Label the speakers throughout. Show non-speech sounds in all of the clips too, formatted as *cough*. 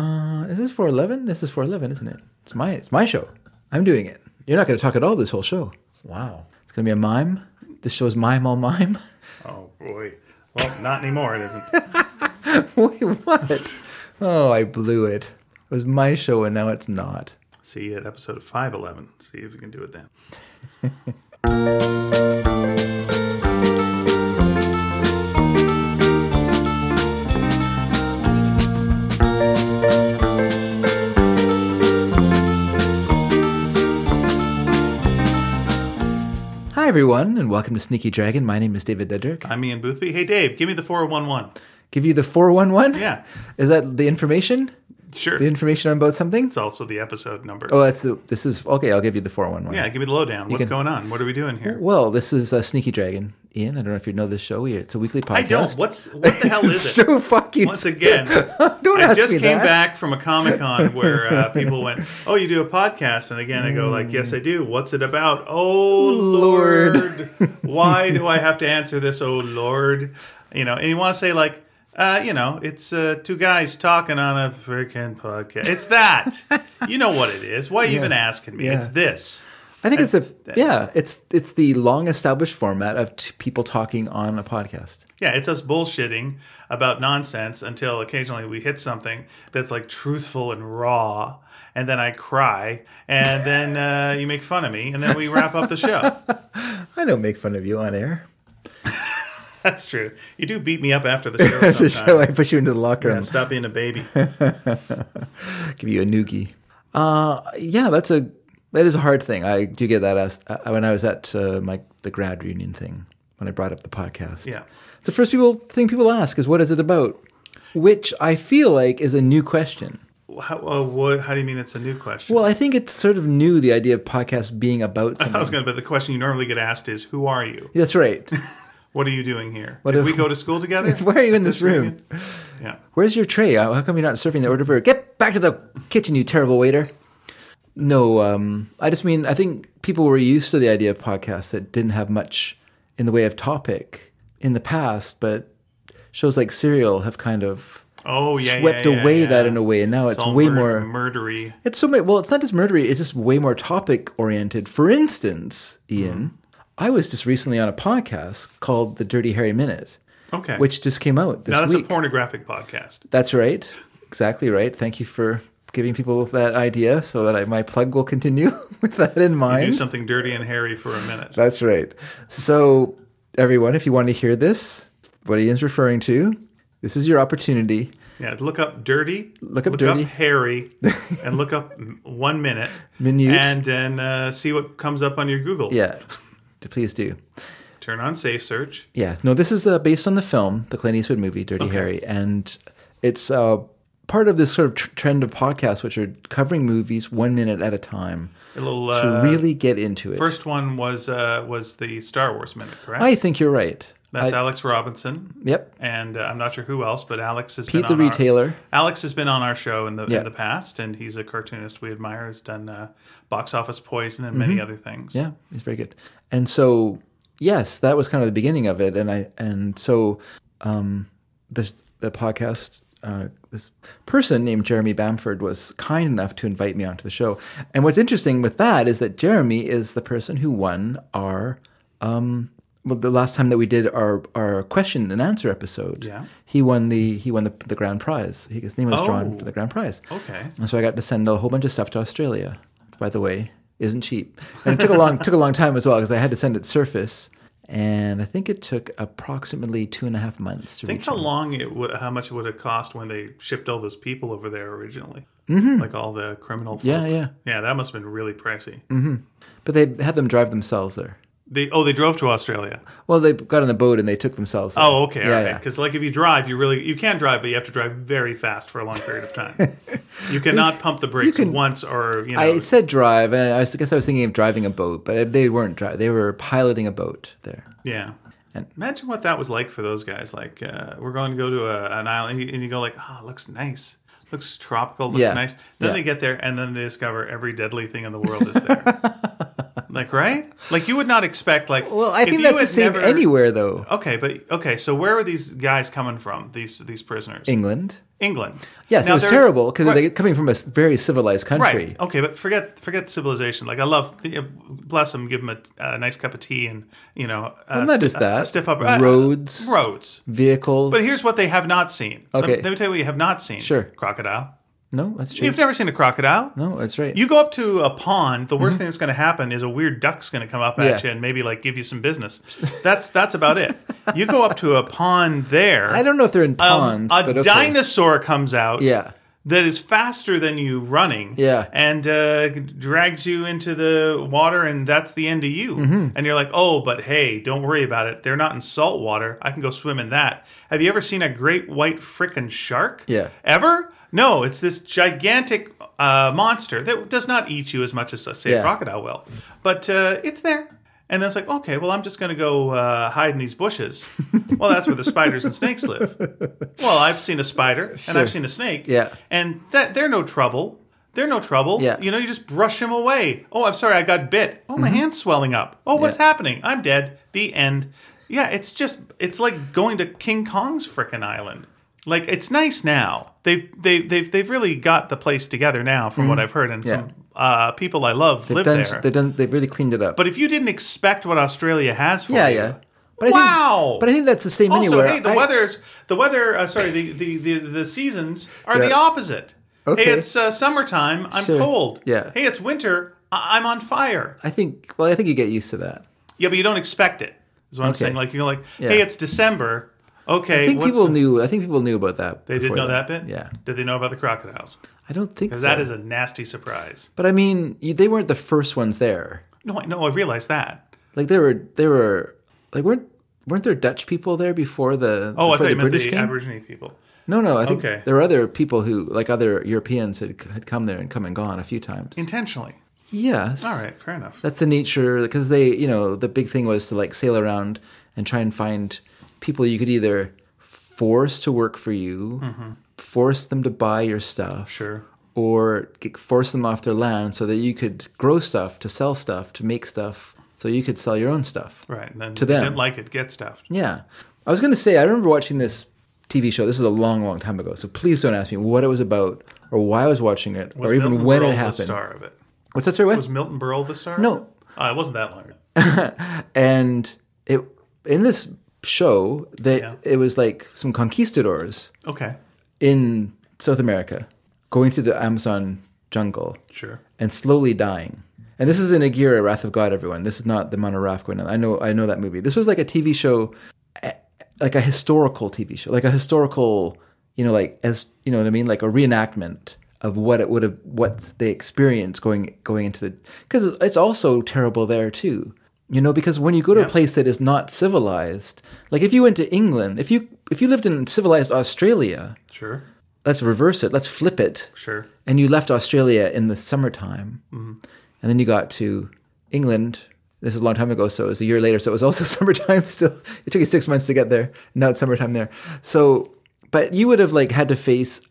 Speaker 1: Uh, is this for eleven? This is for eleven, isn't it? It's my it's my show. I'm doing it. You're not going to talk at all this whole show.
Speaker 2: Wow.
Speaker 1: It's going to be a mime. This show's mime all mime. *laughs*
Speaker 3: Oh boy. Well, not anymore. It isn't.
Speaker 1: Wait, what? oh, I blew it. It was my show, and now it's not.
Speaker 3: See you at episode five eleven. See if we can do it then.
Speaker 1: Hi, everyone, and welcome to Sneaky Dragon. My name is David Dedrick.
Speaker 3: I'm Ian Boothby. Hey Dave, give me the four one one.
Speaker 1: Give you the four one one.
Speaker 3: Yeah.
Speaker 1: Is that the information?
Speaker 3: Sure.
Speaker 1: The information about something?
Speaker 3: It's also the episode number.
Speaker 1: Oh, that's the. This is okay. I'll give you the four one one.
Speaker 3: Yeah, give me the lowdown. What's
Speaker 1: can-
Speaker 3: going on? What are we doing here?
Speaker 1: Well, this is uh, Sneaky Dragon. Ian, I don't know if you know this show. It's a weekly podcast.
Speaker 3: I don't. What's what
Speaker 1: *laughs*
Speaker 3: the hell is it?
Speaker 1: so fuck you.
Speaker 3: Once again,
Speaker 1: don't
Speaker 3: I
Speaker 1: ask
Speaker 3: just
Speaker 1: me
Speaker 3: came
Speaker 1: that.
Speaker 3: back from a comic
Speaker 1: *laughs*
Speaker 3: con where uh, people went, "Oh, you do a podcast?" And again, I go like, "Yes, I do." What's it about? Oh
Speaker 1: Lord.
Speaker 3: Lord, why do I have to answer this? Oh Lord, you know. And you want to say like, uh, you know, it's uh, two guys talking on a freaking podcast. It's that. you know what it is. Why are you even asking me?
Speaker 1: Yeah.
Speaker 3: It's this.
Speaker 1: I think it's a
Speaker 3: That's-
Speaker 1: yeah. It's it's the long established format of t- people talking on a podcast.
Speaker 3: Yeah, it's us bullshitting about nonsense until occasionally we hit something that's like truthful and raw, and then I cry, and then uh, you make fun of me, and then we wrap up the show. *laughs*
Speaker 1: I don't make fun of you on air. *laughs*
Speaker 3: That's true. You do beat me up after
Speaker 1: *laughs*
Speaker 3: the show
Speaker 1: After the
Speaker 3: sometimes.
Speaker 1: show, I push you into the locker room,
Speaker 3: Yeah, stop being
Speaker 1: *laughs*
Speaker 3: a baby.
Speaker 1: give you a noogie. Uh, yeah, that's a that is a hard thing. I do get that asked uh, when I was at uh, my the grad reunion thing when I brought up the podcast.
Speaker 3: Yeah.
Speaker 1: it's the first people thing people ask is what is it about, which I feel like is a new question.
Speaker 3: How, uh, what, how do you mean it's a new question?
Speaker 1: Well, I think it's sort of new the idea of podcast being
Speaker 3: *laughs*
Speaker 1: about
Speaker 3: I
Speaker 1: something.
Speaker 3: was going to, but the question you normally get asked is, "Who are you?
Speaker 1: That's right. *laughs*
Speaker 3: What are you doing here?
Speaker 1: What
Speaker 3: Did
Speaker 1: if-
Speaker 3: we go to school together?
Speaker 1: *laughs* Why are you in this room?
Speaker 3: reunion? Yeah,
Speaker 1: Where's your tray? Uh, How come you're not serving the order for? Get back to the kitchen, you terrible waiter. No, um, I just mean I think people were used to the idea of podcasts that didn't have much in the way of topic in the past, but shows like Serial have kind of
Speaker 3: Oh, yeah, yeah,
Speaker 1: swept
Speaker 3: yeah,
Speaker 1: away
Speaker 3: yeah.
Speaker 1: that in a way, and now it's,
Speaker 3: all
Speaker 1: way
Speaker 3: mur-
Speaker 1: more.
Speaker 3: murdery.
Speaker 1: It's so many, well, it's not just murdery, it's just way more topic oriented. For instance,
Speaker 3: Hmm.
Speaker 1: Ian, I was just recently on a podcast called The Dirty Harry Minute,
Speaker 3: Okay,
Speaker 1: which just came out this
Speaker 3: now that's
Speaker 1: week.
Speaker 3: a pornographic podcast.
Speaker 1: That's right. Exactly right. Thank you for giving people that idea so that I, my plug will continue *laughs* with that in
Speaker 3: do
Speaker 1: mind.
Speaker 3: something dirty and hairy for a minute.
Speaker 1: That's right. So, everyone, if you want to hear this, what Ian's referring to, this is your opportunity.
Speaker 3: Yeah, look up dirty,
Speaker 1: Look up dirty. *laughs*
Speaker 3: hairy, and look up m- one minute,
Speaker 1: Minute.
Speaker 3: and then uh, see what comes up on your Google.
Speaker 1: Yeah, *laughs* to please do.
Speaker 3: Turn on safe search.
Speaker 1: Yeah, no, this is uh, based on the film, the Clint Eastwood movie, Dirty Harry, and it's uh, part of this sort of tr- trend of podcasts which are covering movies one minute at a time
Speaker 3: A little
Speaker 1: to
Speaker 3: uh,
Speaker 1: really get into it.
Speaker 3: first one was uh, was the Star Wars minute, correct?
Speaker 1: I think you're right.
Speaker 3: That's
Speaker 1: I-
Speaker 3: Alex Robinson,
Speaker 1: Yep,
Speaker 3: and uh, I'm not sure who else, but Alex has
Speaker 1: Pete
Speaker 3: been
Speaker 1: the
Speaker 3: on our-
Speaker 1: retailer.
Speaker 3: Alex has been on our show in the
Speaker 1: Yeah.
Speaker 3: in the past, and he's a cartoonist we admire. He's done uh, box office poison and many other things.
Speaker 1: Mm-hmm. Yeah, it's very good. And so, yes, that was kind of the beginning of it. And I and so, um, the the podcast. Uh, this person named Jeremy Bamford was kind enough to invite me onto the show. And what's interesting with that is that Jeremy is the person who won our um, well, the last time that we did our, our question and answer episode.
Speaker 3: Yeah.
Speaker 1: he won the he won the, the grand prize. He, his name was drawn
Speaker 3: Oh.
Speaker 1: for the grand prize.
Speaker 3: Okay.
Speaker 1: And so I got to send a whole bunch of stuff to Australia, which, by the way, isn't cheap. And it took a long *laughs* took a long time as well because I had to send it surface, and I think it took approximately two and a half months to
Speaker 3: Think
Speaker 1: reach.
Speaker 3: how long it would, how much it would have cost when they shipped all those people over there originally, like all the criminal.
Speaker 1: Mm-hmm. Yeah,
Speaker 3: folk.
Speaker 1: yeah. Mm.
Speaker 3: yeah. That must have been really pricey.
Speaker 1: But they had them drive themselves there.
Speaker 3: They oh, they drove to Australia.
Speaker 1: Well, they got on a boat and they took themselves. There.
Speaker 3: Oh, okay, all
Speaker 1: Yeah,
Speaker 3: right.
Speaker 1: yeah.
Speaker 3: Because like if you drive, you really you can drive, but you have to drive very fast for a long period of
Speaker 1: *laughs*
Speaker 3: time. you cannot pump the brakes
Speaker 1: can-
Speaker 3: once or you know.
Speaker 1: I said drive, and I was- I guess I was thinking of driving a boat, but uh, they weren't driving. They were piloting a boat there.
Speaker 3: Yeah.
Speaker 1: And-
Speaker 3: Imagine what that was like for those guys. Like, uh, we're going to go to a, an island, and you- and you go like, "Oh, it looks nice. Looks tropical. Looks
Speaker 1: Yeah.
Speaker 3: nice." Then
Speaker 1: Yeah. *laughs*
Speaker 3: they get there, and then they discover every deadly thing in the world is there. And Like right? Like you would not expect like
Speaker 1: Well, I
Speaker 3: if
Speaker 1: think
Speaker 3: you
Speaker 1: that's the
Speaker 3: had
Speaker 1: same
Speaker 3: never-
Speaker 1: anywhere, though.
Speaker 3: Okay, but okay, so where are these guys coming from? These these prisoners?
Speaker 1: England.
Speaker 3: England.
Speaker 1: Yes,
Speaker 3: Now,
Speaker 1: it was
Speaker 3: there's-
Speaker 1: terrible because
Speaker 3: right,
Speaker 1: they're coming from a s- very civilized country.
Speaker 3: Right. Okay, but forget forget civilization. Like I love, bless them, give them a, a nice cup of tea, and you know, uh,
Speaker 1: not just
Speaker 3: a-
Speaker 1: that.
Speaker 3: a stiff upper uh,
Speaker 1: Roads.
Speaker 3: roads.
Speaker 1: Vehicles.
Speaker 3: But here's what they have not seen. Let-
Speaker 1: Okay.
Speaker 3: Let, me tell you what you have not seen.
Speaker 1: Sure.
Speaker 3: Crocodile.
Speaker 1: no, that's true.
Speaker 3: You've never seen a crocodile.
Speaker 1: No, that's right.
Speaker 3: You go up to a pond. The worst thing that's going to happen is a weird duck's going to come up at
Speaker 1: Yeah.
Speaker 3: you and maybe like give you some business. That's that's about it. You go up to a pond there.
Speaker 1: *laughs* I don't know if they're in ponds,
Speaker 3: Um, a
Speaker 1: but okay.
Speaker 3: dinosaur comes out.
Speaker 1: Yeah.
Speaker 3: That is faster than you running,
Speaker 1: Yeah.
Speaker 3: and uh, drags you into the water, and that's the end of you.
Speaker 1: Mm-hmm.
Speaker 3: And you're like, oh, but hey, don't worry about it. They're not in salt water. I can go swim in that. Have you ever seen a great white frickin' shark?
Speaker 1: Yeah.
Speaker 3: Ever? No, it's this gigantic uh, monster that does not eat you as much as, uh, say,
Speaker 1: Yeah.
Speaker 3: a crocodile will. But uh, it's there. And then it's like, okay, well, I'm just going to go uh, hide in
Speaker 1: *laughs*
Speaker 3: these bushes. well, that's where the spiders and snakes live. Well, I've seen a spider and I've seen a snake.
Speaker 1: Yeah.
Speaker 3: And that they're no trouble. They're no trouble.
Speaker 1: Yeah. Mm-hmm.
Speaker 3: You know, you just brush them away. Oh, I'm sorry, I got bit. Oh, my hand's swelling up. Oh, what's happening? I'm dead. The end. Yeah, it's just it's like going to King Kong's frickin' island. Like it's nice now. They've they they've they've really got the place together now, from what I've heard, and some uh, people I love live
Speaker 1: Done-
Speaker 3: there.
Speaker 1: Mm-hmm. they've done. They've really cleaned it up.
Speaker 3: but if you didn't expect what Australia has for
Speaker 1: yeah,
Speaker 3: you,
Speaker 1: yeah. But I
Speaker 3: Wow!
Speaker 1: think, but I think that's the same
Speaker 3: Also,
Speaker 1: anywhere.
Speaker 3: hey, the
Speaker 1: I-
Speaker 3: weather's the weather. Uh, sorry, the the, the the seasons are the
Speaker 1: Yeah.
Speaker 3: opposite.
Speaker 1: Okay.
Speaker 3: Hey, it's uh, summertime. I'm
Speaker 1: Sure.
Speaker 3: cold.
Speaker 1: Yeah.
Speaker 3: Hey, it's winter. I- I'm on fire.
Speaker 1: I think. Well, I think you get used to that.
Speaker 3: Yeah, but you don't expect it. Is what I'm
Speaker 1: Okay.
Speaker 3: saying. Like you're like, hey, it's December. Okay,
Speaker 1: I think
Speaker 3: what's-
Speaker 1: people knew. I think people knew about that.
Speaker 3: they did know that bit.
Speaker 1: Yeah,
Speaker 3: Did they know about the crocodiles?
Speaker 1: I don't think so.
Speaker 3: That is a nasty surprise.
Speaker 1: But I mean, you, they weren't the first ones there.
Speaker 3: No, I no, I realize that.
Speaker 1: Like there were, there were, like weren't weren't there Dutch people there before the
Speaker 3: Oh, I
Speaker 1: before
Speaker 3: thought
Speaker 1: the
Speaker 3: you meant
Speaker 1: British
Speaker 3: the
Speaker 1: came?
Speaker 3: Aborigine people.
Speaker 1: no, no, I think
Speaker 3: Okay.
Speaker 1: there were other people who, like other Europeans, had had come there and come and gone a few times.
Speaker 3: Intentionally.
Speaker 1: yes,
Speaker 3: All right, fair enough.
Speaker 1: That's the nature because they, you know, the big thing was to like sail around and try and find people you could either force to work for you, force them to buy your stuff,
Speaker 3: Mm-hmm. Sure.
Speaker 1: or get, force them off their land so that you could grow stuff, to sell stuff, to make stuff, so you could sell your own stuff.
Speaker 3: Right. And then
Speaker 1: To them.
Speaker 3: Didn't like it. Get stuffed.
Speaker 1: Yeah. I was going to say, I remember watching this TV show. This is a long, long time ago. So please don't ask me what it was about or why I was watching it or even
Speaker 3: Milton
Speaker 1: when it
Speaker 3: Berle The
Speaker 1: happened.
Speaker 3: star of it.
Speaker 1: What's that story? What?
Speaker 3: Was Milton Berle the star?
Speaker 1: No.
Speaker 3: Uh, it wasn't that long.
Speaker 1: and it in this show that it was like some conquistadors
Speaker 3: Okay.
Speaker 1: in South America going through the Amazon jungle
Speaker 3: Sure.
Speaker 1: and slowly dying. And this is in Agira, Wrath of God, everyone. This is not the Monaraf going on. I know, I know that movie. This was like a TV show, eh, like a historical TV show, like a historical, you know, like as you know what I mean, like a reenactment of what it would have, what they experienced going going into the. Because it's also terrible there too, you know. Because when you go to a place that is not civilized, like if you went to England, if you if you lived in civilized Australia,
Speaker 3: Sure.
Speaker 1: let's reverse it, let's flip it
Speaker 3: Sure.
Speaker 1: and you left Australia in the summertime, and then you got to England. This is a long time ago, so it was a year later. So it was also *laughs* summertime still. It took you six months to get there. Now it's summertime there. So, but you would have like had to face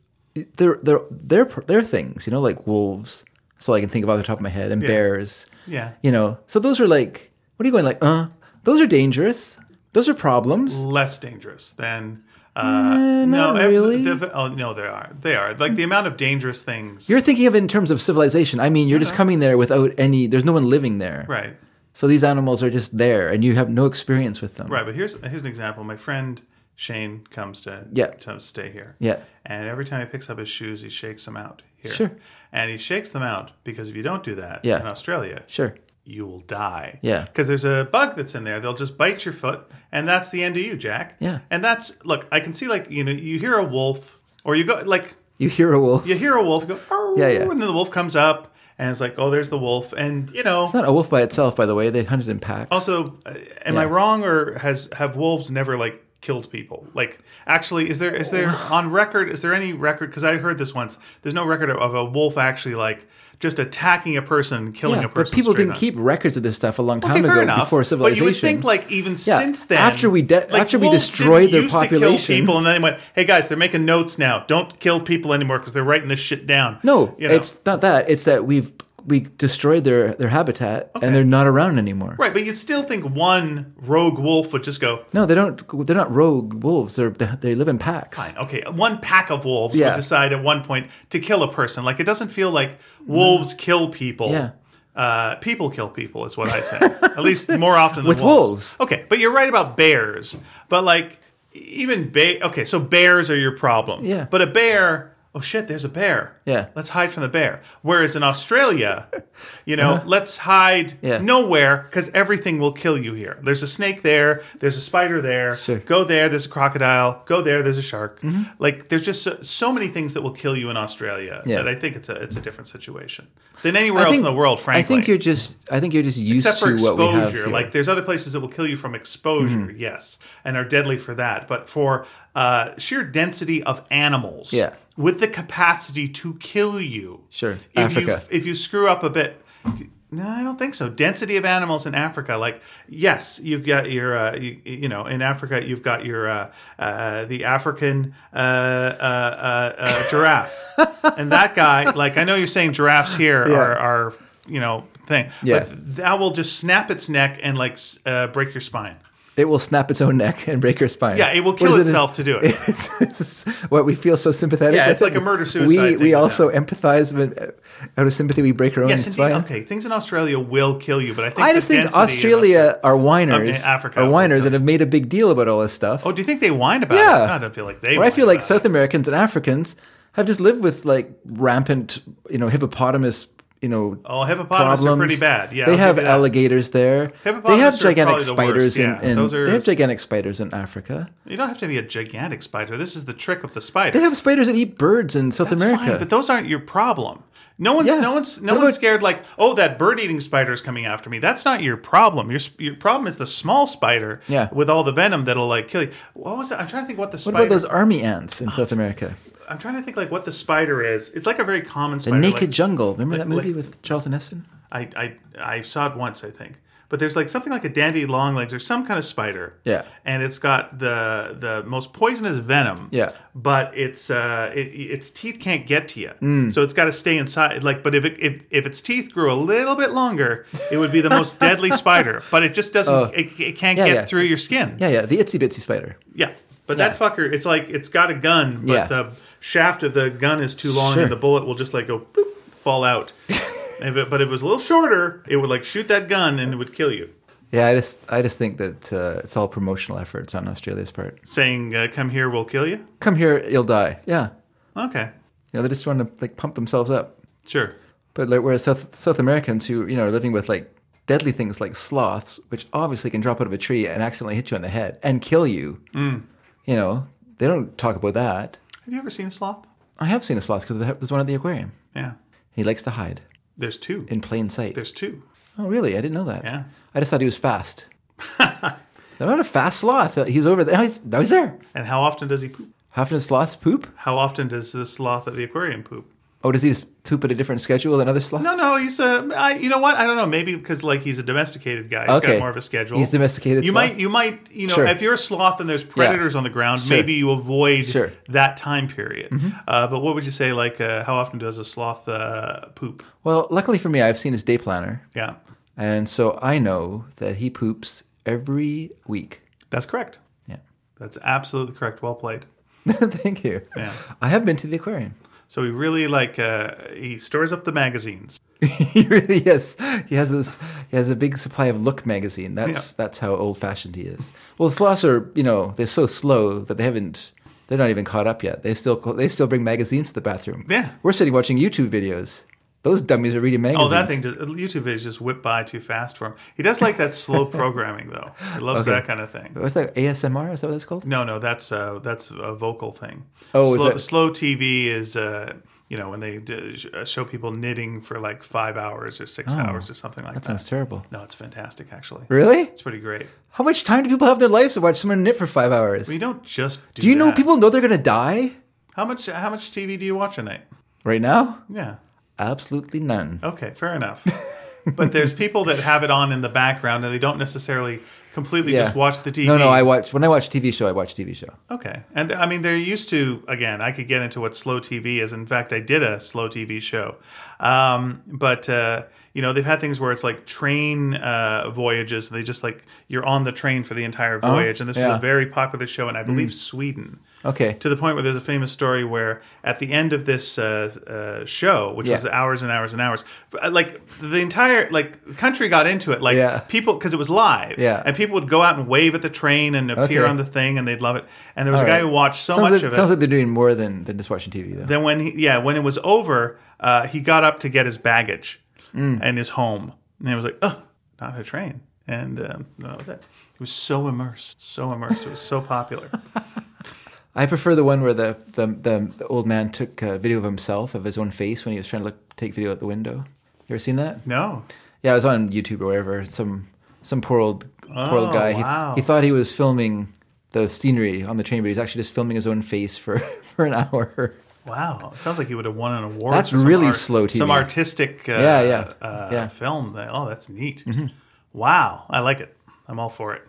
Speaker 1: their their their their things, you know, like wolves. So I can think of off the top of my head, and bears.
Speaker 3: Yeah.
Speaker 1: You know, so those are like, what are you going like? Uh, those are dangerous. Those are problems.
Speaker 3: Less dangerous than. Uh,
Speaker 1: Eh, not
Speaker 3: no, ev-
Speaker 1: really. Hmm.
Speaker 3: the- oh no, they are. They are like the amount of dangerous things.
Speaker 1: You're thinking of it in terms of civilization. I mean, you're just coming there without any. There's no one living there.
Speaker 3: right.
Speaker 1: So these animals are just there, and you have no experience with them.
Speaker 3: Right. But here's here's an example. My friend Shane comes to
Speaker 1: Yeah.
Speaker 3: to stay here.
Speaker 1: Yeah.
Speaker 3: And every time he picks up his shoes, he shakes them out here.
Speaker 1: Sure.
Speaker 3: And he shakes them out because if you don't do that
Speaker 1: Yeah.
Speaker 3: in Australia,
Speaker 1: Sure.
Speaker 3: you will die.
Speaker 1: Yeah.
Speaker 3: Because there's a bug that's in there. They'll just bite your foot, and that's the end of you, Jack.
Speaker 1: Yeah.
Speaker 3: And that's look. I can see like you know you hear a wolf, or you go like
Speaker 1: You hear a wolf.
Speaker 3: you hear a wolf, you go "Arr,"
Speaker 1: Yeah, yeah.
Speaker 3: and then the wolf comes up, and it's like oh there's the wolf, and you know
Speaker 1: It's not a wolf by itself, by the way. They hunted in packs.
Speaker 3: also uh, am I wrong or has have wolves never like killed people? Like actually is there is there on record is there any record because I heard this once there's no record of, of a wolf actually like just attacking a person, killing
Speaker 1: yeah,
Speaker 3: a person.
Speaker 1: but people
Speaker 3: straight
Speaker 1: didn't
Speaker 3: on.
Speaker 1: keep records of this stuff a long time
Speaker 3: Okay, fair
Speaker 1: ago
Speaker 3: enough.
Speaker 1: before civilization.
Speaker 3: But you would think, like, even
Speaker 1: Yeah,
Speaker 3: since then,
Speaker 1: after we de-
Speaker 3: like,
Speaker 1: after we
Speaker 3: wolves
Speaker 1: destroyed
Speaker 3: didn't
Speaker 1: their
Speaker 3: used to kill
Speaker 1: population.
Speaker 3: people, and then they went, "Hey guys, they're making notes now. Don't kill people anymore because they're writing this shit down."
Speaker 1: no,
Speaker 3: You know?
Speaker 1: it's not that. It's that we've we destroyed their their habitat and they're not around anymore.
Speaker 3: Right, but you'd still think one rogue wolf would just go,
Speaker 1: No, they don't. They're not rogue wolves. They're they, they live in packs.
Speaker 3: fine, okay, one pack of wolves
Speaker 1: Yeah.
Speaker 3: would decide at one point to kill a person. Like, it doesn't feel like wolves kill people.
Speaker 1: Mm-hmm. Yeah.
Speaker 3: Uh, people kill people is what I say.
Speaker 1: *laughs*
Speaker 3: At least more often than
Speaker 1: With
Speaker 3: wolves. Okay, but you're right about bears. But like even bear. Okay, so bears are your problem.
Speaker 1: Yeah.
Speaker 3: But a bear. Oh shit! There's a bear.
Speaker 1: Yeah.
Speaker 3: Let's hide from the bear. Whereas in Australia, you know, let's hide
Speaker 1: Uh-huh. Yeah.
Speaker 3: nowhere because everything will kill you here. There's a snake there. There's a spider there.
Speaker 1: Sure. Mm-hmm.
Speaker 3: Go there. There's a crocodile. Go there. There's a shark. Like there's just so, so many things that will kill you in Australia
Speaker 1: Yeah.
Speaker 3: that I think it's a it's a different situation than anywhere
Speaker 1: I
Speaker 3: else
Speaker 1: think-
Speaker 3: in the world. Frankly,
Speaker 1: I think you're just. I think you're just used
Speaker 3: except for
Speaker 1: to what we have
Speaker 3: exposure.
Speaker 1: here. Mm-hmm.
Speaker 3: Like there's other places that will kill you from exposure, yes, and are deadly for that. But for uh, sheer density of animals,
Speaker 1: Yeah.
Speaker 3: with the capacity to kill you,
Speaker 1: Sure.
Speaker 3: If
Speaker 1: Africa.
Speaker 3: you if you screw up a bit. d- No, I don't think so. Density of animals in Africa, like yes, you've got your, uh, you, you know, in Africa you've got your uh, uh, the African uh, uh, uh,
Speaker 1: *laughs*
Speaker 3: uh, giraffe, and that guy, like I know you're saying giraffes here are, are you know thing,
Speaker 1: Yeah.
Speaker 3: but that will just snap its neck and like s- uh, break your spine.
Speaker 1: it will snap its own neck and break your spine.
Speaker 3: Yeah, it will
Speaker 1: What
Speaker 3: kill
Speaker 1: is
Speaker 3: itself to do it.
Speaker 1: It's, it's- what we feel so sympathetic.
Speaker 3: Yeah,
Speaker 1: with
Speaker 3: it's like
Speaker 1: it.
Speaker 3: a murder-suicide
Speaker 1: We
Speaker 3: thing
Speaker 1: we
Speaker 3: with
Speaker 1: also empathize, but out of sympathy, we break our own
Speaker 3: Yes,
Speaker 1: spine.
Speaker 3: indeed. Okay, things in Australia will kill you, but I think
Speaker 1: I
Speaker 3: the
Speaker 1: just think
Speaker 3: density in
Speaker 1: Australia are whiners,
Speaker 3: Okay, Africa.
Speaker 1: are whiners, and have made a big deal about all this stuff.
Speaker 3: Oh, Uh, do you think they whine about it?
Speaker 1: Yeah.
Speaker 3: No, I don't feel like they.
Speaker 1: Or I
Speaker 3: whine
Speaker 1: feel like
Speaker 3: about
Speaker 1: South Americans and Africans have just lived with like rampant, you know, hippopotamus, you know,
Speaker 3: it. oh, hippopotamus
Speaker 1: problems.
Speaker 3: are pretty bad. Yeah,
Speaker 1: they
Speaker 3: I'll
Speaker 1: have
Speaker 3: give you that.
Speaker 1: alligators there. They
Speaker 3: Hippopotamus
Speaker 1: have
Speaker 3: are
Speaker 1: gigantic
Speaker 3: probably the worst,
Speaker 1: spiders in,
Speaker 3: yeah.
Speaker 1: in
Speaker 3: Those are-
Speaker 1: they have gigantic spiders in Africa.
Speaker 3: You don't have to be a gigantic spider. This is the trick of the spider.
Speaker 1: They have spiders that eat birds in South
Speaker 3: That's
Speaker 1: America.
Speaker 3: fine, but those aren't your problem. No one's
Speaker 1: Yeah.
Speaker 3: no one's no
Speaker 1: What
Speaker 3: one's
Speaker 1: about-
Speaker 3: scared like oh that bird eating spider is coming after me. That's not your problem. Your sp- your problem is the small spider
Speaker 1: Yeah.
Speaker 3: with all the venom that'll like kill you. What was that? I'm trying to think what the
Speaker 1: what
Speaker 3: spider. Oh,
Speaker 1: about those army ants in South America?
Speaker 3: I'm trying to think like what the spider is. It's like a very common
Speaker 1: The
Speaker 3: spider.
Speaker 1: Naked
Speaker 3: like-
Speaker 1: Jungle. Remember that
Speaker 3: like-
Speaker 1: movie with Charlton Heston?
Speaker 3: I, I I saw it once, I think. But there's like something like a dandy longlegs or some kind of spider.
Speaker 1: Yeah.
Speaker 3: And it's got the the most poisonous venom.
Speaker 1: Yeah.
Speaker 3: But its uh it, its teeth can't get to you.
Speaker 1: Mm.
Speaker 3: So it's got to stay inside. Like, but if it, if if its teeth grew a little bit longer, it would be the
Speaker 1: *laughs*
Speaker 3: most deadly spider. But it just doesn't. it, it can't
Speaker 1: Oh. Yeah,
Speaker 3: get
Speaker 1: yeah.
Speaker 3: through your skin.
Speaker 1: Yeah, yeah, the itsy bitsy spider.
Speaker 3: Yeah. But
Speaker 1: Yeah.
Speaker 3: that fucker, it's like it's got a gun, but
Speaker 1: Yeah.
Speaker 3: the shaft of the gun is too long,
Speaker 1: Sure.
Speaker 3: and the bullet will just like go boop, fall
Speaker 1: *laughs*
Speaker 3: out. if it, but if it was a little shorter, it would like shoot that gun and it would kill you.
Speaker 1: Yeah, I just I just think that uh, it's all promotional efforts on Australia's part.
Speaker 3: Saying uh, "Come here, we'll kill you."
Speaker 1: Come here, you'll die. Yeah,
Speaker 3: Okay,
Speaker 1: you know they just want to like pump themselves up.
Speaker 3: sure.
Speaker 1: But like, whereas South South Americans who you know are living with like deadly things like sloths, which obviously can drop out of a tree and accidentally hit you on the head and kill you,
Speaker 3: Mm.
Speaker 1: you know they don't talk about that.
Speaker 3: Have you ever seen a sloth?
Speaker 1: I have seen a sloth because there's one at the aquarium.
Speaker 3: Yeah,
Speaker 1: He likes to hide
Speaker 3: there's two.
Speaker 1: in plain sight.
Speaker 3: There's two.
Speaker 1: Oh, really? I didn't know that.
Speaker 3: Yeah.
Speaker 1: I just thought he was
Speaker 3: *laughs*
Speaker 1: fast. I'm not a fast sloth. He's over there. Now he's, now he's there.
Speaker 3: And how often does he poop?
Speaker 1: Half an sloths poop?
Speaker 3: How often does the sloth at the aquarium poop?
Speaker 1: Oh, does he just poop at a different schedule than other sloths?
Speaker 3: No, no, he's a. I, you know what? I don't know. Maybe because like he's a domesticated guy, he's
Speaker 1: Okay.
Speaker 3: got more of a schedule.
Speaker 1: He's domesticated
Speaker 3: You
Speaker 1: sloth.
Speaker 3: might, you might, you know,
Speaker 1: Sure.
Speaker 3: if you're a sloth and there's predators on the ground,
Speaker 1: Sure.
Speaker 3: maybe you avoid
Speaker 1: Sure. Mm-hmm.
Speaker 3: that time period. Uh, but what would you say? Like, uh, how often does a sloth uh, poop?
Speaker 1: Well, luckily for me, I've seen his day planner.
Speaker 3: Yeah,
Speaker 1: And so I know that he poops every week.
Speaker 3: that's correct.
Speaker 1: Yeah. *laughs*
Speaker 3: That's absolutely correct. Well played.
Speaker 1: Thank you.
Speaker 3: Yeah.
Speaker 1: I have been to the aquarium.
Speaker 3: So he really like uh, he stores up the magazines.
Speaker 1: *laughs* he really is. He has this. He has a big supply of Look magazine. That's that's how old fashioned he is. Well, sloths are you know they're so slow that they haven't. They're not even caught up yet. They still they still bring magazines to the bathroom.
Speaker 3: Yeah.
Speaker 1: we're sitting watching YouTube videos. Those dummies are reading magazines.
Speaker 3: Oh, that thing! Just, YouTube videos just whip by too fast for him. He does like that
Speaker 1: *laughs*
Speaker 3: slow programming though. He loves that kind of thing.
Speaker 1: What's that ASMR? Is that what that's called?
Speaker 3: No, no, that's uh, that's a vocal thing.
Speaker 1: Oh, is
Speaker 3: slow,
Speaker 1: that-
Speaker 3: slow TV is uh, you know when they d- sh- show people knitting for like five hours or
Speaker 1: Oh,
Speaker 3: six hours or something like that.
Speaker 1: That sounds terrible.
Speaker 3: no, it's fantastic actually.
Speaker 1: Really?
Speaker 3: It's pretty great.
Speaker 1: How much time do people have in their lives to watch someone knit for five hours?
Speaker 3: You don't just do.
Speaker 1: do you know
Speaker 3: that.
Speaker 1: people know they're gonna die
Speaker 3: How much how much TV do you watch a night?
Speaker 1: right now?
Speaker 3: Yeah.
Speaker 1: Absolutely none. *laughs*
Speaker 3: Okay, fair enough. but there's people that have it on in the background and they don't necessarily completely
Speaker 1: Yeah.
Speaker 3: just watch the TV.
Speaker 1: No, no. I watch when I watch TV show. I watch TV show.
Speaker 3: Okay. And I mean, they're used to, again, I could get into what slow TV is. In fact, I did a slow TV show. Um, but, uh, you know, they've had things where it's like train uh, voyages. They just like, you're on the train for the entire voyage. and this was
Speaker 1: yeah.
Speaker 3: a very popular show in, I believe, Sweden.
Speaker 1: Okay.
Speaker 3: To the point where there's a famous story where at the end of this uh, uh, show, which
Speaker 1: Yeah.
Speaker 3: was hours and hours and hours, uh, like the entire like the country got into it. Like
Speaker 1: Yeah.
Speaker 3: people, because it was live,
Speaker 1: Yeah.
Speaker 3: and people would go out and wave at the train and appear
Speaker 1: Okay.
Speaker 3: on the thing, and they'd love it. And there was
Speaker 1: All
Speaker 3: a guy
Speaker 1: right.
Speaker 3: who watched so
Speaker 1: sounds
Speaker 3: much
Speaker 1: like,
Speaker 3: of it.
Speaker 1: sounds like they're doing more than than just watching TV though.
Speaker 3: then when he, yeah, when it was over, uh, he got up to get his baggage
Speaker 1: Mm.
Speaker 3: and his home, and he was like, "Oh, not a train." And um, that was it. He was so immersed, so immersed. It was so popular. *laughs*
Speaker 1: I prefer the one where the the, the, the old man took a video of himself of his own face when he was trying to look, take video out the window. You ever seen that?
Speaker 3: No,
Speaker 1: Yeah, it was on YouTube or whatever. Some some poor old poor old
Speaker 3: Oh,
Speaker 1: guy. He-
Speaker 3: wow.
Speaker 1: He, thought he was filming the scenery on the train, but he's actually just filming his own face for *laughs* for an hour.
Speaker 3: Wow, it sounds like you would have won an award.
Speaker 1: That's
Speaker 3: for some
Speaker 1: really slow TV.
Speaker 3: Some artistic, uh,
Speaker 1: Yeah, yeah,
Speaker 3: uh,
Speaker 1: yeah. Mm-hmm.
Speaker 3: film. That, oh, that's neat. Wow, I like it. I'm all for it.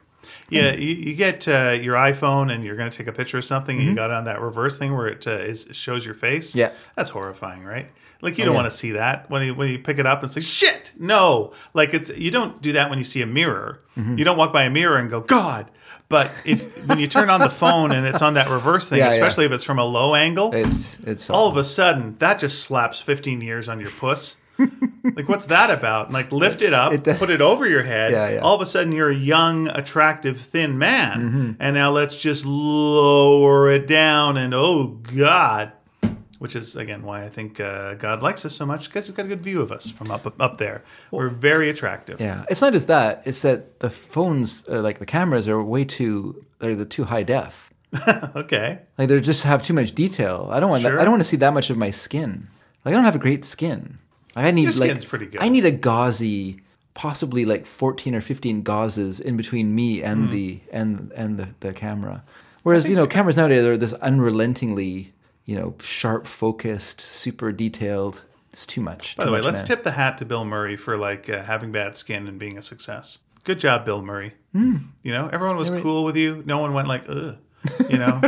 Speaker 3: Yeah,
Speaker 1: Hmm.
Speaker 3: you, you get uh, your iPhone and you're going to take a picture of something, and you got on that reverse thing where it uh, is, shows your face.
Speaker 1: Mm-hmm. Yeah. Oh,
Speaker 3: that's horrifying, right? Like you don't want to see that when you when you pick it up and say shit. No, like it's you don't do that when you see a mirror.
Speaker 1: Mm-hmm.
Speaker 3: You don't walk by a mirror and go God. But if when you turn on the phone and it's on that reverse thing,
Speaker 1: *laughs* Yeah, yeah.
Speaker 3: especially if it's from a low angle,
Speaker 1: It's it's
Speaker 3: all of a sudden that just slaps 15 years on your
Speaker 1: *laughs*
Speaker 3: puss like what's that about like lift it up
Speaker 1: It does.
Speaker 3: put it over your head
Speaker 1: Yeah, yeah.
Speaker 3: all of a sudden you're a young attractive thin man
Speaker 1: Mm-hmm.
Speaker 3: and now let's just lower it down and oh god which is again why I think uh, God likes us so much because he's got a good view of us from up up there. We're very attractive.
Speaker 1: Yeah, it's not just that. It's that the phones, uh, like the cameras, are way too they're, they're too high def.
Speaker 3: *laughs* Okay,
Speaker 1: Like they just have too much detail. I don't want that.
Speaker 3: Sure.
Speaker 1: I don't want to see that much of my skin. Like I don't have a great skin. Like I need
Speaker 3: Your
Speaker 1: like
Speaker 3: skin's pretty good.
Speaker 1: I need a gauzy, possibly like fourteen or fifteen gauzes in between me
Speaker 3: Hmm.
Speaker 1: and the and and the, the camera. Whereas you know cameras nowadays are this unrelentingly you know sharp focused, super detailed. It's too much.
Speaker 3: By the way, let's tip the hat to Bill Murray for like uh, having bad skin and being a success. Good job, Bill Murray.
Speaker 1: Hmm.
Speaker 3: You know, everyone was cool with you. No one went like, ugh.
Speaker 1: *laughs*
Speaker 3: You know,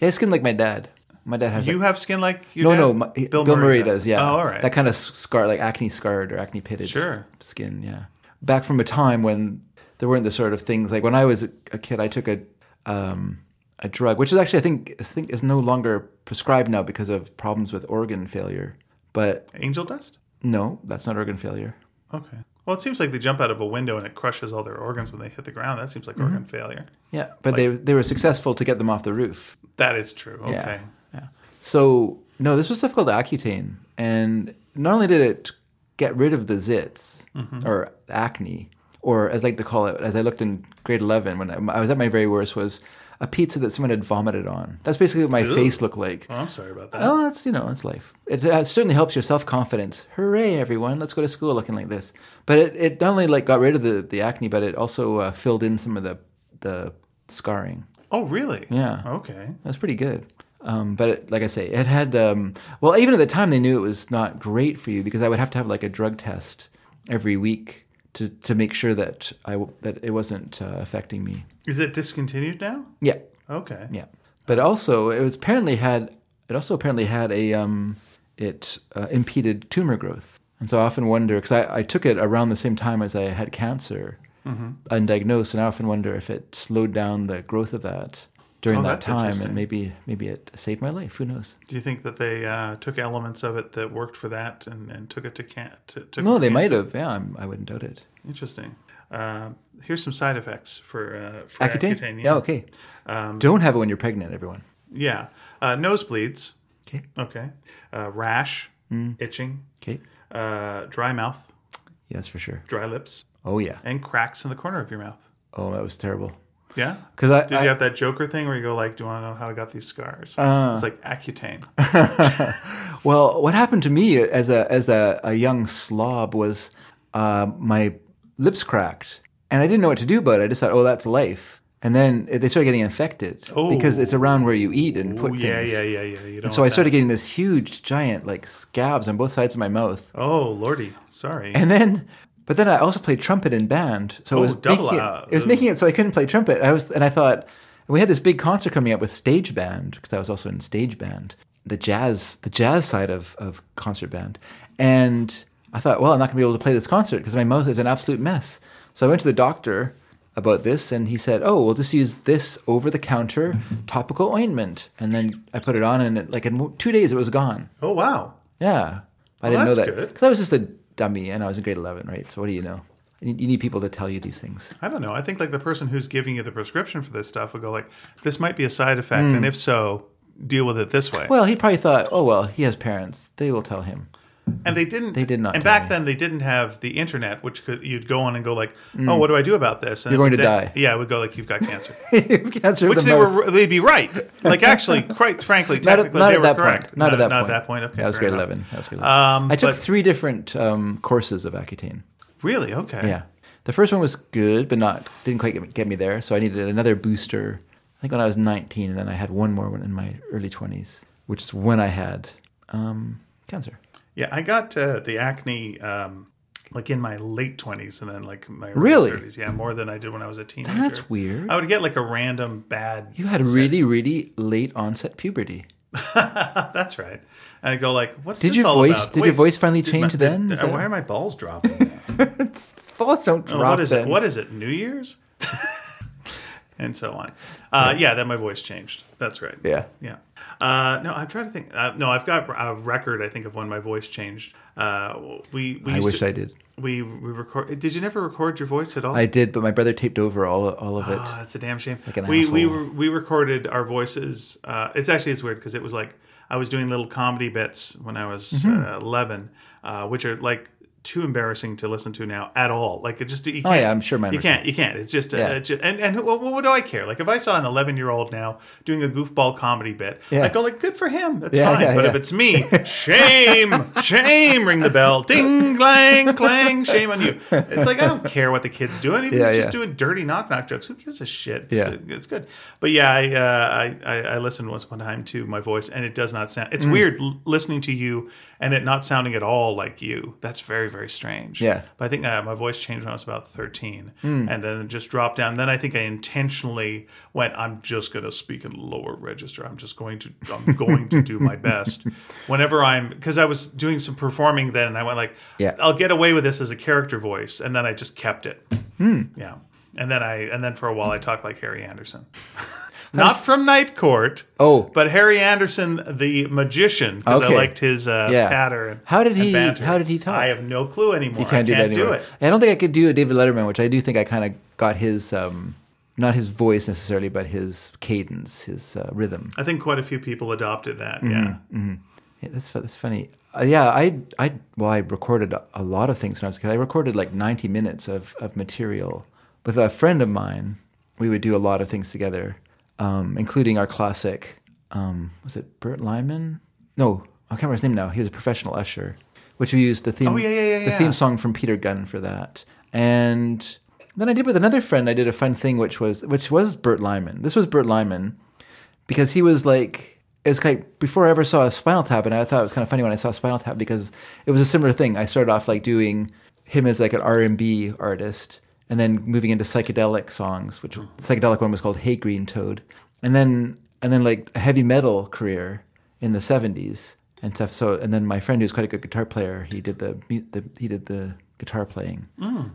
Speaker 1: Yeah, skin like my dad. My dad has. that
Speaker 3: you have skin like your
Speaker 1: No,
Speaker 3: dad?
Speaker 1: no, my, Bill, Murray, does. Yeah,
Speaker 3: Oh, all right.
Speaker 1: That kind of scar, like acne scarred or acne pitted
Speaker 3: Sure.
Speaker 1: skin. Yeah, back from a time when there weren't the sort of things like when I was a, a kid, I took a um, a drug, which is actually I think I think is no longer prescribed now because of problems with organ failure. But
Speaker 3: Angel dust.
Speaker 1: no, that's not organ failure.
Speaker 3: Okay. Well, it seems like they jump out of a window and it crushes all their organs when they hit the ground. That seems like
Speaker 1: Mm-hmm.
Speaker 3: organ failure.
Speaker 1: Yeah, but they they were successful to get them off the roof.
Speaker 3: That is true. Okay.
Speaker 1: Yeah. Yeah. So no, this was stuff called Accutane, and not only did it get rid of the zits or acne, or as I like to call it, as I looked in grade eleven when I, I was at my very worst, was a pizza that someone had vomited on. That's basically what my face looked like.
Speaker 3: Well, I'm sorry about that.
Speaker 1: Oh, that's you know, it's life. It uh, certainly helps your self confidence. Hooray, everyone! Let's go to school looking like this. But it, it not only like got rid of the, the acne, but it also uh, filled in some of the the scarring.
Speaker 3: Oh, really?
Speaker 1: Yeah.
Speaker 3: Okay.
Speaker 1: That's pretty good. Um, but it, like I say, it had um, well even at the time they knew it was not great for you because I would have to have like a drug test every week to to make sure that I w- that it wasn't uh, affecting me.
Speaker 3: Is it discontinued now?
Speaker 1: Yeah,
Speaker 3: Okay.
Speaker 1: yeah. But also it was apparently had it also apparently had a um, it uh, impeded tumor growth, and so I often wonder because I, I took it around the same time as I had cancer,
Speaker 3: Mm-hmm.
Speaker 1: undiagnosed, and I often wonder if it slowed down the growth of that during
Speaker 3: Oh,
Speaker 1: that
Speaker 3: that's
Speaker 1: time,
Speaker 3: interesting.
Speaker 1: and maybe maybe it saved my life. Who knows?
Speaker 3: Do you think that they uh, took elements of it that worked for that and, and took it to can? To, took it
Speaker 1: No,
Speaker 3: to
Speaker 1: they
Speaker 3: can-
Speaker 1: might have. Yeah, I'm, I wouldn't doubt it.
Speaker 3: Interesting. Uh, here's some side effects for, uh, for
Speaker 1: Accutane? Oh.
Speaker 3: Accutane, Um,
Speaker 1: Yeah, okay. Don't have it when you're pregnant, everyone.
Speaker 3: Yeah. Uh, nosebleeds.
Speaker 1: Okay.
Speaker 3: Okay. Uh, rash,
Speaker 1: Mm.
Speaker 3: itching,
Speaker 1: Okay.
Speaker 3: uh, dry mouth,
Speaker 1: Yeah, that's for sure.
Speaker 3: dry lips,
Speaker 1: Oh, yeah.
Speaker 3: and cracks in the corner of your mouth.
Speaker 1: Oh, that was terrible.
Speaker 3: Yeah.
Speaker 1: Because I,
Speaker 3: Did
Speaker 1: I
Speaker 3: you have that Joker thing where you go like, "Do you want to know how I got these scars?"
Speaker 1: Uh.
Speaker 3: it's like
Speaker 1: *laughs*
Speaker 3: Accutane.
Speaker 1: well, what happened to me as a as a, a young slob was uh, my lips cracked, and I didn't know what to do about it. I just thought, oh, that's life. And then they started getting infected because it's around where you eat and put
Speaker 3: Oh. Ooh,
Speaker 1: things.
Speaker 3: yeah, yeah, yeah, yeah. You don't.
Speaker 1: So I
Speaker 3: want
Speaker 1: started getting this huge, giant, like scabs on both sides of my mouth.
Speaker 3: that. Oh lordy, sorry.
Speaker 1: And then But then I also played trumpet in band, so
Speaker 3: Oh,
Speaker 1: it was
Speaker 3: double,
Speaker 1: making it,
Speaker 3: uh,
Speaker 1: it was making it so I couldn't play trumpet. I was, and I thought we had this big concert coming up with stage band because I was also in stage band, the jazz, the jazz side of of concert band, and I thought, well, I'm not going to be able to play this concert because my mouth is an absolute mess. So I went to the doctor about this, and he said, "Oh, we'll just use this over the counter topical ointment." And then I put it on, and it, like in two days, it was gone.
Speaker 3: Oh wow.
Speaker 1: Yeah. I didn't know
Speaker 3: that's
Speaker 1: that.
Speaker 3: good.
Speaker 1: Because I was just a dummy and I was in grade 11, right? So what do you know? You need, you need people to tell you these things.
Speaker 3: I don't know. I think like the person who's giving you the prescription for this stuff will go like, "This might be a side effect,
Speaker 1: Mm.
Speaker 3: and if so, deal with it this way."
Speaker 1: Well, he probably thought, oh, well, he has parents. They will tell him. *laughs*
Speaker 3: and they didn't. They
Speaker 1: did not
Speaker 3: And
Speaker 1: tell
Speaker 3: back
Speaker 1: me.
Speaker 3: then, they didn't have the internet, which could you'd go on and go like, "Oh, what do I do about this?"
Speaker 1: Mm.
Speaker 3: And
Speaker 1: You're going to
Speaker 3: then-
Speaker 1: die.
Speaker 3: Yeah, I would go like, "You've got
Speaker 1: *laughs*
Speaker 3: cancer,"
Speaker 1: Cancer
Speaker 3: which
Speaker 1: of the
Speaker 3: they
Speaker 1: mouth.
Speaker 3: were. They'd be right. Like actually, quite frankly,
Speaker 1: *laughs* Not at-
Speaker 3: technically,
Speaker 1: not
Speaker 3: they
Speaker 1: at
Speaker 3: were
Speaker 1: that point.
Speaker 3: correct.
Speaker 1: Not at that point.
Speaker 3: Not at that point. Okay,
Speaker 1: that was
Speaker 3: fair
Speaker 1: grade
Speaker 3: enough.
Speaker 1: 11. That was grade 11.
Speaker 3: Um,
Speaker 1: I took
Speaker 3: but-
Speaker 1: three different um, courses of Accutane.
Speaker 3: Really? Okay.
Speaker 1: Yeah. The first one was good, but not didn't quite get me, get me there. So I needed another booster. I think when I was 19, and then I had one more one in my early 20s, which is when I had um, cancer.
Speaker 3: Yeah, I got uh, the acne um, like in my late twenties, and then like my early
Speaker 1: Really?
Speaker 3: 30s. Yeah, more than I did when I was a teenager.
Speaker 1: That's weird.
Speaker 3: I would get like a random bad.
Speaker 1: You had really, really late onset puberty.
Speaker 3: That's right. And I go like, "What's
Speaker 1: Did
Speaker 3: this
Speaker 1: your
Speaker 3: all
Speaker 1: voice?
Speaker 3: about?
Speaker 1: Did
Speaker 3: Wait,
Speaker 1: your voice finally
Speaker 3: did
Speaker 1: change
Speaker 3: my-
Speaker 1: then?
Speaker 3: did-
Speaker 1: Is that- *laughs*
Speaker 3: why are my balls dropping? now?
Speaker 1: Balls don't drop.
Speaker 3: Oh, what is it?
Speaker 1: then.
Speaker 3: What is it? New
Speaker 1: *laughs*
Speaker 3: Year's?" and so on. Uh, yeah, then my voice changed. That's right.
Speaker 1: Yeah.
Speaker 3: Yeah. Uh, no, I'm trying to think. Uh, no, I've got a record. I think of when my voice changed. Uh, we, we
Speaker 1: I
Speaker 3: used
Speaker 1: wish
Speaker 3: to-
Speaker 1: I did.
Speaker 3: We we record. Did you never record your voice at all?
Speaker 1: I did, but my brother taped over all all
Speaker 3: *gasps*
Speaker 1: of it.
Speaker 3: Oh, that's a damn shame.
Speaker 1: an
Speaker 3: we we
Speaker 1: asshole.
Speaker 3: were- we recorded our voices. Uh, it's actually it's weird because it was like I was doing little comedy bits when I was
Speaker 1: Mm-hmm.
Speaker 3: uh, eleven, uh, which are like too embarrassing to listen to now at all. Like it just you can't,
Speaker 1: Oh, yeah, I'm sure mine
Speaker 3: you
Speaker 1: were-
Speaker 3: can't you can't. It's just, uh,
Speaker 1: Yeah.
Speaker 3: it's ju- and and what, what do I care? Like if I saw an eleven year old now doing a goofball comedy bit,
Speaker 1: Yeah.
Speaker 3: I'd go like, good for him. That's
Speaker 1: Yeah,
Speaker 3: fine.
Speaker 1: yeah,
Speaker 3: but
Speaker 1: yeah.
Speaker 3: if it's me,
Speaker 1: *laughs*
Speaker 3: shame, shame. Ring the bell,
Speaker 1: *laughs*
Speaker 3: ding, clang, clang. Shame on you. It's like I don't care what the kid's doing. Even
Speaker 1: Yeah,
Speaker 3: if he's
Speaker 1: yeah.
Speaker 3: just doing doing dirty knock knock jokes. Who gives a shit? It's, uh,
Speaker 1: Yeah.
Speaker 3: it's good. But yeah, I, uh, I I I listened once upon a time to my voice, and it does not sound.
Speaker 1: Mm.
Speaker 3: It's weird l- listening to you and it not sounding at all like you. That's very very strange.
Speaker 1: Yeah. Mm.
Speaker 3: But I think uh, my voice changed when I was about thirteen, and then it just dropped down. Then I think I intentionally went. I'm just going to speak in lower register. I'm just going to.
Speaker 1: *laughs*
Speaker 3: I'm going to do my best. Whenever I'm because I was doing some performing then, and I went like,
Speaker 1: Yeah.
Speaker 3: I'll get away with this as a character voice, and then I just kept it. Yeah. And then I and then for a while I talked like Harry
Speaker 1: *laughs*
Speaker 3: Anderson. Not from Night Court.
Speaker 1: Oh.
Speaker 3: But Harry Anderson the magician because
Speaker 1: Okay.
Speaker 3: I liked his uh
Speaker 1: Yeah.
Speaker 3: patter and
Speaker 1: How did
Speaker 3: and
Speaker 1: he-
Speaker 3: banter.
Speaker 1: how did he talk?
Speaker 3: I have no clue anymore.
Speaker 1: You can't,
Speaker 3: I
Speaker 1: do
Speaker 3: can't
Speaker 1: that anymore.
Speaker 3: it.
Speaker 1: I don't think I could do a David Letterman, which I do think I kind of got his um, not his voice necessarily, but his cadence, his uh, rhythm.
Speaker 3: I think quite a few people adopted that.
Speaker 1: Mm-hmm.
Speaker 3: Yeah.
Speaker 1: Yeah, that's fu- that's funny. Uh, yeah, I I well, I recorded a- a lot of things when I was a kid. I recorded like ninety minutes of of material with a friend of mine. We would do a lot of things together, um, including our classic. Um, was it Bert Lyman? No, I can't remember his name now. He was a professional usher, which we used the theme.
Speaker 3: Oh, yeah, yeah, yeah,
Speaker 1: the
Speaker 3: yeah.
Speaker 1: theme song from Peter Gunn for that. And then I did with another friend. I did a fun thing, which was which was Bert Lyman. This was Bert Lyman because he was like it was like before I ever saw a Spinal Tap, and I thought it was kind of funny when I saw Spinal Tap because it was a similar thing. I started off like doing him as like an R and B artist, and then moving into psychedelic songs, which
Speaker 3: Mm-hmm.
Speaker 1: the psychedelic one was called "Hey Green Toad," and then and then like a heavy metal career in the '70s and stuff. So and then my friend who's quite a good guitar player, he did the, mu- the he did the guitar playing,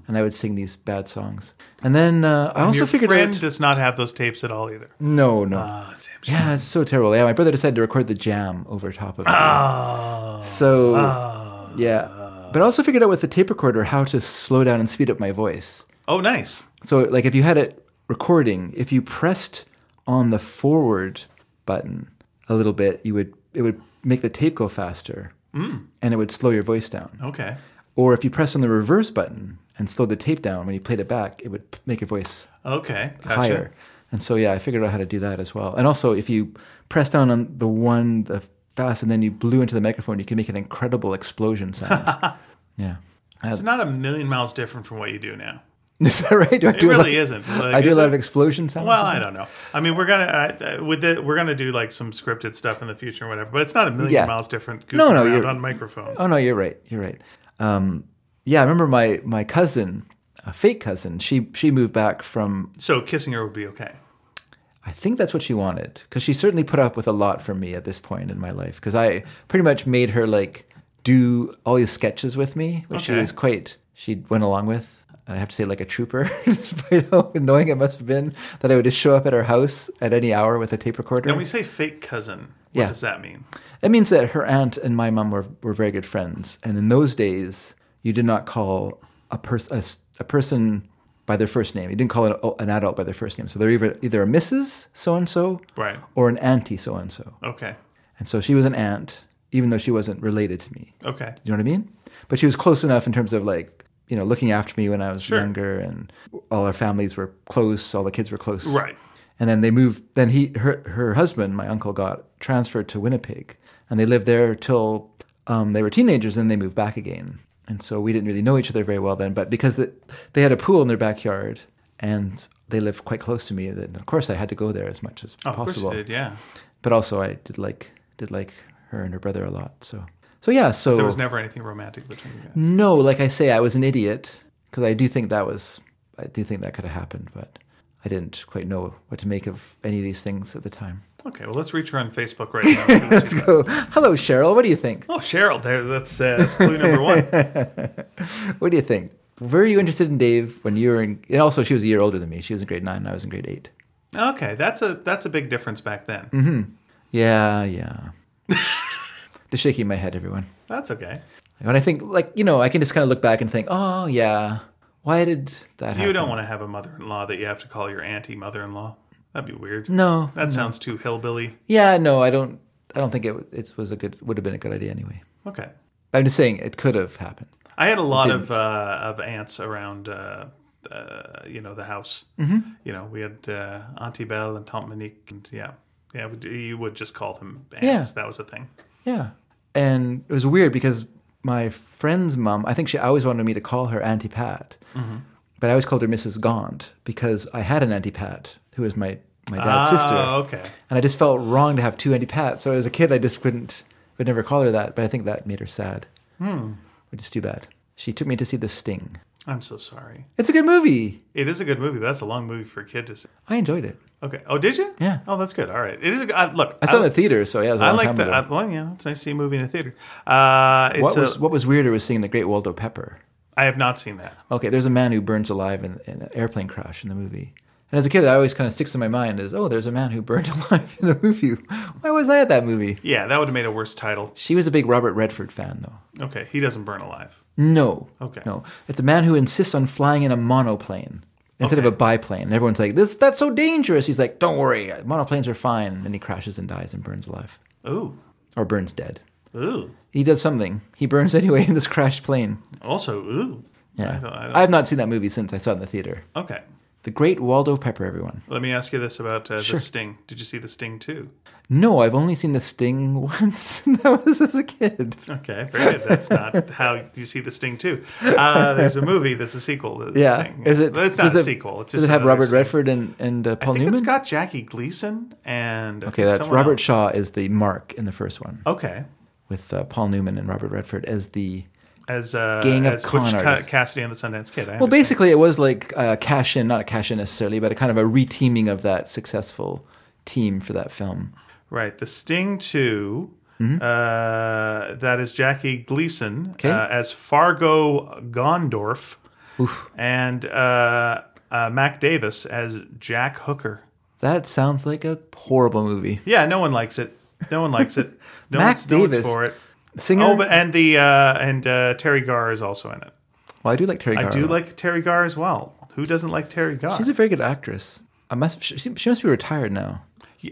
Speaker 1: and I would sing these bad songs. And then uh, I also
Speaker 3: Mm. Your
Speaker 1: figured
Speaker 3: friend
Speaker 1: out
Speaker 3: does not have those tapes at all either.
Speaker 1: no no.
Speaker 3: Ah, Sam.
Speaker 1: Yeah, it's so terrible. Yeah, my brother decided to record the jam over top of it. Oh. So, yeah. But I also figured out with the tape recorder how to slow down and speed up my voice.
Speaker 3: Oh, nice.
Speaker 1: So, like, if you had it recording, if you pressed on the forward button a little bit, you would it would make the tape go faster, and it would slow your voice down.
Speaker 3: Okay.
Speaker 1: Or if you pressed on the reverse button and slowed the tape down when you played it back, it would p- make your voice
Speaker 3: Okay. Gotcha.
Speaker 1: higher. And so yeah, I figured out how to do that as well. And also, if you press down on the one the fast and then you blew into the microphone, you can make an incredible explosion
Speaker 3: *laughs*
Speaker 1: sound. yeah,
Speaker 3: It's not a million miles different from what you do now.
Speaker 1: *laughs* is that right? Do I
Speaker 3: It
Speaker 1: do a lot-
Speaker 3: really isn't. Like,
Speaker 1: I do a
Speaker 3: is
Speaker 1: lot
Speaker 3: it?
Speaker 1: of explosion sounds.
Speaker 3: Well, I don't know. I mean, we're gonna uh, with the, we're gonna do like some scripted stuff in the future, or whatever. But it's not a million
Speaker 1: Yeah.
Speaker 3: miles different.
Speaker 1: No,
Speaker 3: goofing
Speaker 1: no,
Speaker 3: around
Speaker 1: you're-
Speaker 3: on microphones.
Speaker 1: Oh no, you're right. You're right. Um, yeah, I remember my my cousin, a fake cousin. She she moved back from.
Speaker 3: So kissing her would be okay.
Speaker 1: I think that's what she wanted because she certainly put up with a lot from me at this point in my life because I pretty much made her like do all these sketches with me, which she
Speaker 3: Okay.
Speaker 1: was quite. She went along with. And I have to say, like a trooper, *laughs* despite how annoying it must have been that I would just show up at her house at any hour with a tape recorder.
Speaker 3: When we say fake cousin, what
Speaker 1: Yeah.
Speaker 3: does that mean?
Speaker 1: It means that her aunt and my mom were, were very good friends. And in those days, you did not call a, pers- a, s- a person by their first name. You didn't call an, an adult by their first name. So they're either, either a Mrs. so and so
Speaker 3: Right.
Speaker 1: or an auntie so and so.
Speaker 3: Okay.
Speaker 1: And so she was an aunt, even though she wasn't related to me.
Speaker 3: Okay.
Speaker 1: You know what I mean? But she was close enough in terms of like, you know, looking after me when I was
Speaker 3: Sure.
Speaker 1: younger and all our families were close, all the kids were close.
Speaker 3: Right.
Speaker 1: And then they moved then he her her husband, my uncle, got transferred to Winnipeg. And they lived there till um, they were teenagers, and they moved back again. And so we didn't really know each other very well then, but because the, they had a pool in their backyard and they lived quite close to me, then of course I had to go there as much as
Speaker 3: Oh,
Speaker 1: possible
Speaker 3: Of course you did. Yeah.
Speaker 1: but also I did like did like her and her brother a lot. So so yeah. So
Speaker 3: There was never anything romantic between you guys.
Speaker 1: no, like I say, I was an idiot because I do think that was I do think that could have happened, but I didn't quite know what to make of any of these things at the time. *laughs*
Speaker 3: Okay. Well, let's reach her on Facebook right now.
Speaker 1: Let's go. Hello, Cheryl. What do you think?
Speaker 3: oh, Cheryl. There. That's uh, that's clue number one.
Speaker 1: What do you think? Were you interested in Dave when you were in? And also, she was a year older than me. She was in grade nine. and I was in grade eight.
Speaker 3: Okay. That's a that's a big difference back then.
Speaker 1: Mm-hmm. Yeah,
Speaker 3: *laughs*
Speaker 1: yeah. Just shaking my head, everyone.
Speaker 3: That's okay.
Speaker 1: When I think, like, you know, I can just kind of look back and think, oh, yeah, why did that happen?
Speaker 3: You don't want to have a mother-in-law that you have to call your auntie mother-in-law. That'd be weird.
Speaker 1: No,
Speaker 3: That sounds too hillbilly.
Speaker 1: Yeah, no, I don't. I don't think it was- it was a good would have been a good idea anyway.
Speaker 3: Okay.
Speaker 1: I'm just saying it could have happened.
Speaker 3: I had a lot of uh, of aunts around, uh, uh, you know, the house. Mm-hmm. You know, we had uh, Auntie Belle and Tante Monique, and yeah, yeah, we- you would just call them aunts.
Speaker 1: Yeah.
Speaker 3: That was a thing.
Speaker 1: Yeah, and it was weird because my friend's mom. I think she always wanted me to call her Auntie Pat,
Speaker 3: Mm-hmm.
Speaker 1: but I always called her Mrs. Gaunt because I had an Auntie Pat who was my my dad's
Speaker 3: Ah,
Speaker 1: sister,
Speaker 3: okay.
Speaker 1: and I just felt wrong to have two Auntie Pats. So as a kid, I just couldn't would never call her that. But I think that made her sad,
Speaker 3: Hmm.
Speaker 1: which is too bad. She took me to see The Sting.
Speaker 3: I'm so sorry.
Speaker 1: It's a good movie.
Speaker 3: It is a good movie, but that's a long movie for a kid to see.
Speaker 1: I enjoyed it.
Speaker 3: Okay. Oh, did you?
Speaker 1: Yeah.
Speaker 3: Oh, that's good. All right. It is. A, good- uh, look,
Speaker 1: I saw it in the theater, so yeah, it was a
Speaker 3: I
Speaker 1: long
Speaker 3: like
Speaker 1: time
Speaker 3: that.
Speaker 1: ago.
Speaker 3: I- Well, yeah, it's nice to see a movie in a theater. Uh, it's
Speaker 1: What
Speaker 3: a-
Speaker 1: was what was weirder was seeing the Great Waldo Pepper.
Speaker 3: I have not seen that.
Speaker 1: Okay, there's a man who burns alive in, in an airplane crash in the movie. And as a kid, that always kind of sticks in my mind is, oh, there's a man who burned *laughs* alive in a movie. Why was I at that movie?
Speaker 3: Yeah, that would have made a worse title.
Speaker 1: She was a big Robert Redford fan, though.
Speaker 3: Okay, he doesn't burn alive.
Speaker 1: No.
Speaker 3: Okay.
Speaker 1: No. It's a man who insists on flying in a monoplane instead of
Speaker 3: Okay.
Speaker 1: a biplane. And everyone's like, this, that's so dangerous. He's like, don't worry, uh, monoplanes are fine. And he crashes and dies and burns alive
Speaker 3: Ooh,
Speaker 1: or burns dead.
Speaker 3: ooh.
Speaker 1: He does something. He burns *laughs* anyway in this crashed plane.
Speaker 3: Also, ooh.
Speaker 1: Yeah.
Speaker 3: I don't, I don't,
Speaker 1: I have not seen that movie since I saw it in the theater.
Speaker 3: okay.
Speaker 1: The Great Waldo Pepper, everyone.
Speaker 3: Let me ask you this about uh,
Speaker 1: Sure.
Speaker 3: the Sting. Did you see the Sting too?
Speaker 1: No, I've only seen The Sting *laughs* once. that was as a kid.
Speaker 3: Okay, very good.
Speaker 1: *laughs*
Speaker 3: That's not how you see the Sting too. Uh, there's a movie that's a sequel. To the
Speaker 1: Yeah,
Speaker 3: Sting.
Speaker 1: is it?
Speaker 3: But It's
Speaker 1: does
Speaker 3: not a
Speaker 1: it-
Speaker 3: sequel. It's
Speaker 1: does
Speaker 3: just
Speaker 1: it have
Speaker 3: another
Speaker 1: Robert
Speaker 3: Sting.
Speaker 1: Redford and and uh,
Speaker 3: I
Speaker 1: Paul
Speaker 3: think
Speaker 1: Newman?
Speaker 3: it's got Jackie Gleason and I
Speaker 1: okay,
Speaker 3: think
Speaker 1: that's
Speaker 3: someone
Speaker 1: Robert
Speaker 3: else.
Speaker 1: Shaw is the Mark in the first one
Speaker 3: Okay,
Speaker 1: with uh, Paul Newman and Robert Redford as the.
Speaker 3: as uh,
Speaker 1: Gang of
Speaker 3: as
Speaker 1: con
Speaker 3: Butch Ca-
Speaker 1: artists.
Speaker 3: Cassidy and the Sundance Kid. I
Speaker 1: Well,
Speaker 3: understand.
Speaker 1: basically, it was like a cash in, not a cash in necessarily, but a kind of a reteaming of that successful team for that film.
Speaker 3: Right. The Sting 2, uh, that is Jackie Gleason
Speaker 1: Mm-hmm. Okay.
Speaker 3: uh, as Fargo Gondorf. And uh, uh, Mac Davis as Jack Hooker.
Speaker 1: That sounds like a horrible movie.
Speaker 3: Yeah, no one likes it. No one
Speaker 1: *laughs*
Speaker 3: likes it. No
Speaker 1: Mac
Speaker 3: one's, no one's
Speaker 1: Davis.
Speaker 3: for it.
Speaker 1: Singer.
Speaker 3: Oh, but and the uh, and uh, Terry Garr is also in it.
Speaker 1: well, I do like Terry.
Speaker 3: I
Speaker 1: Garr a
Speaker 3: do
Speaker 1: lot.
Speaker 3: like Terry Garr as well. Who doesn't like Terry Garr?
Speaker 1: She's a very good actress. I must. She, she must be retired now.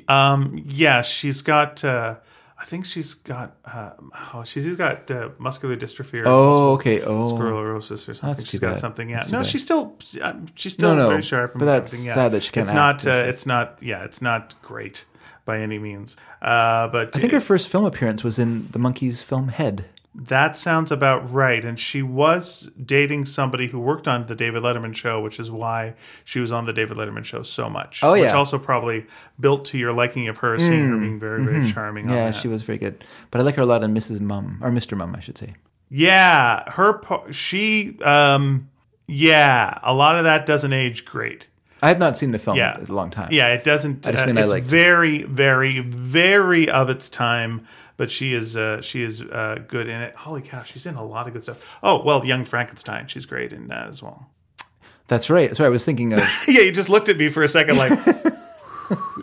Speaker 3: Um, yeah, she's got. Uh, I think she's got. Uh, oh, she's, she's got uh, muscular dystrophy. Or
Speaker 1: Oh, okay. Oh,
Speaker 3: sclerosis or something.
Speaker 1: That's
Speaker 3: She's
Speaker 1: too
Speaker 3: got
Speaker 1: bad.
Speaker 3: something. Yeah,
Speaker 1: That's too
Speaker 3: no,
Speaker 1: bad.
Speaker 3: she's still um, she's still
Speaker 1: No, no,
Speaker 3: very sharp. and
Speaker 1: but that's
Speaker 3: everything, yeah.
Speaker 1: sad that she can't
Speaker 3: It's
Speaker 1: act,
Speaker 3: not. Uh,
Speaker 1: basically.
Speaker 3: it's not. Yeah, it's not great by any means. Uh, but
Speaker 1: I think her first film appearance was in the Monkeys film Head.
Speaker 3: that sounds about right. And she was dating somebody who worked on the David Letterman show, which is why she was on the David Letterman show so much.
Speaker 1: Oh,
Speaker 3: which
Speaker 1: yeah. Mm,
Speaker 3: also probably built to your liking of her, seeing her being very very charming. on
Speaker 1: mm-hmm. Yeah,
Speaker 3: that.
Speaker 1: she was very good. But I like her a lot in Mrs. Mum or Mr. Mum, I should say.
Speaker 3: Yeah, her par- she um yeah, a lot of that doesn't age great.
Speaker 1: I have not seen the film
Speaker 3: Yeah.
Speaker 1: in a long time.
Speaker 3: Yeah, it doesn't.
Speaker 1: I just
Speaker 3: uh,
Speaker 1: mean I
Speaker 3: it's
Speaker 1: liked it.
Speaker 3: very, very, very of its time. But she is uh, she is uh, good in it. Holy cow, she's in a lot of good stuff. Oh well, Young Frankenstein, she's great in that as well. *laughs*
Speaker 1: That's right. Sorry, I was thinking of *laughs*
Speaker 3: yeah, you just looked at me for a second, like *laughs*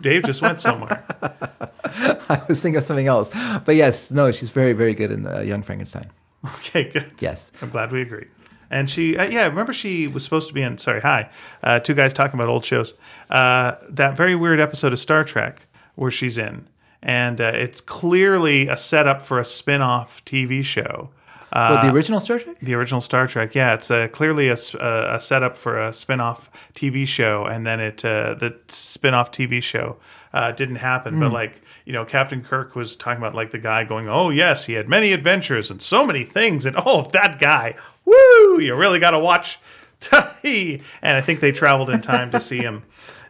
Speaker 3: Dave just went somewhere. *laughs*
Speaker 1: I was thinking of something else. But yes, no, she's very very good in the Young Frankenstein.
Speaker 3: Okay, good.
Speaker 1: Yes.
Speaker 3: I'm glad we agree. And she, uh, yeah, remember she was supposed to be in. Sorry, hi, uh, two guys talking about old shows. Uh, that very weird episode of Star Trek where she's in, and uh, it's clearly a setup for a spin-off TV show. uh,
Speaker 1: Well, the original Star Trek?
Speaker 3: The original Star Trek, yeah, it's uh, clearly a, s- a- a setup for a spin-off TV show, and then it uh, the spin-off TV show uh, didn't happen.
Speaker 1: Hmm.
Speaker 3: But like you know, Captain Kirk was talking about like the guy going, "Oh yes, he had many adventures and so many things," and oh that guy, woo! You really got to watch. *laughs* and I think they traveled in time to see him,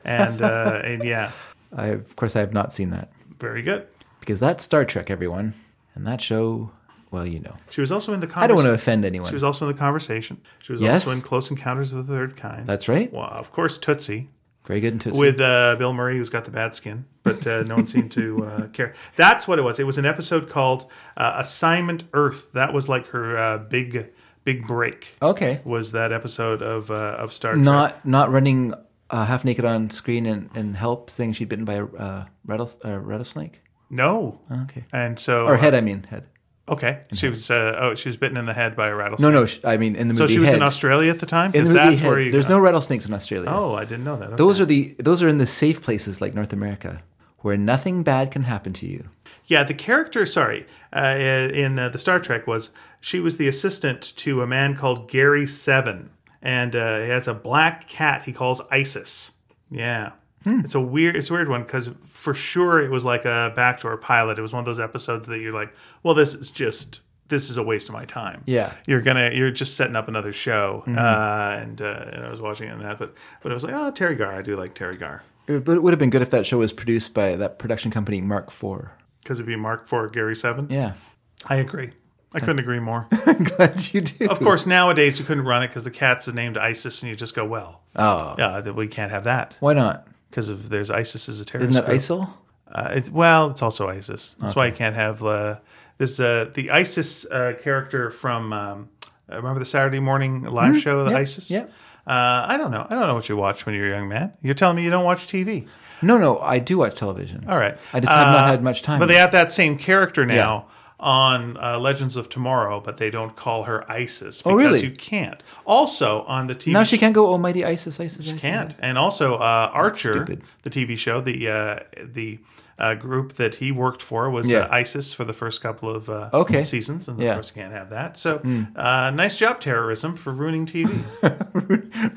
Speaker 3: and uh, and yeah,
Speaker 1: I of course I have not seen that
Speaker 3: very good.
Speaker 1: because that's Star Trek, everyone, and that show. Well, you know,
Speaker 3: She was also in the. Convers-
Speaker 1: I don't want to offend
Speaker 3: She
Speaker 1: anyone.
Speaker 3: was also in the conversation. She was
Speaker 1: Yes.
Speaker 3: also in Close Encounters of the Third Kind.
Speaker 1: That's right.
Speaker 3: Well, of course, Tootsie
Speaker 1: Very good in Tootsie.
Speaker 3: with uh, Bill Murray, who's got the bad skin, but uh, no one seemed to
Speaker 1: *laughs*
Speaker 3: uh, care. That's what it was. It was an episode called uh, "Assignment Earth." That was like her uh, big, big break.
Speaker 1: okay,
Speaker 3: Was that episode of uh, of Star Trek?
Speaker 1: not not running uh, half naked on screen and, and help saying she'd bitten by a uh, rattle, uh, rattlesnake.
Speaker 3: no.
Speaker 1: Okay,
Speaker 3: And so,
Speaker 1: or head. I mean head.
Speaker 3: okay, she was. Uh, oh, she was bitten in the head by a rattlesnake.
Speaker 1: No, no. sh- I mean in the
Speaker 3: so
Speaker 1: movie.
Speaker 3: she was
Speaker 1: head.
Speaker 3: in Australia at the
Speaker 1: In
Speaker 3: time. Because
Speaker 1: the movie
Speaker 3: that's
Speaker 1: Head.
Speaker 3: where you.
Speaker 1: There's no rattlesnakes in Australia.
Speaker 3: oh, I didn't know that. Okay.
Speaker 1: Those are the those are in the safe places like North America, where nothing bad can happen to you.
Speaker 3: Yeah, the character, sorry, uh, in uh, the Star Trek was she was the assistant to a man called Gary Seven, and uh, he has a black cat he calls Isis. Yeah,
Speaker 1: Hmm.
Speaker 3: it's a weird, it's a weird one because for sure it was like a backdoor pilot. It was one of those episodes that you're like, well, this is just this is a waste of my time.
Speaker 1: Yeah. Mm-hmm.
Speaker 3: you're gonna you're just setting up another show, uh, and, uh, and I was watching it and that, but but it was like, oh, Terry Gar, I do like Terry Gar
Speaker 1: It- But it would have been good if that show was produced by that production company Mark IV.
Speaker 3: because it'd be Mark for Gary Seven.
Speaker 1: Yeah, *laughs*
Speaker 3: I agree. I couldn't agree more.
Speaker 1: I'm glad you do.
Speaker 3: Of course, nowadays you couldn't run it because the cat's named ISIS, and you just go, well,
Speaker 1: Oh,
Speaker 3: yeah, that we can't have that
Speaker 1: why not?
Speaker 3: because of there's ISIS as a terrorist.
Speaker 1: Isn't that
Speaker 3: group.
Speaker 1: ISIL?
Speaker 3: Uh, it's well, it's also ISIS. That's why you can't have uh, this uh, the ISIS uh, character from um, uh, remember the Saturday morning live show, the
Speaker 1: yeah,
Speaker 3: ISIS.
Speaker 1: yeah.
Speaker 3: Uh, I don't know. I don't know what you watch when you're a young man. You're telling me you don't watch TV.
Speaker 1: No, no. I do watch television.
Speaker 3: All right.
Speaker 1: I just have
Speaker 3: Uh,
Speaker 1: not had much time.
Speaker 3: But they have that same character now on uh, Legends of Tomorrow, but they don't call her ISIS because
Speaker 1: Oh, really?
Speaker 3: you can't. Also on the TV
Speaker 1: now she can't go almighty ISIS, ISIS, ISIS.
Speaker 3: can't. And also uh, Archer,
Speaker 1: stupid.
Speaker 3: the TV show, the uh, the uh, group that he worked for was
Speaker 1: Yeah.
Speaker 3: uh, ISIS for the first couple of uh,
Speaker 1: Okay.
Speaker 3: seasons, and of
Speaker 1: Yeah. Hmm.
Speaker 3: course you can't have that. So uh, nice job, terrorism, for ruining
Speaker 1: *laughs*
Speaker 3: TV.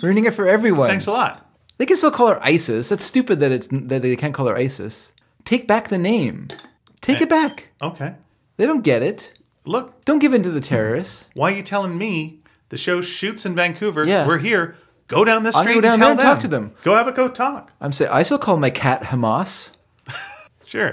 Speaker 1: Ruining it for everyone.
Speaker 3: Thanks a lot.
Speaker 1: They can still call her ISIS. That's stupid that it's that they can't call her ISIS. Take back the name. Take it back.
Speaker 3: Okay,
Speaker 1: They don't get it.
Speaker 3: look,
Speaker 1: Don't give in to the terrorists.
Speaker 3: why are you telling me the show shoots in Vancouver?
Speaker 1: Yeah.
Speaker 3: We're here. Go down the
Speaker 1: I'll go
Speaker 3: street
Speaker 1: down
Speaker 3: and tell
Speaker 1: there and
Speaker 3: them.
Speaker 1: talk to them.
Speaker 3: Go have a go talk.
Speaker 1: I'm saying I still call my cat Hamas.
Speaker 3: Sure.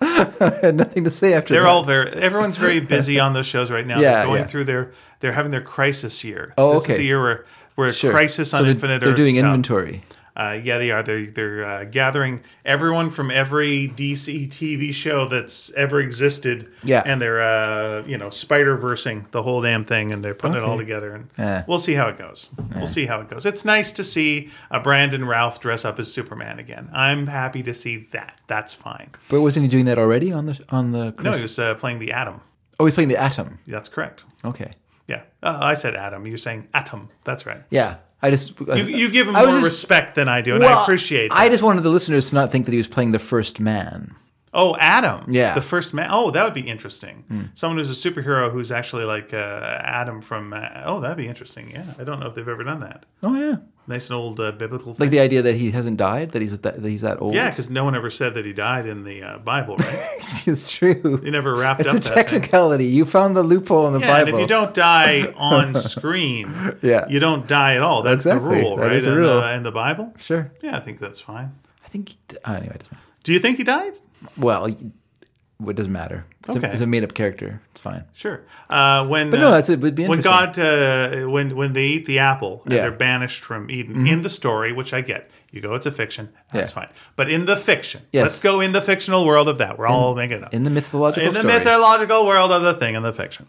Speaker 1: I had nothing to say after
Speaker 3: They're
Speaker 1: that.
Speaker 3: all very. Everyone's very busy on those shows right now.
Speaker 1: Yeah,
Speaker 3: they're going
Speaker 1: yeah.
Speaker 3: through their. They're having their crisis year.
Speaker 1: Oh,
Speaker 3: this
Speaker 1: okay.
Speaker 3: Is the year where where crisis on
Speaker 1: So they're-
Speaker 3: Infinite
Speaker 1: They're
Speaker 3: Earths
Speaker 1: doing
Speaker 3: out.
Speaker 1: inventory.
Speaker 3: Uh, yeah, they are. They're they're uh, gathering everyone from every DC TV show that's ever existed.
Speaker 1: Yeah.
Speaker 3: and they're uh, you know Spider Versing the whole damn thing, and they're putting it all
Speaker 1: Okay.
Speaker 3: together. And
Speaker 1: Yeah.
Speaker 3: we'll see how it goes. We'll see how it goes. It's nice to see a Brandon Routh dress up as Superman again. I'm happy to see that. That's fine.
Speaker 1: But wasn't he doing that already on the on the?
Speaker 3: No,
Speaker 1: Chris-
Speaker 3: he was uh, playing the Atom.
Speaker 1: Oh, he's playing the Atom.
Speaker 3: That's correct.
Speaker 1: Okay.
Speaker 3: Yeah, uh, I said Atom. You're saying Atom. That's right.
Speaker 1: Yeah. I just uh, *laughs*
Speaker 3: You, you give him
Speaker 1: I
Speaker 3: more
Speaker 1: was just-
Speaker 3: respect than I do, and I appreciate. That.
Speaker 1: I just wanted the listeners to not think that he was playing the first man.
Speaker 3: Oh, Adam.
Speaker 1: Yeah. Hmm.
Speaker 3: The first man. Oh, that would be interesting. Someone who's a superhero who's actually like uh, Adam from. Uh, oh, that'd be interesting. Yeah. I don't know if they've ever done that.
Speaker 1: Oh yeah.
Speaker 3: Nice and old uh, biblical thing.
Speaker 1: Like the idea that he hasn't died, that he's that, that he's that old.
Speaker 3: yeah, because no one ever said that he died in the uh, Bible, right?
Speaker 1: *laughs* it's true.
Speaker 3: They never wrapped
Speaker 1: It's
Speaker 3: up
Speaker 1: a
Speaker 3: that thing.
Speaker 1: technicality. You found the loophole in the
Speaker 3: Yeah, and
Speaker 1: Bible.
Speaker 3: if you don't die
Speaker 1: *laughs*
Speaker 3: on screen,
Speaker 1: Yeah.
Speaker 3: you don't die at all. That's
Speaker 1: Exactly.
Speaker 3: the rule,
Speaker 1: That
Speaker 3: right?
Speaker 1: is the
Speaker 3: in,
Speaker 1: rule.
Speaker 3: The, in the Bible?
Speaker 1: sure.
Speaker 3: Yeah, I think that's fine.
Speaker 1: I think. He d- oh, anyway, it doesn't matter.
Speaker 3: Do you think he died?
Speaker 1: well, Well, it doesn't matter. It's,
Speaker 3: Okay.
Speaker 1: a, it's a made up character. It's fine.
Speaker 3: Sure. Uh, when
Speaker 1: But no, that's it. Would be
Speaker 3: when
Speaker 1: interesting.
Speaker 3: God uh, when when they eat the apple and
Speaker 1: Yeah. Mm-hmm.
Speaker 3: they're banished from Eden in the story, which I get. You go, it's a fiction. That's
Speaker 1: Yeah.
Speaker 3: fine. But in the fiction,
Speaker 1: Yes.
Speaker 3: let's go in the fictional world of that. We're all making it up
Speaker 1: in the mythological
Speaker 3: in the
Speaker 1: story. Mm-hmm.
Speaker 3: mythological world of the thing in the fiction.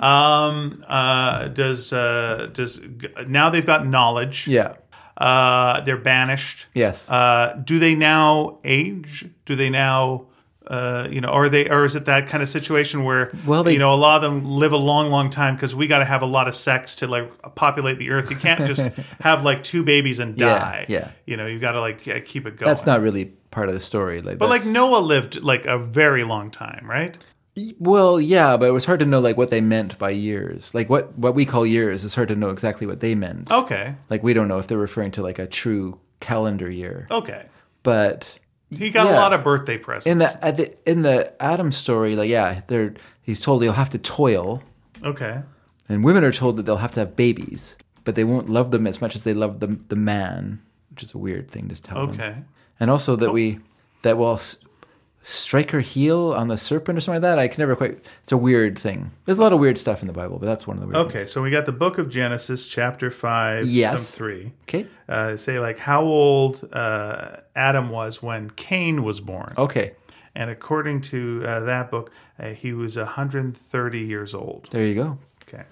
Speaker 3: Um, uh, does uh, does now they've got knowledge?
Speaker 1: yeah.
Speaker 3: Uh, they're banished.
Speaker 1: Yes.
Speaker 3: Uh, do they now age? Do they now, uh, you know, are they, or is it that kind of situation where,
Speaker 1: Well, they-
Speaker 3: you know, a lot of them live a long, long time because we got to have a lot of sex to like populate the earth. You can't
Speaker 1: *laughs*
Speaker 3: just have like two babies and
Speaker 1: Yeah,
Speaker 3: die.
Speaker 1: yeah.
Speaker 3: You know, you got to like uh, keep it going.
Speaker 1: that's not really part of the story. Like,
Speaker 3: but like Noah lived like a very long time, right?
Speaker 1: well, yeah, but it was hard to know like what they meant by years. Like what what we call years is hard to know exactly what they meant.
Speaker 3: Okay.
Speaker 1: Like we don't know if they're referring to like a true calendar year,
Speaker 3: Okay.
Speaker 1: but
Speaker 3: He got a
Speaker 1: Yeah.
Speaker 3: lot of birthday presents.
Speaker 1: in the, at the in the Adam story, like yeah, they're he's told he'll have to toil,
Speaker 3: okay.
Speaker 1: and women are told that they'll have to have babies, but they won't love them as much as they love the the man, which is a weird thing to tell them.
Speaker 3: Okay.
Speaker 1: And also that we that will s- strike her heel on the serpent or something like that. I can never quite. It's a weird thing. There's a lot of weird stuff in the Bible, but that's one of the weird.
Speaker 3: Okay. So we got the book of Genesis, chapter 5,
Speaker 1: Yes.
Speaker 3: some 3.
Speaker 1: Things. Okay.
Speaker 3: uh, say like how old uh, Adam was when Cain was born,
Speaker 1: Okay.
Speaker 3: and according to uh, that book, uh, he was 130 years old.
Speaker 1: There you go.
Speaker 3: Okay,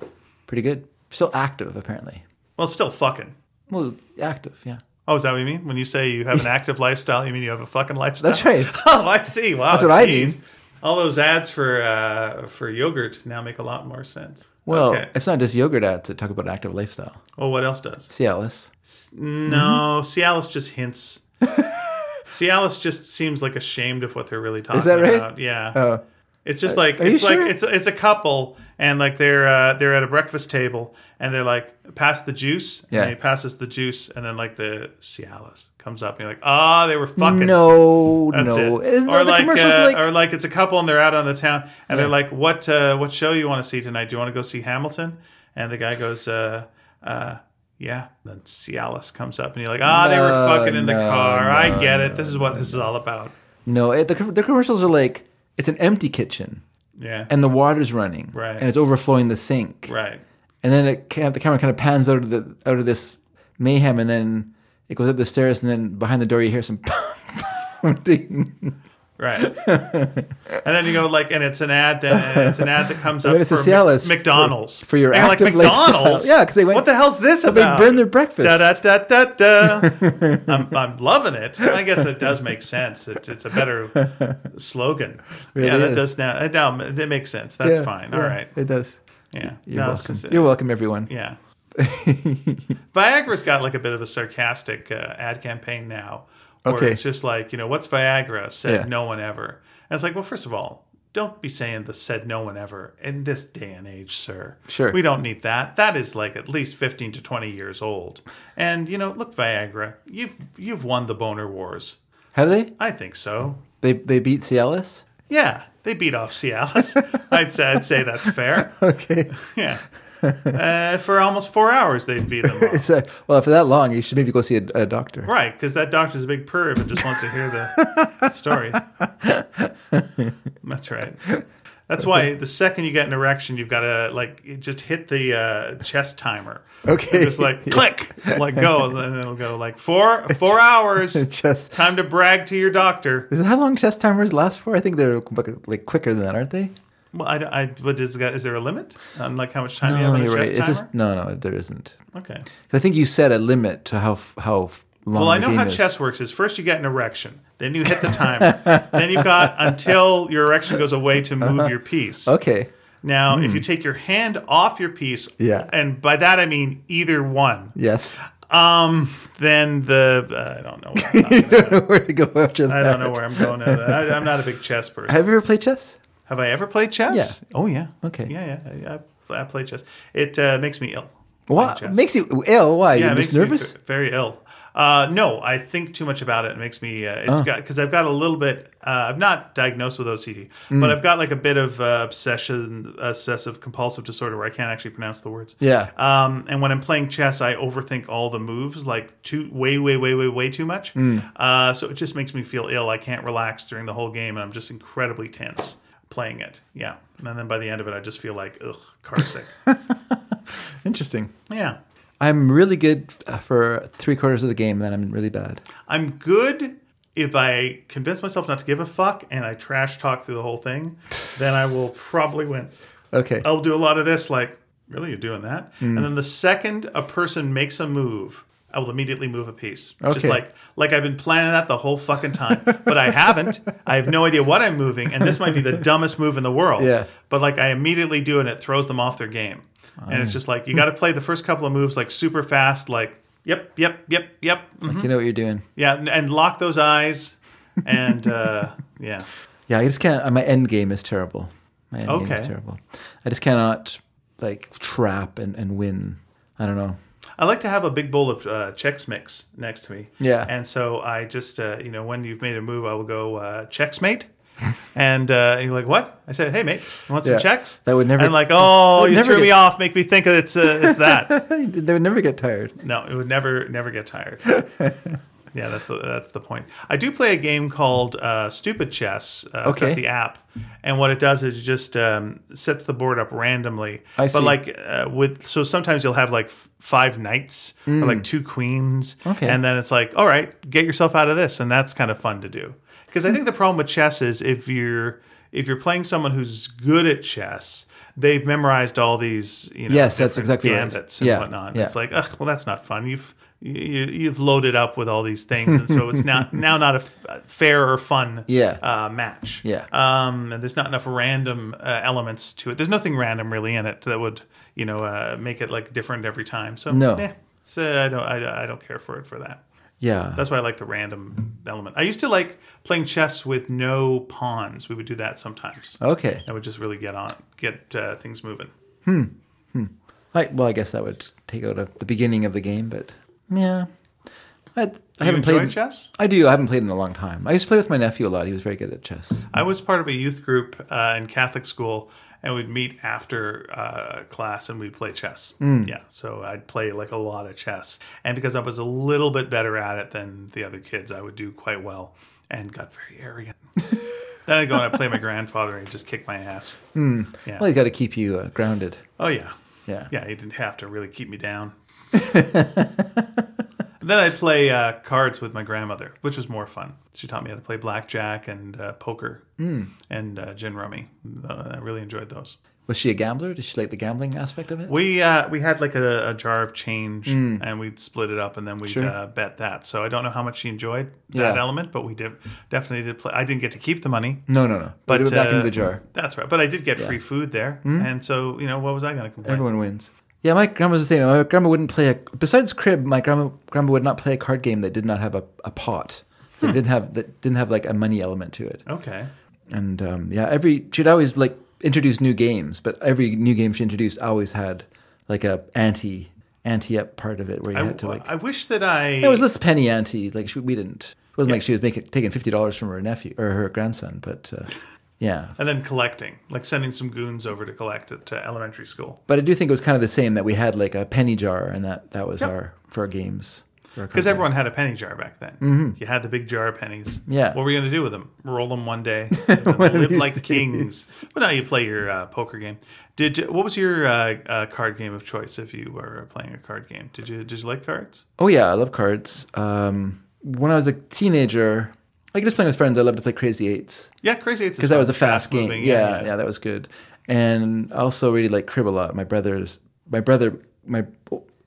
Speaker 1: Pretty good. Still active apparently.
Speaker 3: well, still fucking.
Speaker 1: Well, active. Yeah.
Speaker 3: Oh, is that what you mean? When you say
Speaker 1: *laughs*
Speaker 3: you have an active lifestyle, you mean you have a fucking lifestyle?
Speaker 1: That's right.
Speaker 3: *laughs* oh, I see. Wow,
Speaker 1: That's what I
Speaker 3: geez.
Speaker 1: mean.
Speaker 3: All those ads for uh, for yogurt now make a lot more sense.
Speaker 1: Well,
Speaker 3: okay.
Speaker 1: it's not just yogurt ads that talk about active lifestyle.
Speaker 3: well, what else does?
Speaker 1: Cialis. Mm-hmm.
Speaker 3: No, Cialis just
Speaker 1: *laughs*
Speaker 3: hints. Cialis just seems like ashamed of what they're really talking
Speaker 1: that right?
Speaker 3: about. Yeah.
Speaker 1: Oh.
Speaker 3: It's just like
Speaker 1: are you
Speaker 3: it's like
Speaker 1: sure?
Speaker 3: it's it's a couple and like they're uh, they're at a breakfast table and they're like pass the juice and
Speaker 1: Yeah.
Speaker 3: then he passes the juice and then like the Cialis comes up and you're like ah they were fucking
Speaker 1: No,
Speaker 3: that's
Speaker 1: no.
Speaker 3: it.
Speaker 1: Isn't
Speaker 3: or
Speaker 1: that the
Speaker 3: like,
Speaker 1: commercials
Speaker 3: uh,
Speaker 1: like
Speaker 3: or like it's a couple and they're out on the town and they're like what uh, what show you want to see tonight do you want to go see Hamilton and the guy goes uh, uh, yeah then Cialis comes up and you're like ah they were
Speaker 1: No,
Speaker 3: fucking in the
Speaker 1: no,
Speaker 3: car I get it this is what this is all about
Speaker 1: no? It, the, the commercials are like it's an empty kitchen
Speaker 3: yeah
Speaker 1: and the water's running
Speaker 3: Right.
Speaker 1: and it's overflowing the sink
Speaker 3: right
Speaker 1: and then it ca- the camera kind of pans out of the out of this mayhem and then it goes up the stairs and then behind the door you hear some *laughs* pounding. *laughs*
Speaker 3: Right. and then you go like, and it's an ad that and it's an ad that comes up
Speaker 1: then it's a
Speaker 3: for
Speaker 1: Cialis
Speaker 3: Mc- McDonald's
Speaker 1: for- for your
Speaker 3: And you're like
Speaker 1: active lifestyle.
Speaker 3: McDonald's.
Speaker 1: Yeah, 'cause they went-
Speaker 3: What the hell's this
Speaker 1: they
Speaker 3: about?
Speaker 1: burn their breakfast.
Speaker 3: Da da da da da.
Speaker 1: *laughs*
Speaker 3: I'm, I'm loving it. I guess that does make sense. It's, it's a better slogan. yeah, that
Speaker 1: is.
Speaker 3: does now. It, now it makes sense. That's
Speaker 1: Yeah,
Speaker 3: fine.
Speaker 1: yeah,
Speaker 3: All right.
Speaker 1: It does.
Speaker 3: Yeah.
Speaker 1: You're
Speaker 3: No, it's
Speaker 1: welcome.
Speaker 3: just-
Speaker 1: You're welcome, everyone. *laughs*
Speaker 3: yeah. Viagra's got like a bit of a sarcastic uh, ad campaign now, where
Speaker 1: Okay.
Speaker 3: it's just like, you know, what's Viagra? Said
Speaker 1: Yeah.
Speaker 3: no one ever. And it's like, well, first of all, don't be saying the said no one ever in this day and age, sir.
Speaker 1: Sure.
Speaker 3: We don't need that. That is like at least 15 to 20 years old. And, you know, look, Viagra, you've you've won the boner wars.
Speaker 1: Have they?
Speaker 3: I think so.
Speaker 1: They they beat
Speaker 3: *laughs*
Speaker 1: Cialis.
Speaker 3: Yeah, they beat off Cialis. *laughs* I'd, say, I'd say that's fair.
Speaker 1: *laughs* Okay.
Speaker 3: Yeah. Uh, for almost four hours, they beat them
Speaker 1: *laughs*
Speaker 3: off.
Speaker 1: So, well, for that long, you should maybe go see a, a doctor.
Speaker 3: Right, because that doctor's a big perv and just wants to hear
Speaker 1: *laughs*
Speaker 3: the story. That's right. That's why the second you get an erection, you've got to like just hit the uh, chest timer.
Speaker 1: Okay.
Speaker 3: And
Speaker 1: *laughs*
Speaker 3: just like click, like go, and then it'll go like four four hours.
Speaker 1: Chest.
Speaker 3: Time to brag to your doctor.
Speaker 1: Is that how long chest timers last for? I think they're like quicker than that, aren't they?
Speaker 3: Well, I, I what is, is there a limit on like how much time you
Speaker 1: No,
Speaker 3: have on a
Speaker 1: you're
Speaker 3: chest
Speaker 1: right.
Speaker 3: timer?
Speaker 1: It's just no, no, there isn't.
Speaker 3: okay.
Speaker 1: 'Cause I think you set a limit to how f- how f- long.
Speaker 3: Well, I
Speaker 1: the
Speaker 3: know
Speaker 1: game
Speaker 3: how
Speaker 1: is.
Speaker 3: chess works is first you get an erection, then you hit
Speaker 1: *laughs*
Speaker 3: the timer, then you've got until your erection goes away to
Speaker 1: Uh-huh.
Speaker 3: move your piece.
Speaker 1: Okay.
Speaker 3: Now, if you take your hand off your piece,
Speaker 1: Hmm. Yeah.
Speaker 3: and by that I mean either one, *laughs*
Speaker 1: Yes. *laughs*
Speaker 3: um, then the uh, I don't know, where I'm-
Speaker 1: you don't know where to go after that.
Speaker 3: I don't know where I'm going. At. I, I'm not a big
Speaker 1: *laughs*
Speaker 3: chess person.
Speaker 1: Have you ever played chess?
Speaker 3: Have I ever played chess?
Speaker 1: Yeah.
Speaker 3: Oh yeah.
Speaker 1: Okay.
Speaker 3: Yeah, yeah. I, I, I play chess. It uh, makes me ill.
Speaker 1: What
Speaker 3: chest.
Speaker 1: makes you ill? Why?
Speaker 3: Yeah,
Speaker 1: You're
Speaker 3: it
Speaker 1: just
Speaker 3: makes me
Speaker 1: nervous?
Speaker 3: ve- very ill. Uh, no, I think too much about it. It makes me. Uh, it's got because I've got a little bit. Uh, I'm not diagnosed with OCD,
Speaker 1: Hmm.
Speaker 3: but I've got like a bit of uh, obsession, obsessive compulsive disorder, where I can't actually pronounce the words.
Speaker 1: yeah.
Speaker 3: *laughs* Um, and when I'm playing chess, I overthink all the moves like too way, way, way, way, way too much. Uh, so it just makes me feel ill. I can't relax during the whole game, and I'm just incredibly tense playing it. Yeah, and then by the end of it, I just feel like ugh, car sick.
Speaker 1: Interesting.
Speaker 3: yeah,
Speaker 1: I'm really good f- for three quarters of the game, then I'm really bad.
Speaker 3: I'm good if I convince myself not to give a fuck and I trash talk through the whole thing. then I will probably win.
Speaker 1: Okay.
Speaker 3: I'll do a lot of this, like, really, you're doing that?
Speaker 1: Hmm.
Speaker 3: And then the second a person makes a move, I will immediately move a piece. Just
Speaker 1: Okay.
Speaker 3: like like I've been planning that the whole fucking time. but I haven't. I have no idea what I'm moving, and this might be the dumbest move in the world.
Speaker 1: Yeah.
Speaker 3: But like I immediately do it and it throws them off their game. And
Speaker 1: Ah.
Speaker 3: it's just like you gotta play the first couple of moves like super fast, like yep, yep, yep, yep. mhm.
Speaker 1: You know what you're doing.
Speaker 3: Yeah, and- and lock those eyes and uh yeah.
Speaker 1: Yeah, I just can't. uh, My end game is terrible. My end game
Speaker 3: Okay.
Speaker 1: is terrible. I just cannot like trap and, and win. I don't know.
Speaker 3: I like to have a big bowl of uh, Chex Mix next to me.
Speaker 1: Yeah.
Speaker 3: And so I just, uh, you know, when you've made a move, I will go, uh, Chex, mate. and uh, you're like, what? I said, hey, mate, you want some
Speaker 1: Yeah.
Speaker 3: checks?
Speaker 1: *laughs* That would never-
Speaker 3: And like, oh,
Speaker 1: would
Speaker 3: you
Speaker 1: never
Speaker 3: threw me
Speaker 1: get-
Speaker 3: off. Make me think it's, uh, it's that.
Speaker 1: they would never get tired.
Speaker 3: no, it would never, never
Speaker 1: *laughs*
Speaker 3: get tired. yeah, that's the, that's the point. I do play a game called uh, Stupid Chess. Uh, I've got
Speaker 1: Okay.
Speaker 3: The app. And what it does is it just um, sets the board up randomly.
Speaker 1: I
Speaker 3: but
Speaker 1: see.
Speaker 3: like uh, with so sometimes you'll have like f- five knights or like two queens.
Speaker 1: Mm. Okay.
Speaker 3: And then it's like, all right, get yourself out of this, and that's kind of fun to do. Because
Speaker 1: Hmm.
Speaker 3: I think the problem with chess is if you're if you're playing someone who's good at chess. They've memorized all these, you know,
Speaker 1: Yes, that's
Speaker 3: different
Speaker 1: exactly right.
Speaker 3: gambits and
Speaker 1: Yeah,
Speaker 3: whatnot.
Speaker 1: yeah.
Speaker 3: It's like, ugh, well, that's not fun. You've you, you've loaded up with all these things, and so
Speaker 1: *laughs*
Speaker 3: it's not now not a f- a fair or fun
Speaker 1: Yeah.
Speaker 3: uh, match.
Speaker 1: Yeah.
Speaker 3: Um, and there's not enough random uh, elements to it. There's nothing random really in it that would, you know, uh, make it like different every time. So
Speaker 1: No.
Speaker 3: eh, it's, uh, I don't, I, I don't care for it for that.
Speaker 1: Yeah.
Speaker 3: That's why I like the random element. I used to like playing chess with no pawns. We would do that sometimes.
Speaker 1: okay.
Speaker 3: That would just really get on, get uh, things moving.
Speaker 1: I, well, I guess that would take out a, the beginning of the game, but yeah. I, I
Speaker 3: you
Speaker 1: haven't
Speaker 3: enjoy
Speaker 1: played
Speaker 3: chess?
Speaker 1: I do. I haven't played in a long time. I used to play with my nephew a lot. He was very good at chess.
Speaker 3: I was part of a youth group uh, in Catholic school, and we'd meet after uh, class and we'd play chess. Yeah, so I'd play like a lot of chess, and because I was a little bit better at it than the other kids, I would do quite well, and got very arrogant. then I'd go and I'd play my grandfather, and he'd just kick my ass. Yeah.
Speaker 1: Well, he's got to keep you uh, grounded.
Speaker 3: oh yeah,
Speaker 1: Yeah.
Speaker 3: yeah. He didn't have to really keep
Speaker 1: *laughs*
Speaker 3: me down. And then I'd play uh, cards with my grandmother, which was more fun. She taught me how to play blackjack and uh, poker
Speaker 1: Hmm.
Speaker 3: and uh, gin rummy. Uh, I really enjoyed those.
Speaker 1: Was she a gambler? Did she like the gambling aspect of it?
Speaker 3: We uh, we had like a, a jar of change, and we'd split it up, and then we'd
Speaker 1: Hmm. Sure.
Speaker 3: uh, bet that. So I don't know how much she enjoyed that
Speaker 1: Yeah.
Speaker 3: element, but we did definitely did play. I didn't get to keep the money,
Speaker 1: No, no, no. Put it back
Speaker 3: uh,
Speaker 1: into the jar.
Speaker 3: That's right. But I did get free food there,
Speaker 1: Hmm?
Speaker 3: and so you know what was I going to complain?
Speaker 1: Everyone wins. Yeah, my grandma's the same. My grandma wouldn't play a. Besides crib, my grandma grandma would not play a card game that did not have a, a pot.
Speaker 3: Hmm.
Speaker 1: That didn't have that didn't have like a money element to it.
Speaker 3: Okay.
Speaker 1: And um, yeah, every she'd always like introduce new games, but every new game she introduced always had like a anti anti up part of it where you
Speaker 3: I,
Speaker 1: had to like.
Speaker 3: I wish that I
Speaker 1: it was this penny ante. Like she, we didn't. It wasn't like she was making taking fifty dollars from her nephew or her grandson, but
Speaker 3: *laughs*
Speaker 1: uh, yeah.
Speaker 3: and then collecting, like sending some goons over to collect at uh, elementary school.
Speaker 1: But I do think it was kind of the same that we had like a penny jar, and that that was our for our games. for our card
Speaker 3: Because everyone
Speaker 1: games.
Speaker 3: had a penny jar back then. You had the big jar of pennies.
Speaker 1: Mm-hmm. Yeah.
Speaker 3: What were you going to do with them? Roll them
Speaker 1: *laughs*
Speaker 3: one day. live
Speaker 1: these
Speaker 3: like kings. But now you play your uh, poker game. Did you, what was your uh, uh, card game of choice if you were playing a card game? Did you did you like cards?
Speaker 1: Oh yeah, I love cards. Um, when I was a teenager, like just playing with friends, I loved to play Crazy Eights
Speaker 3: Yeah, Crazy Eights. is
Speaker 1: because that
Speaker 3: fun.
Speaker 1: was a fast, game.
Speaker 3: moving,
Speaker 1: yeah, yeah, that was good. And I also really like Crib a lot. My brothers, my brother, my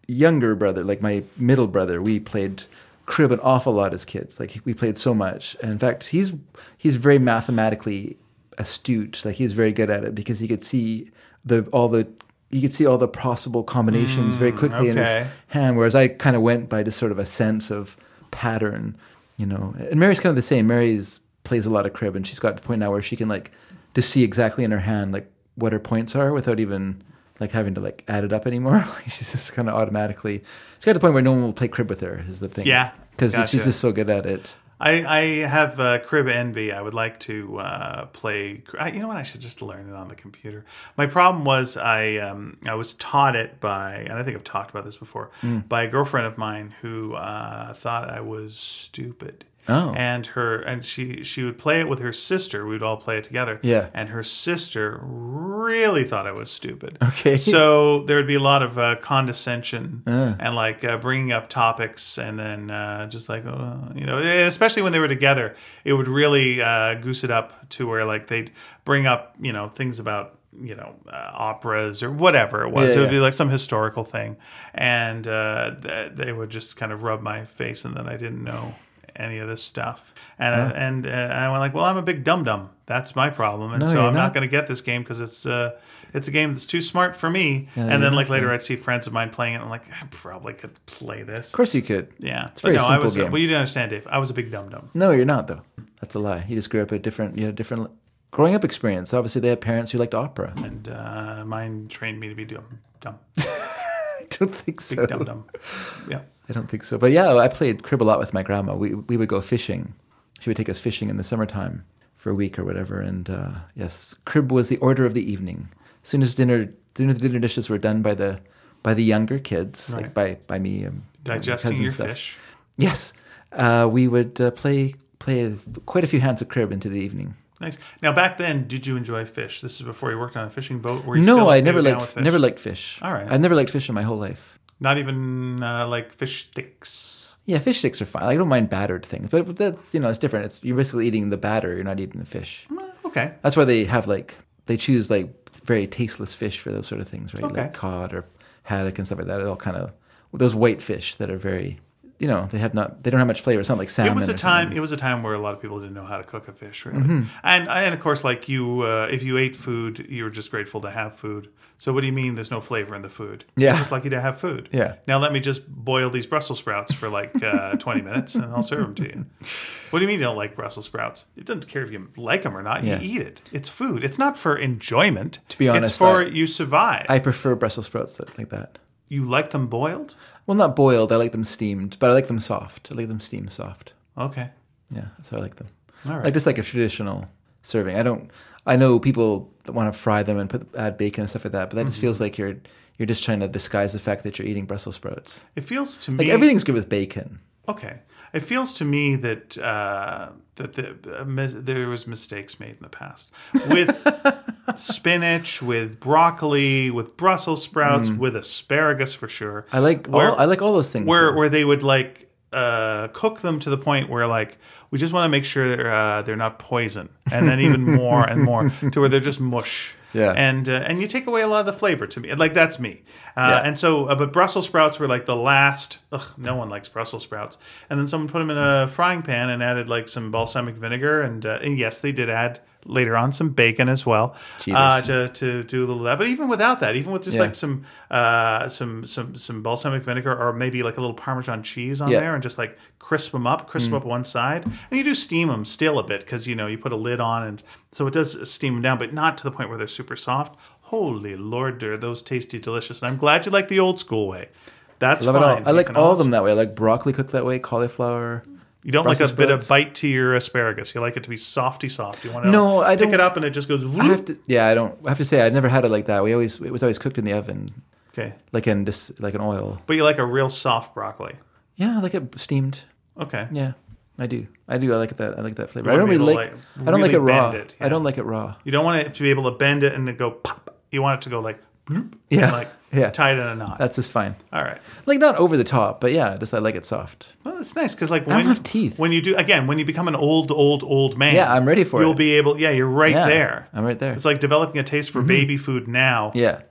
Speaker 1: younger brother, like my middle brother, we played Crib an awful lot as kids. Like we played so much. And in fact, he's he's very mathematically astute. Like he was very good at it because he could see the all the he could see all the possible combinations very quickly in
Speaker 3: okay.
Speaker 1: his hand. Whereas I kind of went by just sort of a sense of pattern, you know. And Mary's kind of the same. Mary's plays a lot of crib, and she's got to the point now where she can like just see exactly in her hand like what her points are without even like having to like add it up anymore. *laughs* Like she's just kind of automatically. She's got to the point where no one will play crib with her. Is the thing?
Speaker 3: Yeah,
Speaker 1: because she's
Speaker 3: gotcha.
Speaker 1: just so good at it.
Speaker 3: I, I have uh, crib envy. I would like to uh, play. I, you know what? I should just learn it on the computer. My problem was I um, I was taught it by, and I think I've talked about this before, by a girlfriend of mine who uh, thought I was stupid.
Speaker 1: Oh.
Speaker 3: and her and she she would play it with her sister. We'd all play it together.
Speaker 1: Yeah.
Speaker 3: and her sister really thought I was stupid.
Speaker 1: *laughs* Okay. Ah.
Speaker 3: so there would be a lot of uh, condescension and like uh, bringing up topics, and then uh, just like uh, you know, and especially when they were together, it would really uh, goose it up to where like they'd bring up you know things about you know uh, operas or whatever it was.
Speaker 1: Yeah,
Speaker 3: it would
Speaker 1: yeah.
Speaker 3: be like some historical thing, and uh, th- they would just kind of rub my face, and then I didn't know any of this stuff, and I, and uh, I went like, well, I'm a big dum dum. That's my problem, and
Speaker 1: No,
Speaker 3: so
Speaker 1: you're
Speaker 3: I'm not,
Speaker 1: not.
Speaker 3: going to get this game because it's uh, it's a game that's too smart for me. and
Speaker 1: you're
Speaker 3: then like later, I'd see friends of mine playing it. And I'm like, I probably could play this.
Speaker 1: Of course you could.
Speaker 3: Yeah, it's
Speaker 1: very
Speaker 3: no, I
Speaker 1: simple
Speaker 3: was,
Speaker 1: game.
Speaker 3: Well, you didn't understand, Dave. I was a big dum dum.
Speaker 1: No, you're not though. That's a lie. You just grew up a different. You had a different growing up experience. Obviously, they had parents who liked opera. *laughs*
Speaker 3: and uh, mine trained me to be dumb, dumb,
Speaker 1: I don't think so.
Speaker 3: big dumb, dumb. Yeah,
Speaker 1: I don't think so. But yeah, I played crib a lot with my grandma. We we would go fishing. She would take us fishing in the summertime for a week or whatever. And uh, yes, crib was the order of the evening. As soon as dinner dinner dinner dishes were done by the by the younger kids, like by by me, um, my
Speaker 3: digesting
Speaker 1: cousins
Speaker 3: your
Speaker 1: and stuff.
Speaker 3: fish.
Speaker 1: Yes, uh, we would uh, play play quite a few hands of crib into the evening.
Speaker 3: Nice. Now back then, did you enjoy fish? This is before you worked on a fishing boat. Were you
Speaker 1: no,
Speaker 3: still
Speaker 1: I never
Speaker 3: getting down
Speaker 1: liked
Speaker 3: with fish?
Speaker 1: never liked fish.
Speaker 3: All right.
Speaker 1: I've never liked fish in my whole life.
Speaker 3: Not even uh, like fish sticks.
Speaker 1: Yeah, fish sticks are fine. Like, I don't mind battered things, but that's you know it's different. It's you're basically eating the batter. You're not eating the fish.
Speaker 3: Mm, Okay.
Speaker 1: That's why they have like they choose like very tasteless fish for those sort of things, right?
Speaker 3: Okay.
Speaker 1: Like cod or haddock and stuff like that. It all kind of those white fish that are very you know they have not they don't have much flavor. It's not like salmon.
Speaker 3: It was a
Speaker 1: or
Speaker 3: time. It was a time where a lot of people didn't know how to cook a fish, really.
Speaker 1: Mm-hmm.
Speaker 3: And and of course, like you, uh, if you ate food, you were just grateful to have food. So what do you mean? There's no flavor in the food.
Speaker 1: Yeah.
Speaker 3: I'm just lucky to have food.
Speaker 1: Yeah.
Speaker 3: Now let me just boil these Brussels sprouts for like
Speaker 1: *laughs*
Speaker 3: uh, 20 minutes, and I'll serve them to you. What do you mean you don't like Brussels sprouts? It doesn't care if you like them or not.
Speaker 1: Yeah.
Speaker 3: You eat it. It's food. It's not for enjoyment. To
Speaker 1: be honest,
Speaker 3: it's for
Speaker 1: I-
Speaker 3: you survive.
Speaker 1: I prefer Brussels sprouts that- like that.
Speaker 3: you like them boiled?
Speaker 1: Well, not boiled. I like them steamed, but I like them soft. I like them steamed soft.
Speaker 3: Okay.
Speaker 1: Yeah, so I like them.
Speaker 3: All right.
Speaker 1: Like just like a traditional serving. I don't. I know people that want to fry them and put add bacon and stuff like that, but that
Speaker 3: Mm-hmm.
Speaker 1: just feels like you're you're just trying to disguise the fact that you're eating Brussels sprouts.
Speaker 3: It feels to me
Speaker 1: Like everything's good with bacon.
Speaker 3: Okay. It feels to me that uh, that the, uh, mis- there was mistakes made in the past with spinach, with broccoli, with Brussels sprouts, with asparagus for sure.
Speaker 1: I like
Speaker 3: Where-
Speaker 1: all I like all those things.
Speaker 3: where where they would like uh, cook them to the point where like we just want to make sure they're uh, they're not poison, and
Speaker 1: *laughs*
Speaker 3: then even more and more to where they're just mush.
Speaker 1: Yeah.
Speaker 3: and uh, and you take away a lot of the flavor to me. Like that's me. Uh,
Speaker 1: Yeah.
Speaker 3: And so, uh, but Brussels sprouts were like the last. Ugh, no one likes Brussels sprouts. And then someone put them in a frying pan and added like some balsamic vinegar, and, uh, and yes, they did add later on some bacon as well uh,
Speaker 1: Cheaters.
Speaker 3: to to do a little of that. But even without that, even with just
Speaker 1: Yeah.
Speaker 3: like some uh, some some some balsamic vinegar or maybe like a little Parmesan cheese on
Speaker 1: Yeah. Mm.
Speaker 3: there, and just like crisp them up, crisp up one side, and you do steam them still a bit because you know you put a lid on, and so it does steam them down, but not to the point where they're super soft. Holy lord, are those tasty, delicious! And I'm glad you like the old school way. That's
Speaker 1: love it
Speaker 3: fine.
Speaker 1: all. I
Speaker 3: You
Speaker 1: like
Speaker 3: can
Speaker 1: all of
Speaker 3: always-
Speaker 1: them that way. I like broccoli cooked that way, cauliflower.
Speaker 3: You don't
Speaker 1: Brussels
Speaker 3: like a bit
Speaker 1: sprouts.
Speaker 3: of bite to your asparagus. You like it to be softy, soft. You want to
Speaker 1: No, I
Speaker 3: pick
Speaker 1: don't-
Speaker 3: it up and it just goes.
Speaker 1: I have to. Yeah, I don't. I have to say I've never had it like that. We always it was always cooked in the oven,
Speaker 3: okay,
Speaker 1: like in just like an oil.
Speaker 3: but you like a real soft broccoli.
Speaker 1: Yeah, I like it steamed.
Speaker 3: Okay.
Speaker 1: Yeah, I do. I do. I like that. I like that flavor.
Speaker 3: You
Speaker 1: I don't
Speaker 3: wanna be
Speaker 1: really like.
Speaker 3: able to, like,
Speaker 1: I don't like it
Speaker 3: really
Speaker 1: raw.
Speaker 3: bend it,
Speaker 1: I
Speaker 3: yeah.
Speaker 1: don't like it raw.
Speaker 3: You don't want it to be able to bend it and to go pop. You want it to go like bloop.
Speaker 1: Yeah.
Speaker 3: And like
Speaker 1: *laughs* Yeah.
Speaker 3: tied in a knot.
Speaker 1: That's just fine.
Speaker 3: All right.
Speaker 1: Like not over the top, but yeah, just I like it soft.
Speaker 3: Well, that's nice because like when
Speaker 1: don't have teeth.
Speaker 3: when you do again when you become an old old old man.
Speaker 1: Yeah, I'm ready for
Speaker 3: You'll
Speaker 1: it.
Speaker 3: be able. Yeah, you're right
Speaker 1: Yeah,
Speaker 3: there.
Speaker 1: I'm right there.
Speaker 3: It's like developing a taste for baby food now.
Speaker 1: yeah.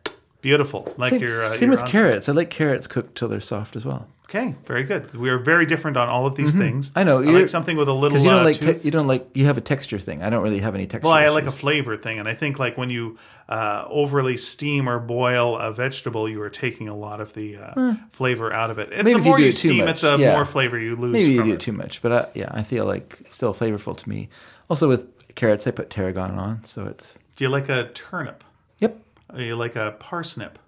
Speaker 3: Beautiful. Like
Speaker 1: Same,
Speaker 3: you're. Uh,
Speaker 1: same
Speaker 3: you're
Speaker 1: with
Speaker 3: on-
Speaker 1: carrots. I like carrots cooked till they're soft as well.
Speaker 3: Okay. Very good. We are very different on all of these things.
Speaker 1: Mm-hmm. I know,
Speaker 3: I
Speaker 1: you're-
Speaker 3: like something with a little.
Speaker 1: Because you don't
Speaker 3: uh,
Speaker 1: like
Speaker 3: tooth.
Speaker 1: te- you don't like you have a texture thing. I don't really have any texture.
Speaker 3: Well, I like a
Speaker 1: issues.
Speaker 3: flavor thing, and I think like when you uh, overly steam or boil a vegetable, you are taking a lot of the uh, flavor out of it. And
Speaker 1: Maybe
Speaker 3: the
Speaker 1: if you
Speaker 3: more
Speaker 1: do
Speaker 3: you,
Speaker 1: it too
Speaker 3: steam
Speaker 1: much,
Speaker 3: it, the
Speaker 1: yeah.
Speaker 3: more flavor you lose.
Speaker 1: maybe you
Speaker 3: from
Speaker 1: do it
Speaker 3: it.
Speaker 1: too much, but I, yeah, I feel like it's still flavorful to me. Also with carrots, I put tarragon on, so it's
Speaker 3: Do you like a turnip?
Speaker 1: yep.
Speaker 3: Uh, Like a parsnip.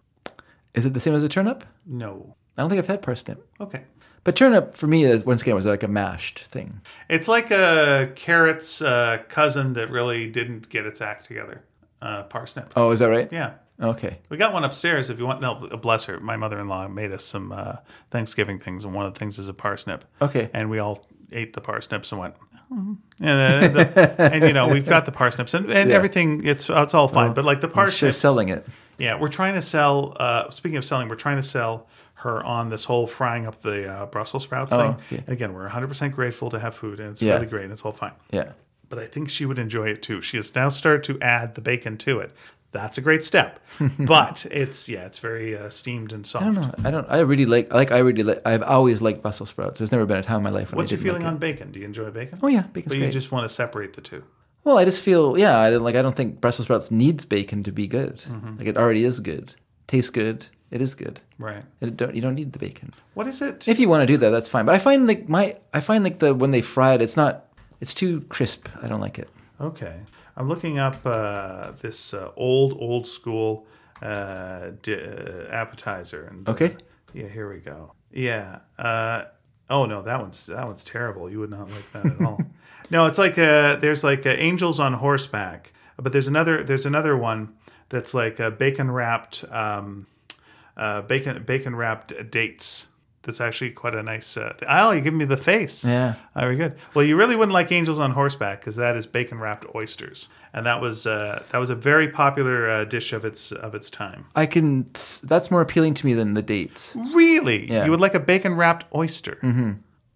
Speaker 1: Is it the same as a turnip?
Speaker 3: No.
Speaker 1: I don't think I've had parsnip.
Speaker 3: Okay.
Speaker 1: But turnip for me, is, once again, was like a mashed thing.
Speaker 3: It's like a carrot's uh, cousin that really didn't get its act together. Uh, parsnip.
Speaker 1: Oh, is that right?
Speaker 3: Yeah.
Speaker 1: Okay.
Speaker 3: We got one upstairs if you want. No, bless her. My mother in law made us some uh, Thanksgiving things, and one of the things is a parsnip.
Speaker 1: Okay.
Speaker 3: And we all ate the parsnips and went, hmm. and,
Speaker 1: *laughs*
Speaker 3: uh, the- and you know, we've got the parsnips and, and everything. It's uh, it's all fine. but like the
Speaker 1: Sure,
Speaker 3: parsnips.
Speaker 1: selling it.
Speaker 3: Yeah, we're trying to sell. Uh, speaking of selling, we're trying to sell her on this whole frying up the uh, Brussels sprouts thing.
Speaker 1: okay.
Speaker 3: And again, we're 100% grateful to have food, and it's
Speaker 1: Oh, Yeah.
Speaker 3: really great, and it's all fine.
Speaker 1: Yeah.
Speaker 3: But I think she would enjoy it too. She has now started to add the bacon to it. That's a great step,
Speaker 1: *laughs*
Speaker 3: but it's yeah, it's very uh, steamed and soft.
Speaker 1: I don't know. I don't. I really like. Like I really like. I've always liked Brussels sprouts. There's never been a time in my life when
Speaker 3: What's
Speaker 1: I
Speaker 3: your
Speaker 1: didn't
Speaker 3: feeling
Speaker 1: like
Speaker 3: on bacon? Do you enjoy bacon?
Speaker 1: it. Oh yeah, bacon's
Speaker 3: but
Speaker 1: great.
Speaker 3: you just want to separate the two.
Speaker 1: well, I just feel yeah. I don't like. I don't think Brussels sprouts needs bacon to be good. Like it already is good. Tastes good. It is good.
Speaker 3: Right.
Speaker 1: It don't, you don't need the bacon.
Speaker 3: What is it?
Speaker 1: If you want to do that, that's fine. But I find like my. I find like the when they fry it, it's not. It's too crisp. I don't like it.
Speaker 3: Okay. I'm looking up uh, this uh, old, old school uh, di- uh, appetizer. And, uh,
Speaker 1: Okay.
Speaker 3: yeah, here we go. Yeah. Uh, oh no, that one's that one's terrible. You would not like that at all. no, it's like uh there's like uh angels on horseback, but there's another there's another one that's like a bacon wrapped um, uh, bacon bacon wrapped dates. That's actually quite a nice. Uh, oh, you give me the face.
Speaker 1: Yeah.
Speaker 3: Oh, Very good. Well, you really wouldn't like Angels on Horseback because that is bacon wrapped oysters, and that was uh, that was a very popular uh, dish of its of its time.
Speaker 1: I can. That's more appealing to me than the dates.
Speaker 3: Really,
Speaker 1: Yeah.
Speaker 3: you would like a bacon wrapped oyster? Mm-hmm.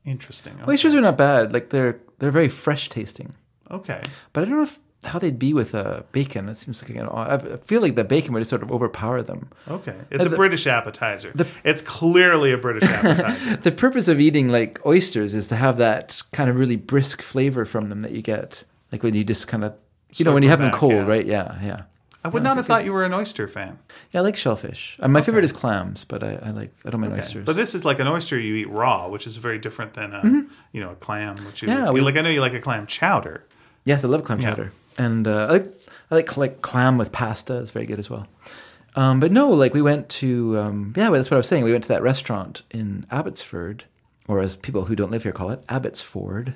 Speaker 3: Interesting. Okay.
Speaker 1: Oysters are not bad. Like they're they're very fresh tasting.
Speaker 3: okay.
Speaker 1: But I don't know if, how they'd be with uh, bacon. It seems like an odd. I feel like the bacon would just sort of overpower them.
Speaker 3: Okay. It's a British appetizer. it's clearly a *laughs* British appetizer.
Speaker 1: *laughs* The purpose of eating like oysters is to have that kind of really brisk flavor from them that you get, like when you just kind of, you know, when you have them
Speaker 3: back,
Speaker 1: cold,
Speaker 3: yeah.
Speaker 1: right? Yeah, yeah.
Speaker 3: I would not have thought you were an oyster fan.
Speaker 1: Yeah, I like shellfish. Uh, my favorite is clams, but I, I like I don't mind oysters.
Speaker 3: But this is like an oyster you eat raw, which is very different than a you know a clam. Which you,
Speaker 1: Yeah, we-
Speaker 3: like I know you like a clam chowder.
Speaker 1: yes, I love clam chowder, and uh, I like I like, like clam with pasta. It's very good as well. Um, but no, like we went to um, yeah, well, that's what I was saying. We went to that restaurant in Abbotsford, or as people who don't live here call it, Abbotsford,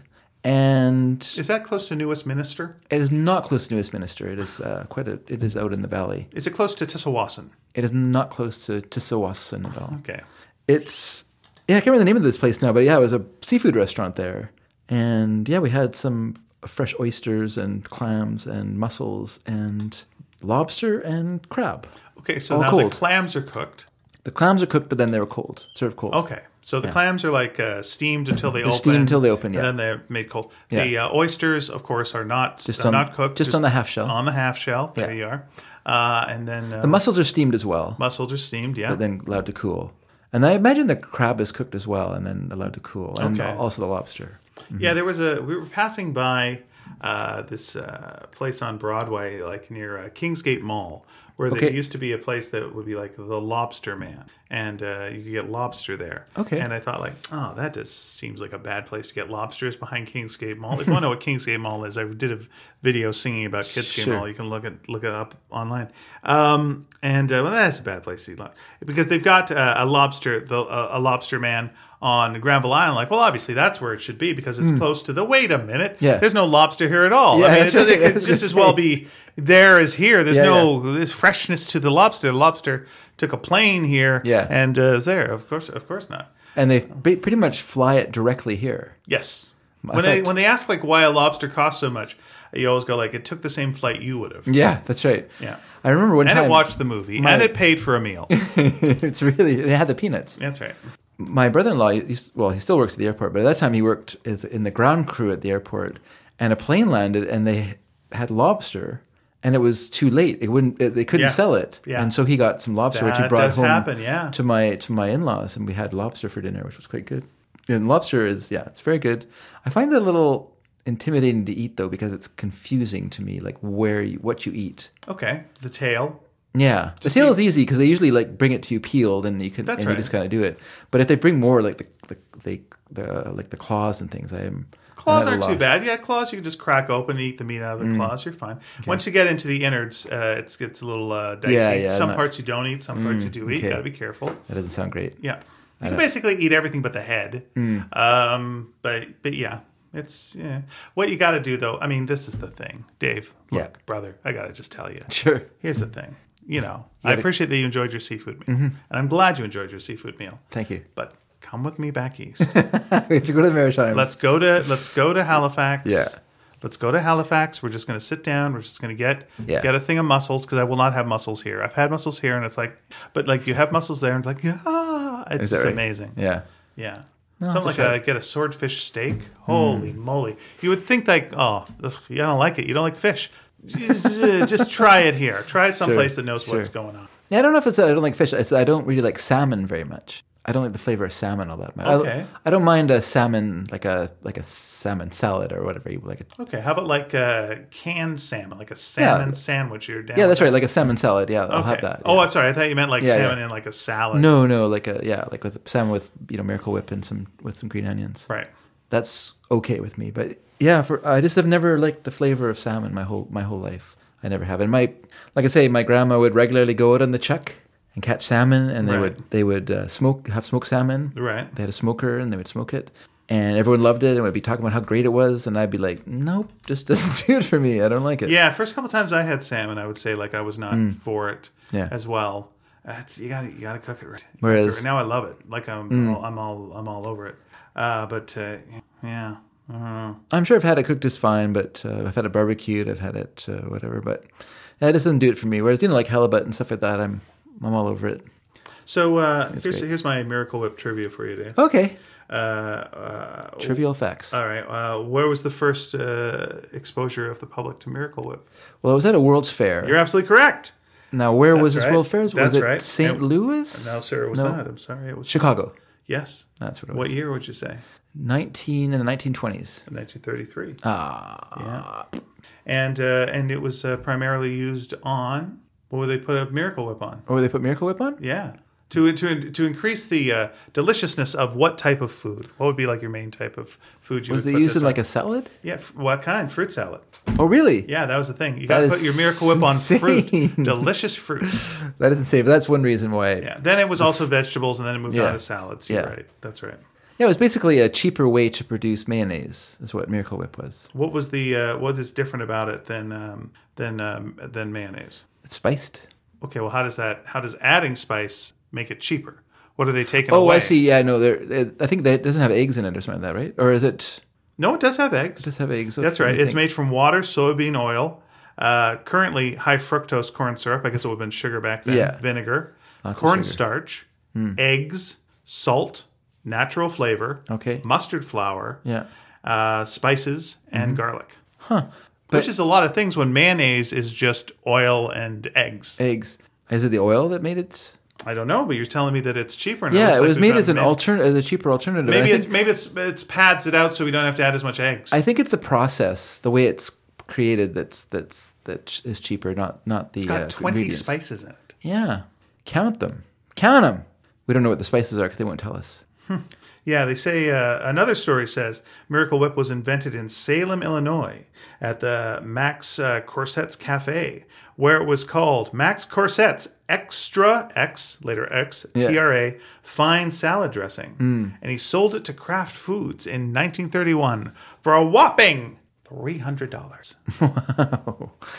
Speaker 1: and
Speaker 3: Is that close to New Westminster?
Speaker 1: It is not close to Newestminster. It is uh, quite a. It is out in the valley.
Speaker 3: Is it close to Tissawassen?
Speaker 1: It is not close to Tissawassen at all.
Speaker 3: Okay.
Speaker 1: It's yeah, I can't remember the name of this place now, but yeah, it was a seafood restaurant there, and yeah, we had some fresh oysters and clams and mussels and lobster and crab.
Speaker 3: Okay, so
Speaker 1: All
Speaker 3: now
Speaker 1: cold.
Speaker 3: the clams are cooked.
Speaker 1: The clams are cooked, but then they were cold, served cold.
Speaker 3: Okay, so the clams are like uh, steamed until they open.
Speaker 1: steamed until they open, yeah.
Speaker 3: And then they're made cold. The uh, oysters, of course, are not
Speaker 1: Just
Speaker 3: are
Speaker 1: on-
Speaker 3: not cooked.
Speaker 1: just on the half shell.
Speaker 3: On the half shell. There
Speaker 1: Yeah.
Speaker 3: you are. Uh, and then uh,
Speaker 1: The mussels are steamed as well,
Speaker 3: mussels are steamed. Yeah.
Speaker 1: but then allowed to cool. And I imagine the crab is cooked as well, and then allowed to cool, and
Speaker 3: Okay.
Speaker 1: also the lobster.
Speaker 3: Yeah, there was a. We were passing by uh, this uh, place on Broadway, like near uh, Kingsgate Mall, where there
Speaker 1: Okay.
Speaker 3: used to be a place that would be like the Lobster Man, and uh, you could get lobster there.
Speaker 1: Okay.
Speaker 3: And I thought, like, oh, that just seems like a bad place to get lobsters behind Kingsgate Mall. If you want to know what Kingsgate Mall is, I did a video singing about Kingsgate
Speaker 1: Sure.
Speaker 3: Mall. You can look it look it up online. Um, and uh, well, that's a bad place to eat lobster because they've got uh, a lobster the uh, a lobster man on Granville Island. Like, well, obviously that's where it should be because it's close to the. Wait a minute,
Speaker 1: Hmm. Yeah.
Speaker 3: There's no lobster here at all.
Speaker 1: Yeah,
Speaker 3: I mean,
Speaker 1: that's
Speaker 3: it, it
Speaker 1: right. I
Speaker 3: could
Speaker 1: was
Speaker 3: just
Speaker 1: gonna
Speaker 3: as well
Speaker 1: say.
Speaker 3: be there as here. There's
Speaker 1: Yeah,
Speaker 3: no there's freshness to the lobster. The lobster took a plane here,
Speaker 1: Yeah.
Speaker 3: and uh, is there. Of course, of course not.
Speaker 1: and they ba- pretty much fly it directly here.
Speaker 3: Yes. When they,
Speaker 1: fact-
Speaker 3: when they ask like why a lobster costs so much, you always go like it took the same flight you would have.
Speaker 1: Yeah, that's right.
Speaker 3: Yeah.
Speaker 1: I remember one
Speaker 3: And
Speaker 1: time
Speaker 3: it watched the movie
Speaker 1: My-
Speaker 3: and it paid for a meal.
Speaker 1: *laughs* it's really it had the peanuts.
Speaker 3: That's right.
Speaker 1: My brother-in-law, he- he's, well, he still works at the airport, but at that time he worked as- in the ground crew at the airport, and a plane landed and they had lobster, and it was too late. It wouldn't, it, they couldn't
Speaker 3: Yeah.
Speaker 1: sell it,
Speaker 3: Yeah.
Speaker 1: and so he got some lobster, which he
Speaker 3: That
Speaker 1: brought
Speaker 3: does
Speaker 1: home
Speaker 3: happen, yeah.
Speaker 1: to my to my in-laws, and we had lobster for dinner, which was quite good. And lobster is yeah, it's very good. I find it a little intimidating to eat though because it's confusing to me, like where you, what you eat.
Speaker 3: Okay. The tail.
Speaker 1: Yeah, the tail is easy because they usually like bring it to you peeled, and you can
Speaker 3: That's
Speaker 1: and
Speaker 3: right.
Speaker 1: you just kind of do it. But if they bring more like the the, they, the like the claws and things, I am
Speaker 3: Claws
Speaker 1: I'm at a
Speaker 3: aren't too
Speaker 1: loss.
Speaker 3: bad. Yeah, claws you can just crack open and eat the meat
Speaker 1: Mm.
Speaker 3: out of the claws. You're fine. Once you get into the innards, uh, it's gets a little uh, dicey.
Speaker 1: Yeah, yeah,
Speaker 3: some
Speaker 1: not- Mm,
Speaker 3: parts you don't eat, some parts you do eat.
Speaker 1: okay.
Speaker 3: Gotta be careful.
Speaker 1: That doesn't sound great.
Speaker 3: Yeah, you can basically eat everything but the head.
Speaker 1: Mm.
Speaker 3: Um, but but yeah, it's yeah. What you got to do though. I mean, this is the thing, Dave. Look,
Speaker 1: Yeah.
Speaker 3: brother, I gotta just tell you.
Speaker 1: Sure.
Speaker 3: Here's the thing. You know, I appreciate that you enjoyed your seafood meal,
Speaker 1: Mm-hmm.
Speaker 3: and I'm glad you enjoyed your seafood meal.
Speaker 1: Thank you. *laughs*
Speaker 3: But come with me back east.
Speaker 1: we have to go to the Maritimes.
Speaker 3: Let's go to let's go to Halifax.
Speaker 1: Yeah.
Speaker 3: Let's go to Halifax. We're just going to sit down. We're just going to get
Speaker 1: Yeah.
Speaker 3: get a thing of mussels because I will not have mussels here. I've had mussels here, and it's like, but like you have mussels there, and it's like, ah, it's
Speaker 1: Is that
Speaker 3: just
Speaker 1: right?
Speaker 3: amazing.
Speaker 1: yeah.
Speaker 3: Yeah.
Speaker 1: I'll
Speaker 3: Something
Speaker 1: have
Speaker 3: like
Speaker 1: to try
Speaker 3: a, get a swordfish steak.
Speaker 1: Mm.
Speaker 3: Holy moly. You would think like, oh, ugh, you don't like it. You don't like fish. Just, uh, just try it here. Try it someplace that knows what's
Speaker 1: sure.
Speaker 3: going on.
Speaker 1: Yeah, I don't know if it's that I don't like fish. It's I don't really like salmon very much. I don't like the flavor of salmon all that much. I-
Speaker 3: Okay.
Speaker 1: I, don't mind a salmon like a like a salmon salad or whatever you like. A,
Speaker 3: Okay, how about like a canned salmon, like a salmon sandwich? You're down.
Speaker 1: yeah, that's
Speaker 3: with
Speaker 1: right. Like a salmon salad. Yeah, I'll
Speaker 3: that?
Speaker 1: have
Speaker 3: Okay.
Speaker 1: that.
Speaker 3: Oh,
Speaker 1: yeah.
Speaker 3: I'm sorry. I thought you meant like
Speaker 1: Yeah, yeah.
Speaker 3: salmon in like a salad.
Speaker 1: no, no, like a yeah, like with salmon with you know Miracle Whip and some with some green onions.
Speaker 3: Right.
Speaker 1: That's okay with me. But yeah, for I just have never liked the flavor of salmon my whole my whole life. I never have. And my like I say, my grandma would regularly go out on the chuck and catch salmon, and they
Speaker 3: Right.
Speaker 1: would they would uh, smoke have smoked salmon.
Speaker 3: Right.
Speaker 1: They had a smoker and they would smoke it. And everyone loved it and would be talking about how great it was. And I'd be like, nope, just *laughs* doesn't do it for me. I don't like it.
Speaker 3: Yeah, first couple times I had salmon, I would say like I was not for it
Speaker 1: Mm. Yeah.
Speaker 3: as well. That's, you gotta you gotta cook it right. You gotta
Speaker 1: Whereas-
Speaker 3: cook it. now I love it. Like I'm
Speaker 1: Mm.
Speaker 3: all, I'm all I'm all over it. Uh, but uh, yeah, Uh-huh. I don't know.
Speaker 1: I'm sure I've had it cooked just fine, but uh, I've had it barbecued, I've had it uh, whatever. But that just doesn't do it for me. Whereas, you know, like halibut and stuff like that, I'm, I'm all over it.
Speaker 3: So uh, here's
Speaker 1: great.
Speaker 3: here's my miracle whip trivia for you, Dave.
Speaker 1: Okay.
Speaker 3: Uh, uh,
Speaker 1: Trivial facts.
Speaker 3: all right, uh, where was the first uh, exposure of the public to Miracle Whip?
Speaker 1: Well, it was at a World's Fair.
Speaker 3: You're absolutely correct.
Speaker 1: Now, where was
Speaker 3: That's
Speaker 1: this
Speaker 3: right.
Speaker 1: World Fair? Was
Speaker 3: That's
Speaker 1: it
Speaker 3: right.
Speaker 1: St.
Speaker 3: It-
Speaker 1: Louis?
Speaker 3: No, sir, it was
Speaker 1: No.
Speaker 3: not. I'm sorry, it was
Speaker 1: Chicago.
Speaker 3: yes.
Speaker 1: That's what it was.
Speaker 3: What year would you say?
Speaker 1: 19 in the 1920s.
Speaker 3: 1933.
Speaker 1: Ah.
Speaker 3: Yeah. And uh, and it was uh, primarily used on what would they put a miracle whip on?
Speaker 1: Or they put Miracle Whip on?
Speaker 3: Yeah. To, to, to increase the uh, deliciousness of what type of food? What would be like your main type of food? You
Speaker 1: Was
Speaker 3: would
Speaker 1: it
Speaker 3: put
Speaker 1: used
Speaker 3: this
Speaker 1: in
Speaker 3: on?
Speaker 1: like a salad?
Speaker 3: yeah? f- What kind? Fruit salad.
Speaker 1: Oh, really?
Speaker 3: Yeah, that was the thing. You got to
Speaker 1: is
Speaker 3: put your miracle whip on fruit,
Speaker 1: insane. *laughs*
Speaker 3: delicious fruit.
Speaker 1: That doesn't say, but that's one reason why. Yeah.
Speaker 3: Yeah. Then it was also vegetables, and then it moved on
Speaker 1: Yeah.
Speaker 3: to salads. You're
Speaker 1: Yeah.
Speaker 3: right. That's right.
Speaker 1: it was basically a cheaper way to produce mayonnaise, is what Miracle Whip was.
Speaker 3: What was the uh, what is different about it than um, than um, than mayonnaise?
Speaker 1: It's spiced.
Speaker 3: Okay, well, how does that? How does adding spice make it cheaper? What are they taking
Speaker 1: Oh,
Speaker 3: away?
Speaker 1: I see. Yeah, no, there. I think that it doesn't have eggs in it or something like that, right? Or is it
Speaker 3: No, it does have eggs.
Speaker 1: does have eggs?
Speaker 3: That's right. It's made from water, soybean oil, uh, currently high fructose corn syrup. I guess it would have been sugar back then.
Speaker 1: Yeah.
Speaker 3: Vinegar,
Speaker 1: Lots of sugar. Hmm.
Speaker 3: cornstarch, eggs, salt, natural flavor,
Speaker 1: Okay.
Speaker 3: mustard flour,
Speaker 1: Yeah. Mm-hmm.
Speaker 3: uh, spices, and garlic. Huh. Which is a lot of things when mayonnaise is just oil and eggs.
Speaker 1: Eggs. Is it the oil that made it?
Speaker 3: I don't know, but you're telling me that it's cheaper. and
Speaker 1: Yeah,
Speaker 3: looks
Speaker 1: it
Speaker 3: like
Speaker 1: was
Speaker 3: we've
Speaker 1: made
Speaker 3: gotten
Speaker 1: as an
Speaker 3: ma-
Speaker 1: altern as a cheaper alternative. and I
Speaker 3: Maybe
Speaker 1: think-
Speaker 3: it's maybe it's it's pads it out so we don't have to add as much eggs.
Speaker 1: I think it's the process, the way it's created, that's that's that is cheaper, not not the
Speaker 3: it's got
Speaker 1: uh,
Speaker 3: 20
Speaker 1: ingredients.
Speaker 3: spices in it.
Speaker 1: Yeah, count them, count them. We don't know what the spices are because they won't tell us.
Speaker 3: Yeah, they say uh, another story says Miracle Whip was invented in Salem, Illinois, at the Max uh, Corsets Cafe, where it was called Max Corsets Extra X, later X,
Speaker 1: Yeah. Hmm.
Speaker 3: TRA, Fine Salad Dressing. And he sold it to Kraft Foods in 1931 for a whopping
Speaker 1: *laughs*
Speaker 3: $300.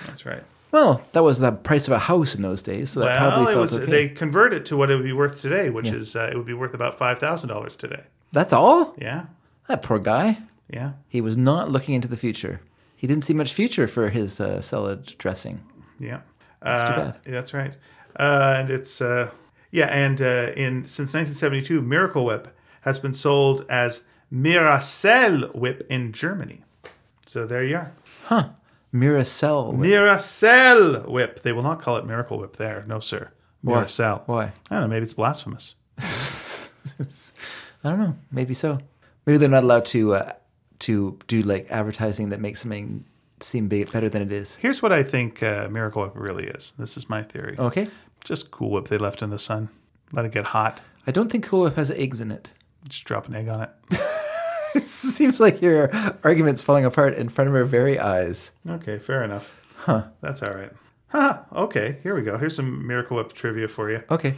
Speaker 3: That's right.
Speaker 1: Well, that was the price of a house in those days, so that
Speaker 3: Well,
Speaker 1: probably
Speaker 3: it
Speaker 1: felt
Speaker 3: was,
Speaker 1: okay.
Speaker 3: they convert it to what it would be worth today, which is uh, it would be worth about $5,000 today.
Speaker 1: That's all.
Speaker 3: Yeah,
Speaker 1: That poor guy.
Speaker 3: yeah.
Speaker 1: He was not looking into the future. He didn't see much future for his uh, salad dressing.
Speaker 3: Yeah,
Speaker 1: That's too bad.
Speaker 3: That's right. Uh, and it's uh, yeah, and uh, in since 1972, Miracle Whip has been sold as Miracel Whip in Germany. So there you are,
Speaker 1: Miracel. Whip.
Speaker 3: Miracel Whip. They will not call it Miracle Whip there, no sir. Miracel.
Speaker 1: Why?
Speaker 3: I don't know. Maybe it's blasphemous.
Speaker 1: *laughs* I don't know. Maybe so. Maybe they're not allowed to uh, to do like advertising that makes something seem be- better than it is.
Speaker 3: Here's what I think uh, Miracle Whip really is. This is my theory.
Speaker 1: Okay.
Speaker 3: Just Cool Whip they left in the sun. Let it get hot.
Speaker 1: I don't think Cool Whip has eggs in it. *laughs*
Speaker 3: Just drop an egg on it.
Speaker 1: it seems like your argument's falling apart in front of our very eyes.
Speaker 3: Okay, fair enough. Huh. That's all right. Huh. Okay, here we go. Here's some Miracle Whip trivia for you.
Speaker 1: Okay.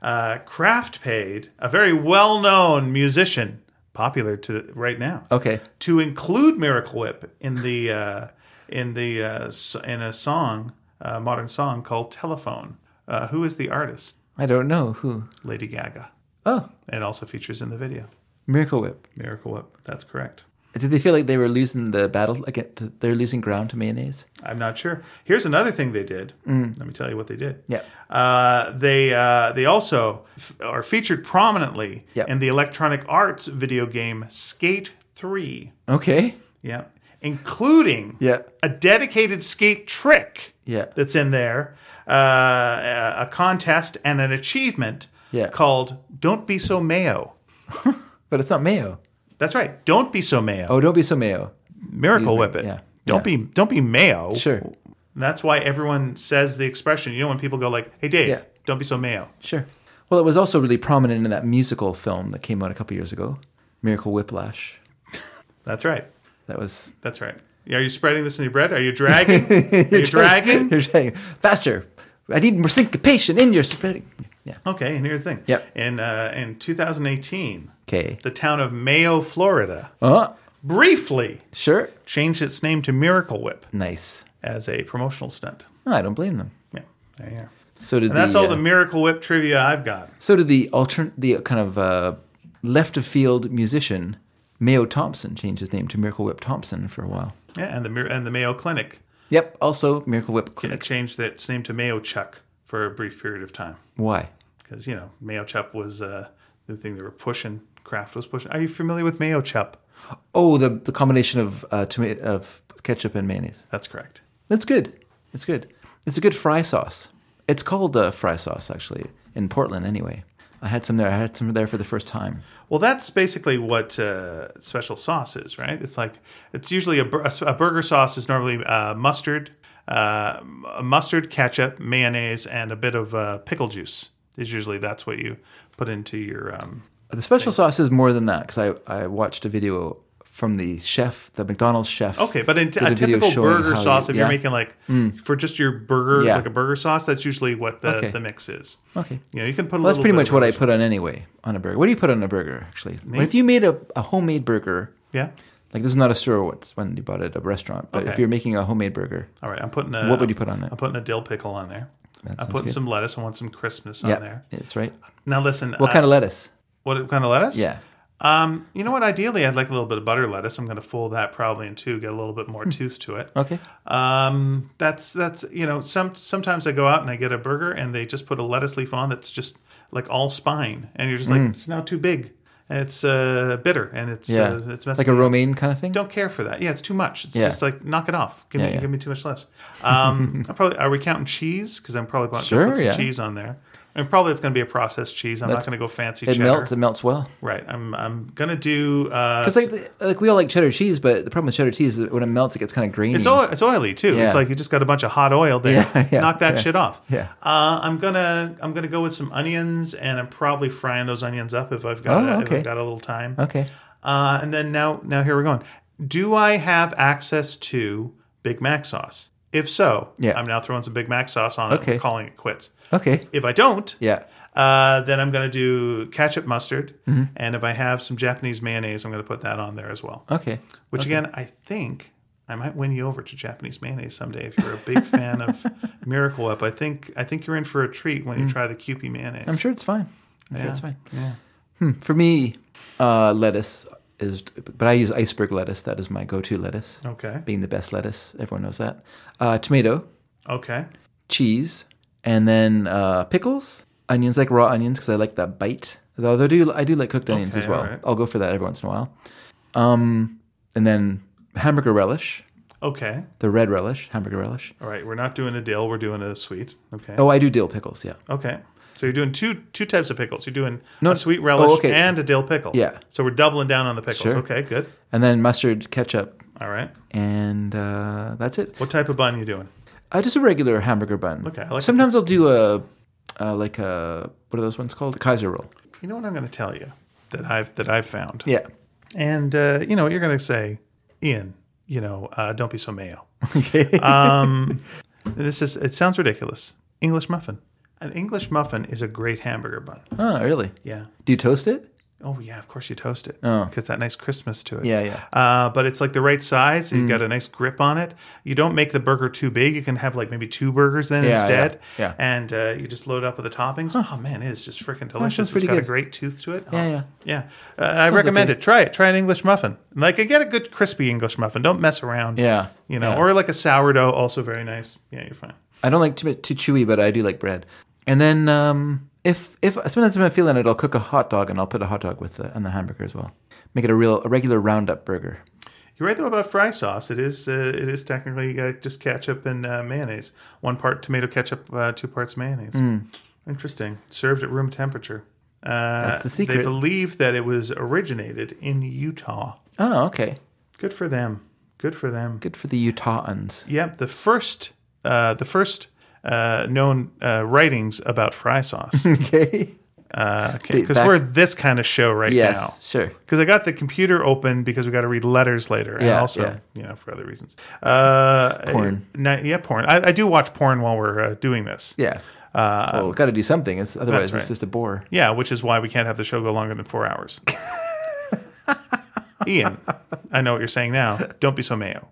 Speaker 3: Uh, Kraft paid a very well known musician, popular to right now,
Speaker 1: Okay.
Speaker 3: to include Miracle Whip in the uh, in the uh, s- in a song, a modern song called Telephone. Uh, who is the artist?
Speaker 1: I don't know who.
Speaker 3: Lady Gaga.
Speaker 1: Oh,
Speaker 3: It also features in the video.
Speaker 1: Miracle Whip.
Speaker 3: Miracle Whip. That's correct.
Speaker 1: Did they feel like they were losing the battle? Like uh, they're losing ground to mayonnaise?
Speaker 3: I'm not sure. Here's another thing they did. Let me tell you what they did.
Speaker 1: Mm. Yeah.
Speaker 3: Uh, they uh, they also f- are featured prominently
Speaker 1: Yep.
Speaker 3: in the Electronic Arts video game Skate 3.
Speaker 1: Okay.
Speaker 3: Yeah. Including
Speaker 1: Yeah.
Speaker 3: a dedicated skate trick
Speaker 1: Yeah.
Speaker 3: that's in there, uh, a a contest and an achievement
Speaker 1: Yeah.
Speaker 3: called Don't Be So Mayo.
Speaker 1: But it's not mayo.
Speaker 3: That's right. Don't be so mayo.
Speaker 1: Oh, don't be so mayo.
Speaker 3: Miracle Whip it.
Speaker 1: yeah.
Speaker 3: Don't
Speaker 1: Yeah.
Speaker 3: be don't be mayo.
Speaker 1: Sure.
Speaker 3: That's why everyone says the expression. You know when people go like, "Hey Dave,
Speaker 1: Yeah.
Speaker 3: don't be so mayo."
Speaker 1: Sure. Well, it was also really prominent in that musical film that came out a couple years ago, Miracle Whiplash.
Speaker 3: That's right.
Speaker 1: That was
Speaker 3: That's right. Yeah, Are you spreading this in your bread? Are you
Speaker 1: *laughs*
Speaker 3: dragging? Are you dragging?
Speaker 1: You're saying faster. I need more syncopation in your spreading. Yeah.
Speaker 3: Okay, and here's the thing.
Speaker 1: Yep.
Speaker 3: In uh, in 2018,
Speaker 1: Okay.
Speaker 3: the town of Mayo, Florida,
Speaker 1: Uh,
Speaker 3: briefly
Speaker 1: sure.
Speaker 3: changed its name to Miracle Whip
Speaker 1: Nice.
Speaker 3: as a promotional stunt.
Speaker 1: No, I don't blame them.
Speaker 3: Yeah, there you are.
Speaker 1: So did
Speaker 3: And that's
Speaker 1: the,
Speaker 3: all
Speaker 1: uh,
Speaker 3: the Miracle Whip trivia I've got.
Speaker 1: so did the altern the kind of uh, left of field musician Mayo Thompson changed his name to Miracle Whip Thompson for a while.
Speaker 3: Yeah, and the Mir- and the Mayo Clinic
Speaker 1: Yep. Also Miracle Whip. Clinic.
Speaker 3: It changed its name to Mayo Chuck for a brief period of time
Speaker 1: Why?
Speaker 3: because you know Mayo Chup was uh, the thing they were pushing. Kraft was pushing. Are you familiar with Mayo Chup?
Speaker 1: Oh, the the combination of uh, tomato of ketchup and mayonnaise.
Speaker 3: That's correct.
Speaker 1: That's good. It's good. It's a good fry sauce. It's called uh, fry sauce actually in Portland anyway. I had some there. I had some there for the first time.
Speaker 3: Well, that's basically what uh, special sauce is, right? It's like it's usually a, bur- a s- a burger sauce is normally uh, mustard, uh, m- mustard, ketchup, mayonnaise, and a bit of uh, pickle juice. Is usually that's what you put into your. Um,
Speaker 1: The special sauce is more than that because I, I watched a video from the chef, the McDonald's chef.
Speaker 3: okay, but in t-
Speaker 1: Did
Speaker 3: a
Speaker 1: video
Speaker 3: typical
Speaker 1: showing
Speaker 3: burger
Speaker 1: how you-
Speaker 3: sauce, if you're
Speaker 1: yeah. Hmm.
Speaker 3: making like for just your burger,
Speaker 1: Yeah.
Speaker 3: like a burger sauce, that's usually what the,
Speaker 1: Okay.
Speaker 3: the mix is.
Speaker 1: Okay.
Speaker 3: You know, you can put a
Speaker 1: Well,
Speaker 3: little
Speaker 1: that's pretty
Speaker 3: bit
Speaker 1: much
Speaker 3: of
Speaker 1: what I
Speaker 3: rubbish.
Speaker 1: put on anyway on a burger. What do you put on a burger actually? Well, if you made a, a homemade burger,
Speaker 3: Yeah.
Speaker 1: like this is not a store what's when you bought it at a restaurant, but if
Speaker 3: Okay. Uh,
Speaker 1: you're making a homemade burger,
Speaker 3: All right. I'm putting a.
Speaker 1: What would you put on it?
Speaker 3: I'm putting a dill pickle on there.
Speaker 1: That
Speaker 3: I'm
Speaker 1: sounds
Speaker 3: putting
Speaker 1: good.
Speaker 3: some lettuce. I want some crispness on there.
Speaker 1: it's right.
Speaker 3: Now listen. uh,
Speaker 1: What kind of lettuce?
Speaker 3: what kind of lettuce?
Speaker 1: Yeah.
Speaker 3: Um, you know what? Ideally, I'd like a little bit of butter lettuce. I'm going to fold that probably in two, get a little bit
Speaker 1: Hmm.
Speaker 3: more tooth to it.
Speaker 1: Okay.
Speaker 3: Um, that's that's you know some sometimes I go out and I get a burger and they just put a lettuce leaf on that's just like all spine, and you're just
Speaker 1: Hmm.
Speaker 3: like it's now too big, and it's uh, bitter, and it's
Speaker 1: Yeah.
Speaker 3: uh, it's messing
Speaker 1: like a romaine kind of thing.
Speaker 3: don't care for that. Yeah, it's too much. It's
Speaker 1: Yeah.
Speaker 3: just like knock it off. Give me
Speaker 1: Yeah, yeah.
Speaker 3: give me too much less. Um, *laughs* I probably are we counting cheese because I'm probably going to
Speaker 1: Sure,
Speaker 3: put some
Speaker 1: yeah.
Speaker 3: cheese on there, and probably it's going to be a processed cheese. I'm not going to go fancy.
Speaker 1: it
Speaker 3: cheddar.
Speaker 1: melts. It melts well.
Speaker 3: Right. I'm I'm gonna do. Uh,
Speaker 1: It's like like we all like cheddar cheese, but the problem with cheddar cheese is when it melts, it gets kind of grainy.
Speaker 3: it's, oil, it's oily too.
Speaker 1: Yeah.
Speaker 3: It's like you just got a bunch of hot oil there.
Speaker 1: *laughs* Yeah, yeah,
Speaker 3: Knock that
Speaker 1: yeah.
Speaker 3: shit off.
Speaker 1: Yeah.
Speaker 3: Uh, I'm gonna I'm gonna go with some onions, and I'm probably frying those onions up if I've got
Speaker 1: Oh,
Speaker 3: a, if
Speaker 1: okay.
Speaker 3: I've got a little time.
Speaker 1: okay.
Speaker 3: Uh, and then now now here we're going. Do I have access to Big Mac sauce? If so,
Speaker 1: Yeah.
Speaker 3: I'm now throwing some Big Mac sauce on it
Speaker 1: Okay.
Speaker 3: and calling it quits.
Speaker 1: Okay.
Speaker 3: If I don't,
Speaker 1: Yeah.
Speaker 3: uh, then I'm going to do ketchup mustard.
Speaker 1: Mm-hmm.
Speaker 3: And if I have some Japanese mayonnaise, I'm going to put that on there as well.
Speaker 1: Okay.
Speaker 3: Which again, I think I might win you over to Japanese mayonnaise someday if you're a
Speaker 1: *laughs*
Speaker 3: big fan of Miracle Whip. I think I think you're in for a treat when you try the Kewpie mayonnaise.
Speaker 1: Mm. I'm sure it's fine. I'm sure
Speaker 3: Yeah.
Speaker 1: it's fine.
Speaker 3: Yeah.
Speaker 1: Hmm. For me, uh, lettuce is, but I use iceberg lettuce. That is my go-to lettuce,
Speaker 3: Okay.
Speaker 1: being the best lettuce. Everyone knows that. Uh, tomato,
Speaker 3: Okay.
Speaker 1: cheese, and then uh, pickles, onions, like raw onions, because I like that bite. Although I do, I do like cooked onions
Speaker 3: Okay,
Speaker 1: as well.
Speaker 3: alright.
Speaker 1: I'll go for that every once in a while. Um, and then hamburger relish,
Speaker 3: Okay.
Speaker 1: the red relish, hamburger relish.
Speaker 3: All right. We're not doing a dill. We're doing a sweet. Okay.
Speaker 1: Oh, I do dill pickles. Yeah.
Speaker 3: Okay. So you're doing two two types of pickles. You're doing
Speaker 1: No,
Speaker 3: a sweet relish
Speaker 1: oh, okay.
Speaker 3: and a dill pickle.
Speaker 1: Yeah.
Speaker 3: So we're doubling down on the pickles.
Speaker 1: Sure.
Speaker 3: Okay, good.
Speaker 1: and then mustard, ketchup,
Speaker 3: All right.
Speaker 1: and uh, that's it.
Speaker 3: What type of bun you doing?
Speaker 1: Uh, just a regular hamburger bun.
Speaker 3: Okay, I like
Speaker 1: Sometimes I'll do a uh, like a what are those ones called? A Kaiser roll.
Speaker 3: You know what I'm going to tell you that I've that I've found.
Speaker 1: Yeah. *laughs*
Speaker 3: And uh, you know what you're going to say, Ian. You know, uh, don't be so mayo.
Speaker 1: *laughs* Okay.
Speaker 3: Um, this is it sounds ridiculous. English muffin. An English muffin is a great hamburger bun.
Speaker 1: oh, really?
Speaker 3: Yeah.
Speaker 1: Do you toast it?
Speaker 3: Oh yeah, of course you toast it.
Speaker 1: Oh.
Speaker 3: Because that nice crispness to it.
Speaker 1: Yeah, yeah.
Speaker 3: Uh, but it's like the right size.
Speaker 1: Mm.
Speaker 3: You've got a nice grip on it. You don't make the burger too big. You can have like maybe two burgers then
Speaker 1: Yeah,
Speaker 3: instead.
Speaker 1: yeah, yeah.
Speaker 3: And uh, you just load it up with the toppings. Oh man, it is just freaking delicious. It's
Speaker 1: pretty
Speaker 3: got a
Speaker 1: good.
Speaker 3: great tooth to it. Oh,
Speaker 1: Yeah, yeah.
Speaker 3: yeah. Uh, I recommend it. Try it. Try an English muffin. Like get a good crispy English muffin. Don't mess around.
Speaker 1: Yeah.
Speaker 3: You know,
Speaker 1: Yeah.
Speaker 3: or like a sourdough, also very nice. Yeah, you're fine.
Speaker 1: I don't like too much- too chewy, but I do like bread. And then um, if if sometimes I'm feeling it, I'll cook a hot dog and I'll put a hot dog with the, on the hamburger as well. Make it a real a regular roundup burger.
Speaker 3: You're right though about fry sauce. It is uh, it is technically uh, just ketchup and uh, mayonnaise. One part tomato ketchup, uh, two parts mayonnaise.
Speaker 1: Hmm.
Speaker 3: Interesting. Served at room temperature. Uh, That's
Speaker 1: the secret.
Speaker 3: They believe that it was originated in Utah.
Speaker 1: Oh, okay.
Speaker 3: Good for them. Good for them.
Speaker 1: Good for the Utahans.
Speaker 3: Yep. The first uh, the first uh, known uh, writings about fry
Speaker 1: *laughs*
Speaker 3: sauce.
Speaker 1: *laughs*
Speaker 3: Uh,
Speaker 1: Okay.
Speaker 3: Because
Speaker 1: Date back-
Speaker 3: we're this kind of show right
Speaker 1: Yes.
Speaker 3: now.
Speaker 1: Sure.
Speaker 3: Because I got the computer open because we got to read letters later, and
Speaker 1: Yeah,
Speaker 3: also
Speaker 1: yeah.
Speaker 3: you know for other reasons. Uh,
Speaker 1: Porn.
Speaker 3: I- no, yeah, porn. I, I do watch porn while we're uh, doing this.
Speaker 1: Yeah. Uh, well, got to do something. It's, otherwise,
Speaker 3: right.
Speaker 1: it's just a bore.
Speaker 3: Yeah, which is why we can't have the show go longer than
Speaker 1: *laughs*
Speaker 3: four hours. Ian, I know what you're saying now. Don't be so
Speaker 1: *laughs*
Speaker 3: mayo.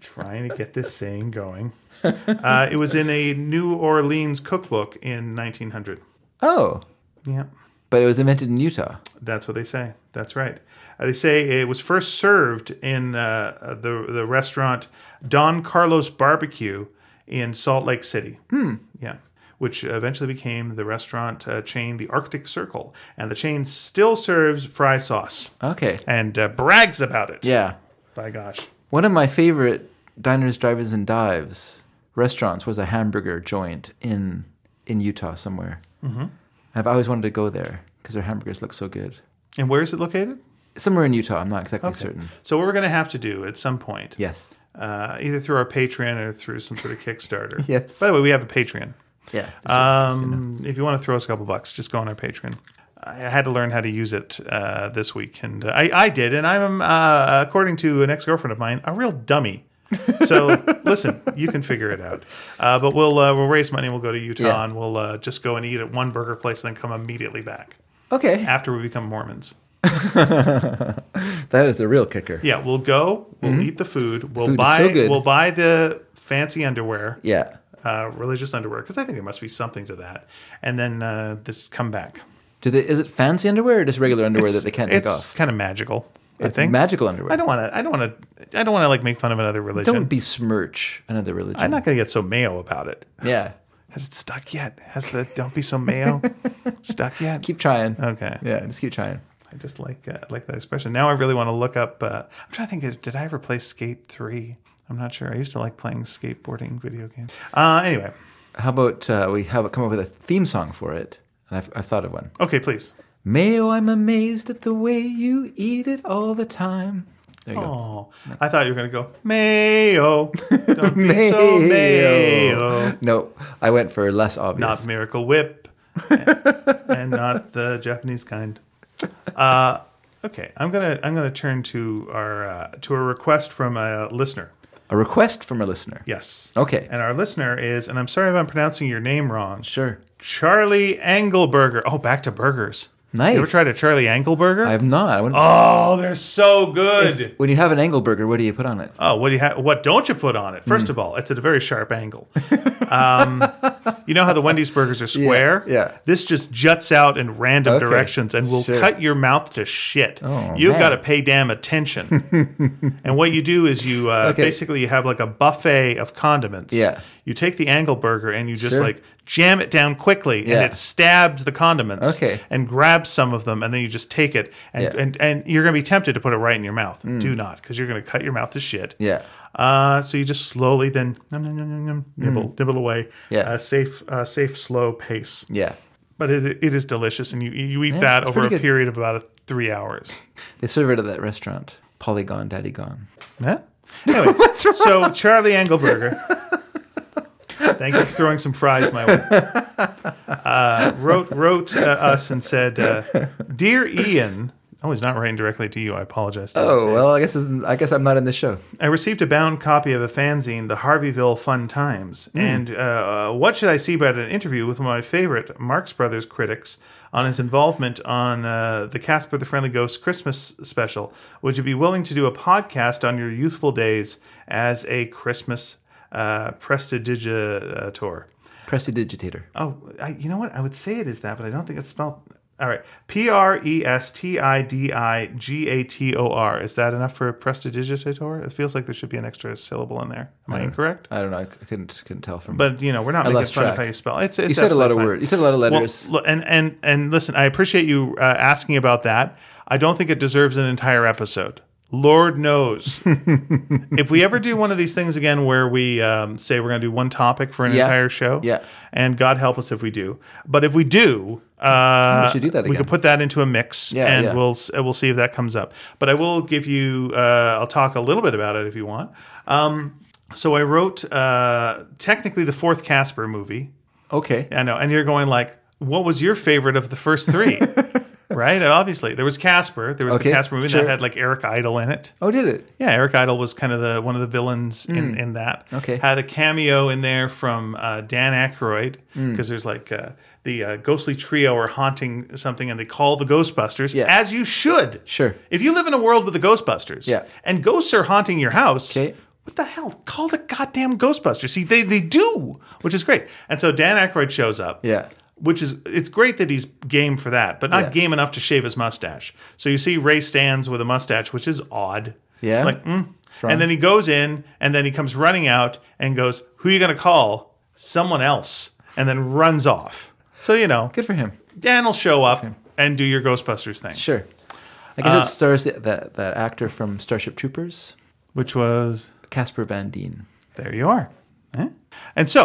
Speaker 3: Trying to get this saying going. Uh, it was in a New Orleans cookbook in 1900.
Speaker 1: Oh,
Speaker 3: Yeah.
Speaker 1: but it was invented in Utah.
Speaker 3: That's what they say. That's right. Uh, they say it was first served in uh, uh, the the restaurant Don Carlos Barbecue in Salt Lake City. Hmm. Yeah. Which eventually became the restaurant uh, chain, the Arctic Circle, and the chain still serves fry sauce
Speaker 1: Okay.
Speaker 3: and uh, brags about it.
Speaker 1: Yeah.
Speaker 3: By gosh,
Speaker 1: One of my favorite diners, drivers, and dives restaurants was a hamburger joint in in Utah somewhere. Mm-hmm. I've always wanted to go there because their hamburgers look so good.
Speaker 3: and where is it located?
Speaker 1: Somewhere in Utah, I'm not exactly certain.
Speaker 3: So what we're going to have to do at some point,
Speaker 1: Yes.
Speaker 3: uh, either through our Patreon or through some sort of Kickstarter.
Speaker 1: *laughs* Yes.
Speaker 3: By the way, we have a Patreon.
Speaker 1: Yeah.
Speaker 3: Um, if you want to throw us a couple bucks, just go on our Patreon. I had to learn how to use it uh, this week, and I, I did. And I'm, uh, according to an ex girlfriend of mine, a real dummy.
Speaker 1: *laughs*
Speaker 3: so listen, you can figure it out. Uh, but we'll uh, we'll raise money. We'll go to Utah,
Speaker 1: Yeah.
Speaker 3: and we'll uh, just go and eat at one burger place, and then come immediately back
Speaker 1: okay.
Speaker 3: after we become Mormons.
Speaker 1: That is the real kicker.
Speaker 3: Yeah, we'll go. We'll eat the food. We'll
Speaker 1: Mm-hmm. Food is
Speaker 3: buy.
Speaker 1: so good.
Speaker 3: we'll buy the fancy underwear,
Speaker 1: Yeah.
Speaker 3: uh, religious underwear, because I think there must be something to that. And then uh, this come back.
Speaker 1: Do they? Is it fancy underwear or just regular underwear that they can't take
Speaker 3: it's
Speaker 1: off?
Speaker 3: kind of magical. I
Speaker 1: It's
Speaker 3: think
Speaker 1: magical
Speaker 3: I
Speaker 1: underwear.
Speaker 3: don't want to. I don't want to. I don't want to like make fun of another religion.
Speaker 1: Don't besmirch another religion.
Speaker 3: I'm not going to get so mayo about it.
Speaker 1: Yeah.
Speaker 3: Has it stuck yet? Has the don't be
Speaker 1: *laughs*
Speaker 3: so mayo stuck yet?
Speaker 1: Keep trying.
Speaker 3: okay.
Speaker 1: Yeah. Just keep trying.
Speaker 3: I just like uh, like that expression. Now I really want to look up. Uh, I'm trying to think. of- Did I ever play Skate Three? I'm not sure. I used to like playing skateboarding video games. Uh, anyway,
Speaker 1: How about uh, we have come up with a theme song for it? And I've, I've thought of one.
Speaker 3: okay, please.
Speaker 1: Mayo, I'm amazed at the way you eat it all the time. There you go.
Speaker 3: Oh, I thought you were going to go mayo. Don't
Speaker 1: *laughs*
Speaker 3: be so mayo.
Speaker 1: No, I went for less
Speaker 3: not
Speaker 1: obvious.
Speaker 3: Miracle Whip, and not the Japanese kind. Uh, okay, I'm gonna I'm gonna turn to our uh, to a request from a listener.
Speaker 1: a request from a listener.
Speaker 3: Yes,
Speaker 1: Okay.
Speaker 3: and our listener is, and I'm sorry if I'm pronouncing your name wrong.
Speaker 1: Sure.
Speaker 3: Charlie Engelberger. Oh, back to burgers.
Speaker 1: Nice.
Speaker 3: You ever tried a Charlie Engelberger?
Speaker 1: I have not. I wouldn't-
Speaker 3: oh, they're so good.
Speaker 1: When you have an angle burger, what do you put on it?
Speaker 3: Oh, what do you ha- what don't you put on it?
Speaker 1: Hmm.
Speaker 3: First of all, it's at a very sharp angle. Um, you know how the Wendy's burgers are square?
Speaker 1: *laughs* yeah.
Speaker 3: This just juts out in random
Speaker 1: Okay,
Speaker 3: directions and will
Speaker 1: sure.
Speaker 3: cut your mouth to shit.
Speaker 1: Oh,
Speaker 3: You've
Speaker 1: man.
Speaker 3: got to pay damn attention.
Speaker 1: *laughs*
Speaker 3: and what you do is you uh,
Speaker 1: Okay.
Speaker 3: basically you have like a buffet of condiments.
Speaker 1: Yeah.
Speaker 3: You take the angle burger and you just
Speaker 1: Sure.
Speaker 3: like jam it down quickly
Speaker 1: Yeah.
Speaker 3: and it stabs the condiments
Speaker 1: Okay.
Speaker 3: and grabs some of them and then you just take it and,
Speaker 1: Yeah. Mm.
Speaker 3: and, and you're going to be tempted to put it right in your mouth. Do not because you're going to cut your mouth to shit.
Speaker 1: Yeah.
Speaker 3: Uh, so you just slowly then nom, nom, nom, nom, nom, nibble, nibble away.
Speaker 1: Mm. Yeah.
Speaker 3: Uh, safe, uh, safe, slow pace.
Speaker 1: Yeah.
Speaker 3: but it, it is delicious, and you you eat
Speaker 1: Yeah,
Speaker 3: that
Speaker 1: it's
Speaker 3: over a
Speaker 1: pretty good.
Speaker 3: period of about a, three hours.
Speaker 1: They serve it at that restaurant, Polygon Daddy Gone.
Speaker 3: Huh? Anyway, so Charlie Engelberger. Thank you for throwing some fries my way. Uh, wrote wrote uh, us and said, uh, "Dear Ian, oh, he's not writing directly to you. I apologize. to
Speaker 1: Oh well, I guess this is, I guess I'm not in the show.
Speaker 3: I received a bound copy of a fanzine, The Harveyville Fun Times, and uh, what should I see but an interview with one of my favorite Marx Brothers critics on his involvement on uh, the Casper the Friendly Ghost Christmas special? Would you be willing to do a podcast on your youthful days as a Christmas uh, prestidigitator?
Speaker 1: Prestidigitator.
Speaker 3: Oh, I, you know what? I would say it is that, but I don't think it's spelled. All right, P R E S T I D I G A T O R. Is that enough for prestidigitator? It feels like there should be an extra syllable in there. Am I incorrect?
Speaker 1: I don't know. I couldn't couldn't tell from.
Speaker 3: But you know, we're not making
Speaker 1: lost
Speaker 3: fun of
Speaker 1: track.
Speaker 3: how you spell. It's, it's
Speaker 1: you said a lot
Speaker 3: absolutely
Speaker 1: of
Speaker 3: fine.
Speaker 1: words. You said a lot of
Speaker 3: Well,
Speaker 1: letters.
Speaker 3: look, and and and listen, I appreciate you uh, asking about that. I don't think it deserves an entire episode.
Speaker 1: *laughs*
Speaker 3: Lord knows. if we ever do one of these things again, where we um, say we're going to do one topic for an
Speaker 1: Yeah.
Speaker 3: entire show,
Speaker 1: Yeah.
Speaker 3: and God help us if we do. But if we do, uh,
Speaker 1: We should do that
Speaker 3: we
Speaker 1: again.
Speaker 3: could put that into a mix,
Speaker 1: Yeah,
Speaker 3: and
Speaker 1: yeah.
Speaker 3: we'll s- we'll see if that comes up. But I will give you. Uh, I'll talk a little bit about it if you want. Um, so I wrote uh, technically the fourth Casper movie.
Speaker 1: okay.
Speaker 3: I know. And you're going like, what was your favorite of the
Speaker 1: *laughs*
Speaker 3: first three? right? Obviously, there was Casper. There was
Speaker 1: Okay,
Speaker 3: the Casper movie
Speaker 1: sure.
Speaker 3: that had like Eric Idle in it.
Speaker 1: Oh, did it?
Speaker 3: Yeah, Eric Idle was kind of the one of the villains in, in that.
Speaker 1: Hmm. Okay.
Speaker 3: had a cameo in there from uh, Dan Aykroyd
Speaker 1: Hmm.
Speaker 3: because there's like uh, the uh, ghostly trio are haunting something, and they call the Ghostbusters
Speaker 1: Yeah.
Speaker 3: as you should.
Speaker 1: Sure.
Speaker 3: If you live in a world with the Ghostbusters,
Speaker 1: Yeah.
Speaker 3: and ghosts are haunting your house,
Speaker 1: Okay.
Speaker 3: what the hell? Call the goddamn Ghostbusters. See, they they do, which is great. And so Dan Aykroyd shows up.
Speaker 1: Yeah.
Speaker 3: Which is it's great that he's game for that, but not
Speaker 1: Yeah.
Speaker 3: game enough to shave his mustache. So you see Ray stands with a mustache, which is odd.
Speaker 1: Yeah.
Speaker 3: It's like, mm.
Speaker 1: wrong.
Speaker 3: and then he goes in, and then he comes running out and goes, "Who you gonna call? Someone else," and then runs off. So you know,
Speaker 1: Good for him.
Speaker 3: Dan will show up and do your Ghostbusters thing,
Speaker 1: Sure. I
Speaker 3: Uh,
Speaker 1: guess it stars that, that that actor from Starship Troopers,
Speaker 3: which was
Speaker 1: Casper Van Dien.
Speaker 3: There you are. Eh? And so,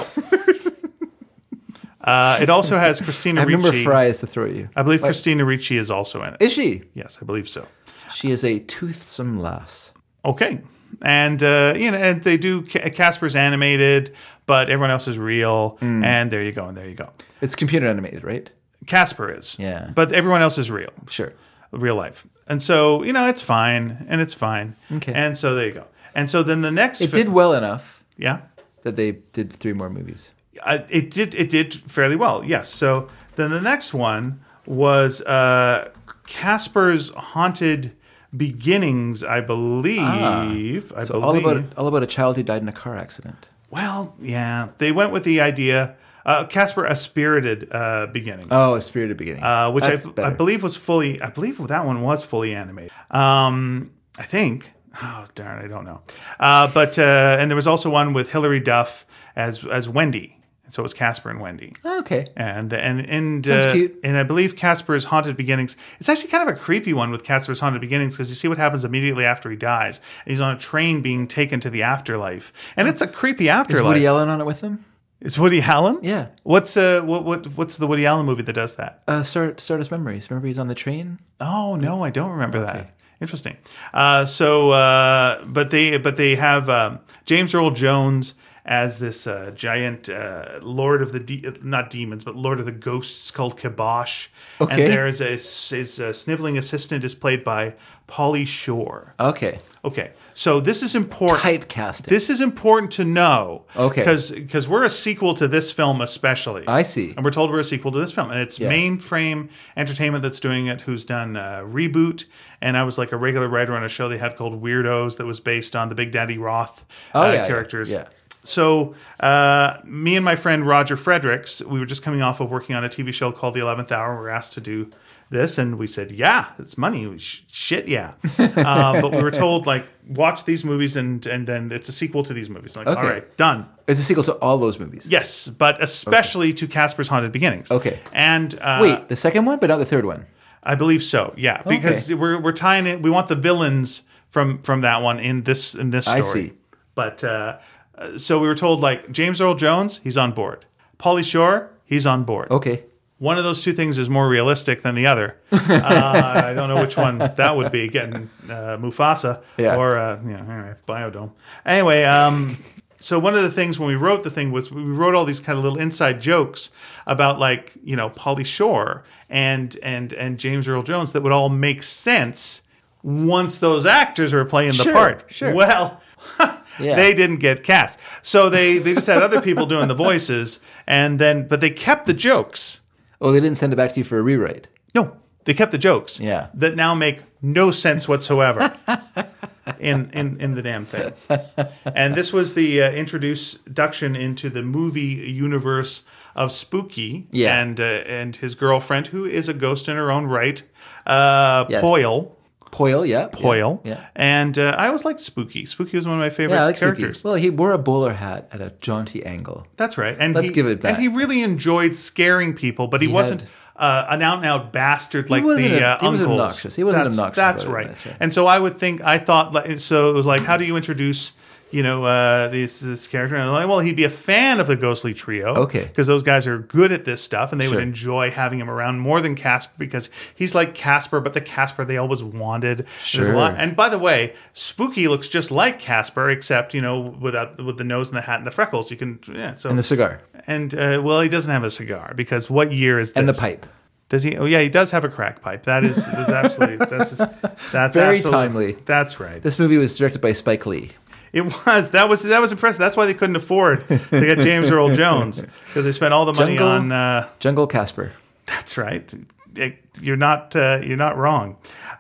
Speaker 3: uh, it also has Christina
Speaker 1: I have a number of
Speaker 3: Ricci.
Speaker 1: fries to throw at you.
Speaker 3: I believe Christina Ricci is also in it.
Speaker 1: Is she?
Speaker 3: Yes, I believe so.
Speaker 1: She is a toothsome lass.
Speaker 3: Okay. And, uh, you know, and they do, Ca- Casper's animated, but everyone else is real. And there you go, and there you go.
Speaker 1: It's computer animated, right?
Speaker 3: Casper is.
Speaker 1: Yeah.
Speaker 3: But everyone else is real.
Speaker 1: Sure.
Speaker 3: real life. And so, you know, it's fine and it's fine.
Speaker 1: Okay.
Speaker 3: And so there you go. And so then the next
Speaker 1: It did well enough
Speaker 3: yeah.
Speaker 1: that they did three more movies.
Speaker 3: Uh, it did it did fairly well. Yes. So then the next one was uh Casper's Haunted Beginnings, I believe. I
Speaker 1: Ah. So all
Speaker 3: believe.
Speaker 1: about all about a child who died in a car accident.
Speaker 3: well, yeah. They went with the idea uh, Casper a spirited uh, beginning.
Speaker 1: Oh, a spirited beginning.
Speaker 3: uh, which I,
Speaker 1: That's
Speaker 3: I
Speaker 1: better.
Speaker 3: believe was fully I believe that one was fully animated. Um, I think. Oh darn, I don't know. Uh, but uh, and there was also one with Hilary Duff as as Wendy. So it was Casper and Wendy.
Speaker 1: Okay.
Speaker 3: And and and
Speaker 1: Sounds
Speaker 3: uh,
Speaker 1: cute.
Speaker 3: and I believe Casper's haunted beginnings. It's actually kind of a creepy one with Casper's haunted beginnings because you see what happens immediately after he dies. And he's on a train being taken to the afterlife, and it's a
Speaker 1: Is
Speaker 3: creepy afterlife.
Speaker 1: Woody Allen on it with him?
Speaker 3: it's Woody Allen.
Speaker 1: Yeah.
Speaker 3: What's uh what what what's the Woody Allen movie that does that?
Speaker 1: Uh, Star, Stardust Memories. Remember he's on the train?
Speaker 3: Oh no, I don't remember that. Interesting. Uh, so, uh, but they but they have um, James Earl Jones as this uh, giant uh, Lord of the de- not demons, but Lord of the ghosts called Kibosh.
Speaker 1: Okay.
Speaker 3: And there's a his uh, sniveling assistant is played by Polly Shore.
Speaker 1: Okay.
Speaker 3: Okay, so this is important.
Speaker 1: Typecasting.
Speaker 3: This is important to know.
Speaker 1: Okay.
Speaker 3: Because we're a sequel to this film, especially.
Speaker 1: I see.
Speaker 3: And we're told we're a sequel to this film. And it's Mainframe Entertainment that's doing it, who's done uh, Reboot. And I was like a regular writer on a show they had called Weirdos that was based on the Big Daddy Roth
Speaker 1: Oh,
Speaker 3: uh,
Speaker 1: yeah, yeah,
Speaker 3: characters.
Speaker 1: yeah.
Speaker 3: So, uh, me and my friend Roger Fredericks, we were just coming off of working on a TV show called The Eleventh Hour. We were asked to do this, and we said, "Yeah, it's money. We sh-
Speaker 1: *laughs*
Speaker 3: shit, yeah." uh, but we were told, like, watch these movies, and and then it's a sequel to these movies. Like, all
Speaker 1: Okay.
Speaker 3: right, done.
Speaker 1: It's a sequel to all those movies.
Speaker 3: Yes, but especially to Casper's Haunted Beginnings.
Speaker 1: Okay.
Speaker 3: And uh,
Speaker 1: Wait, the second one, but not the third one.
Speaker 3: I believe so. Yeah, because we're we're tying it. We want the villains from from that one in this in this story.
Speaker 1: I see.
Speaker 3: But uh, uh, so we were told like James Earl Jones, he's on board. Polly Shore, he's on board.
Speaker 1: Okay.
Speaker 3: one of those two things is more realistic than
Speaker 1: *laughs*
Speaker 3: the other. Uh, I don't know which one that would be getting uh, Mufasa
Speaker 1: Yeah.
Speaker 3: or uh, you know, anyway, Biodome. Anyway, um, so one of the things when we wrote the thing was we wrote all these kind of little inside jokes about like you know Polly Shore and and and James Earl Jones that would all make sense once those actors were playing the
Speaker 1: Sure,
Speaker 3: part.
Speaker 1: sure.
Speaker 3: Well. *laughs*
Speaker 1: Yeah.
Speaker 3: They didn't get cast, so they they just had other people doing the voices, and then but they kept the jokes.
Speaker 1: Oh, they didn't send it back to you for a rewrite.
Speaker 3: No, they kept the jokes.
Speaker 1: Yeah.
Speaker 3: That now make no
Speaker 1: *laughs*
Speaker 3: sense whatsoever in, in, in the damn thing. And this was the uh, introduction into the movie universe of Spooky
Speaker 1: Yeah.
Speaker 3: and, uh, and his girlfriend, who is a ghost in her own right, uh,
Speaker 1: Yes.
Speaker 3: Poyle.
Speaker 1: Poyle, yeah.
Speaker 3: Poyle.
Speaker 1: Yeah. yeah.
Speaker 3: And uh, I always liked Spooky. Spooky was one of my favorite
Speaker 1: Yeah, I like
Speaker 3: characters.
Speaker 1: characters. Well, he wore a bowler hat at a jaunty angle.
Speaker 3: That's right. And
Speaker 1: Let's
Speaker 3: he,
Speaker 1: give it back.
Speaker 3: And he really enjoyed scaring people, but he,
Speaker 1: had-
Speaker 3: wasn't uh, an out and out bastard like
Speaker 1: wasn't
Speaker 3: the
Speaker 1: a-
Speaker 3: uh,
Speaker 1: he wasn't
Speaker 3: uncles.
Speaker 1: obnoxious. He wasn't
Speaker 3: that's,
Speaker 1: obnoxious
Speaker 3: That's
Speaker 1: about it.
Speaker 3: right.
Speaker 1: That's right.
Speaker 3: And so I would think I thought like, so. It was like, how do you introduce? You know uh, this this character, and I'm like, well, he'd be a fan of the Ghostly Trio,
Speaker 1: Okay.
Speaker 3: because those guys are good at this stuff, and they
Speaker 1: Sure.
Speaker 3: would enjoy having him around more than Casper because he's like Casper, but the Casper they always wanted. There's a
Speaker 1: Sure.
Speaker 3: lot- and by the way, Spooky looks just like Casper, except you know without with the nose and the hat and the freckles. You can yeah. So
Speaker 1: And the cigar.
Speaker 3: and uh, well, he doesn't have a cigar because what year is this?
Speaker 1: And the pipe.
Speaker 3: Does he? Oh yeah, he does have a crack pipe. That is that's absolutely that's
Speaker 1: *laughs*
Speaker 3: that's
Speaker 1: Very
Speaker 3: absolute-
Speaker 1: timely.
Speaker 3: That's right.
Speaker 1: This movie was directed by Spike Lee.
Speaker 3: It was that was that was impressive. That's why they couldn't afford to get James Earl Jones because they spent all the money
Speaker 1: Jungle.
Speaker 3: on. Uh,
Speaker 1: Jungle
Speaker 3: *laughs*
Speaker 1: Casper.
Speaker 3: that's right. It- you're not uh, you're not wrong.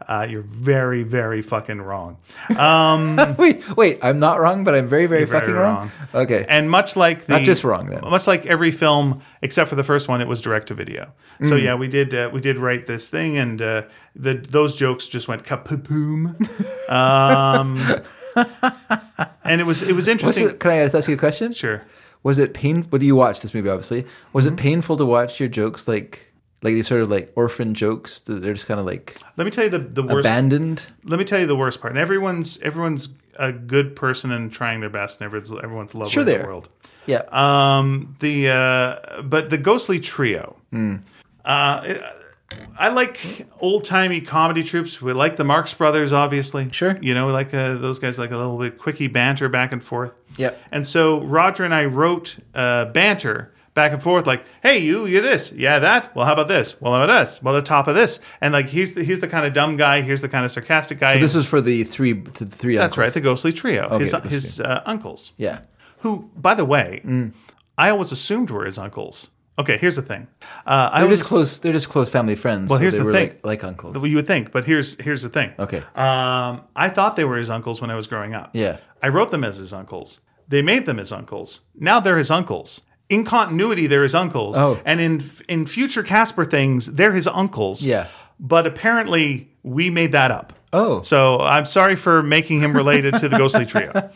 Speaker 3: Uh, you're very very fucking wrong.
Speaker 1: wait, wait, I'm not wrong, but I'm very, very
Speaker 3: very
Speaker 1: fucking wrong. Okay.
Speaker 3: And much like the,
Speaker 1: Not just wrong, then.
Speaker 3: Much like every film except for the first one, it was direct to video. So
Speaker 1: Mm.
Speaker 3: yeah, we did uh, we did write this thing, and uh, the those jokes just
Speaker 1: *laughs*
Speaker 3: went kapoom. Um, and it was it was
Speaker 1: Was
Speaker 3: interesting.
Speaker 1: it, can I ask you a question?
Speaker 3: Sure. Mm-hmm.
Speaker 1: Was it painful? What do you watch this movie? Obviously, was it painful to watch your jokes like like these sort of like orphan jokes that they're just kind of like
Speaker 3: Let me tell you the the worst.
Speaker 1: abandoned?
Speaker 3: let me tell you the worst part. And everyone's everyone's a good person and trying their best, and everyone's everyone's lovely
Speaker 1: Sure
Speaker 3: in
Speaker 1: they
Speaker 3: the
Speaker 1: are.
Speaker 3: world.
Speaker 1: Yeah,
Speaker 3: Um, the uh, but the Ghostly Trio.
Speaker 1: Hmm.
Speaker 3: Uh, it- I like old timey comedy troops. We like the Marx Brothers, obviously.
Speaker 1: Sure.
Speaker 3: you know, we like uh, those guys like a little bit quickie banter back and forth.
Speaker 1: Yep.
Speaker 3: And so Roger and I wrote uh, banter back and forth, like, "Hey, you, you this, yeah, that. Well, how about this? Well, how about this? Well, the top of this." And like, he's the, he's the kind of dumb guy. Here's the kind of sarcastic guy.
Speaker 1: this was for the three the three.
Speaker 3: That's right, the Ghostly Trio. his
Speaker 1: the Ghostly
Speaker 3: his uh, uncles
Speaker 1: yeah,
Speaker 3: who, by the way,
Speaker 1: Mm.
Speaker 3: I always assumed were his uncles. Okay, here's the thing. Uh, I
Speaker 1: they're
Speaker 3: was
Speaker 1: just close. They're just close family friends. Well, so
Speaker 3: here's
Speaker 1: they
Speaker 3: the
Speaker 1: were
Speaker 3: thing.
Speaker 1: like, like uncles.
Speaker 3: well, you would think, but here's here's the thing.
Speaker 1: Okay.
Speaker 3: Um, I thought they were his uncles when I was growing up.
Speaker 1: Yeah.
Speaker 3: I wrote them as his uncles. They made them his uncles. Now they're his uncles. In continuity, they're his uncles.
Speaker 1: Oh.
Speaker 3: And in in future Casper things, they're his uncles.
Speaker 1: Yeah.
Speaker 3: But apparently, we made that up.
Speaker 1: Oh.
Speaker 3: So I'm sorry for making him related to the Ghostly Trio.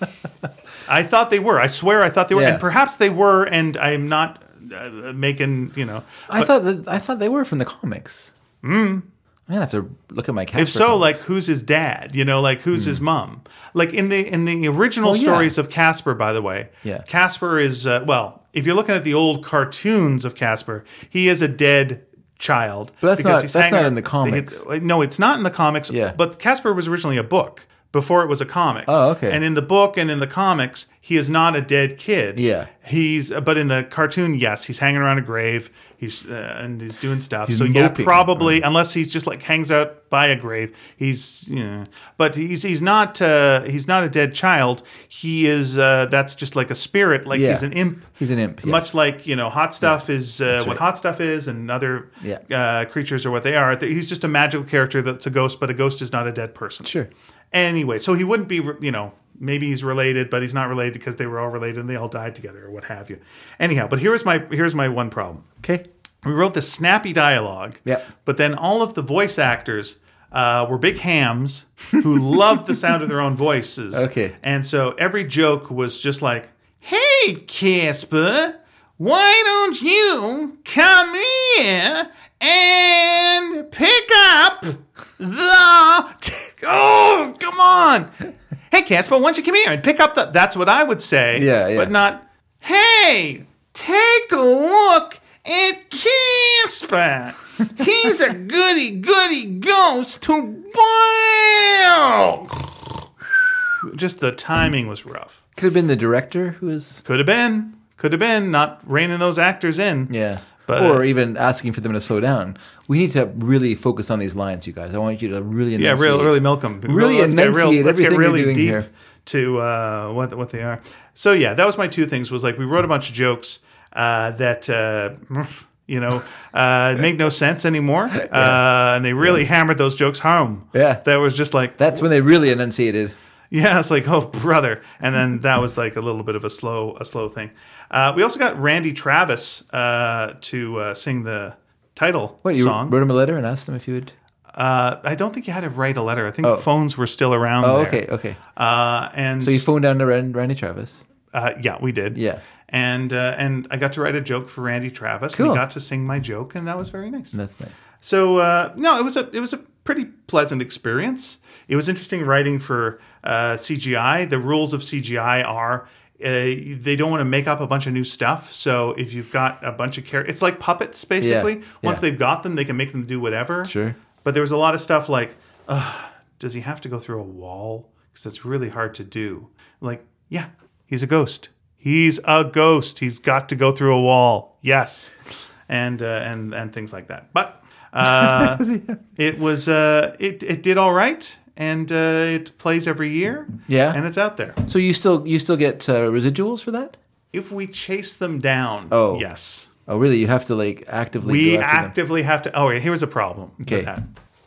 Speaker 3: I thought they were. I swear, I thought they were,
Speaker 1: Yeah.
Speaker 3: and perhaps they were. And I'm not uh, making you know.
Speaker 1: I thought that I thought they were from the comics. Mm. I'm gonna have to look at my Casper.
Speaker 3: If so, like who's his dad? You know, like who's his mom? Like in the in the original
Speaker 1: Hmm. Oh, yeah.
Speaker 3: stories of Casper, by the way,
Speaker 1: Yeah.
Speaker 3: Casper is uh, well. If you're looking at the old cartoons of Casper, he is a dead child.
Speaker 1: But that's
Speaker 3: because
Speaker 1: not-
Speaker 3: he's
Speaker 1: that's
Speaker 3: hanging-
Speaker 1: not in the comics.
Speaker 3: It's- no, it's not in the comics.
Speaker 1: Yeah.
Speaker 3: but Casper was originally a book before it was a comic.
Speaker 1: Oh, okay.
Speaker 3: And in the book and in the comics, he is not a dead kid.
Speaker 1: Yeah.
Speaker 3: he's but in the cartoon, yes, he's hanging around a grave. He's uh, and he's doing stuff. so yeah,
Speaker 1: moping.
Speaker 3: probably probably unless he's just like hangs out by a grave he's you know, but he's he's not uh, he's not a dead child he is uh, that's just like a spirit like
Speaker 1: Yeah.
Speaker 3: he's an imp
Speaker 1: he's an imp. Yeah.
Speaker 3: much like you know hot stuff is uh, what
Speaker 1: right.
Speaker 3: hot stuff is and other
Speaker 1: Yeah.
Speaker 3: uh, creatures are what they are he's just a magical character that's a ghost but a ghost is not a dead person
Speaker 1: Sure.
Speaker 3: anyway so he wouldn't be you know maybe he's related but he's not related because they were all related and they all died together or what have you anyhow but here's my here's my one problem
Speaker 1: Okay.
Speaker 3: we wrote the snappy dialogue.
Speaker 1: Yep.
Speaker 3: But then all of the voice actors uh, were big hams who loved the sound of their own voices.
Speaker 1: *laughs* Okay.
Speaker 3: And so every joke was just like, "Hey, Casper, why don't you come here and pick up the? oh, come on! Hey, Casper, why don't you come here and pick up the? That's what I would say.
Speaker 1: Yeah, yeah.
Speaker 3: But not, hey, take a look It Casper. He's a goody goody ghost to wow. Just the timing was rough.
Speaker 1: Could have been the director who is
Speaker 3: Could have been. Could have been. Not reining those actors in.
Speaker 1: yeah,
Speaker 3: But- uh,
Speaker 1: or even asking for them to slow down. We need to really focus on these lines, you guys. I want you to really
Speaker 3: Yeah,
Speaker 1: enunciate.
Speaker 3: really, really milk 'em.
Speaker 1: Really
Speaker 3: let's get real,
Speaker 1: enunciate
Speaker 3: let's get
Speaker 1: everything you're
Speaker 3: really
Speaker 1: doing
Speaker 3: deep
Speaker 1: here.
Speaker 3: to uh, what what they are. So yeah, that was my two things. Was like we wrote a bunch of jokes uh, that uh, you know uh,
Speaker 1: *laughs*
Speaker 3: make no sense anymore, uh, and they really hammered those jokes home.
Speaker 1: Yeah.
Speaker 3: that was just like
Speaker 1: That's when they really enunciated.
Speaker 3: *laughs* yeah, it's like oh brother, and then that was like a little bit of a slow a slow thing. Uh, we also got Randy Travis uh, to uh, sing the title
Speaker 1: What you
Speaker 3: song.
Speaker 1: wrote him a letter and asked him if you would.
Speaker 3: Uh, I don't think you had to write a letter. I think phones were still around.
Speaker 1: Oh,
Speaker 3: there.
Speaker 1: okay, okay.
Speaker 3: Uh, and
Speaker 1: So you phoned down to Ran- Randy Travis.
Speaker 3: uh, yeah, we did.
Speaker 1: Yeah.
Speaker 3: And uh, and I got to write a joke for Randy Travis.
Speaker 1: Cool.
Speaker 3: And he got to sing my joke, and that was very nice.
Speaker 1: That's nice.
Speaker 3: So uh, no, it was a it was a pretty pleasant experience. It was interesting writing for uh, CGI. The rules of CGI are. Uh, they don't want to make up a bunch of new stuff. So if you've got a bunch of characters, it's like puppets basically. Once
Speaker 1: yeah.
Speaker 3: they've got them, they can make them do whatever.
Speaker 1: Sure.
Speaker 3: But there was a lot of stuff like, Ugh, does he have to go through a wall? Because that's really hard to do. Like, yeah, he's a ghost. He's a ghost. He's got to go through a wall. Yes, and uh, and and things like that. But
Speaker 1: *laughs*
Speaker 3: uh, it was uh, it it did all right, and uh, it plays every year.
Speaker 1: Yeah.
Speaker 3: and it's out there.
Speaker 1: So you still you still get uh, residuals for that?
Speaker 3: If we chase them down,
Speaker 1: Oh.
Speaker 3: yes,
Speaker 1: Oh, really? You have to like actively
Speaker 3: we
Speaker 1: go after them.
Speaker 3: actively have to. Oh, here was a problem. with
Speaker 1: Okay.
Speaker 3: that.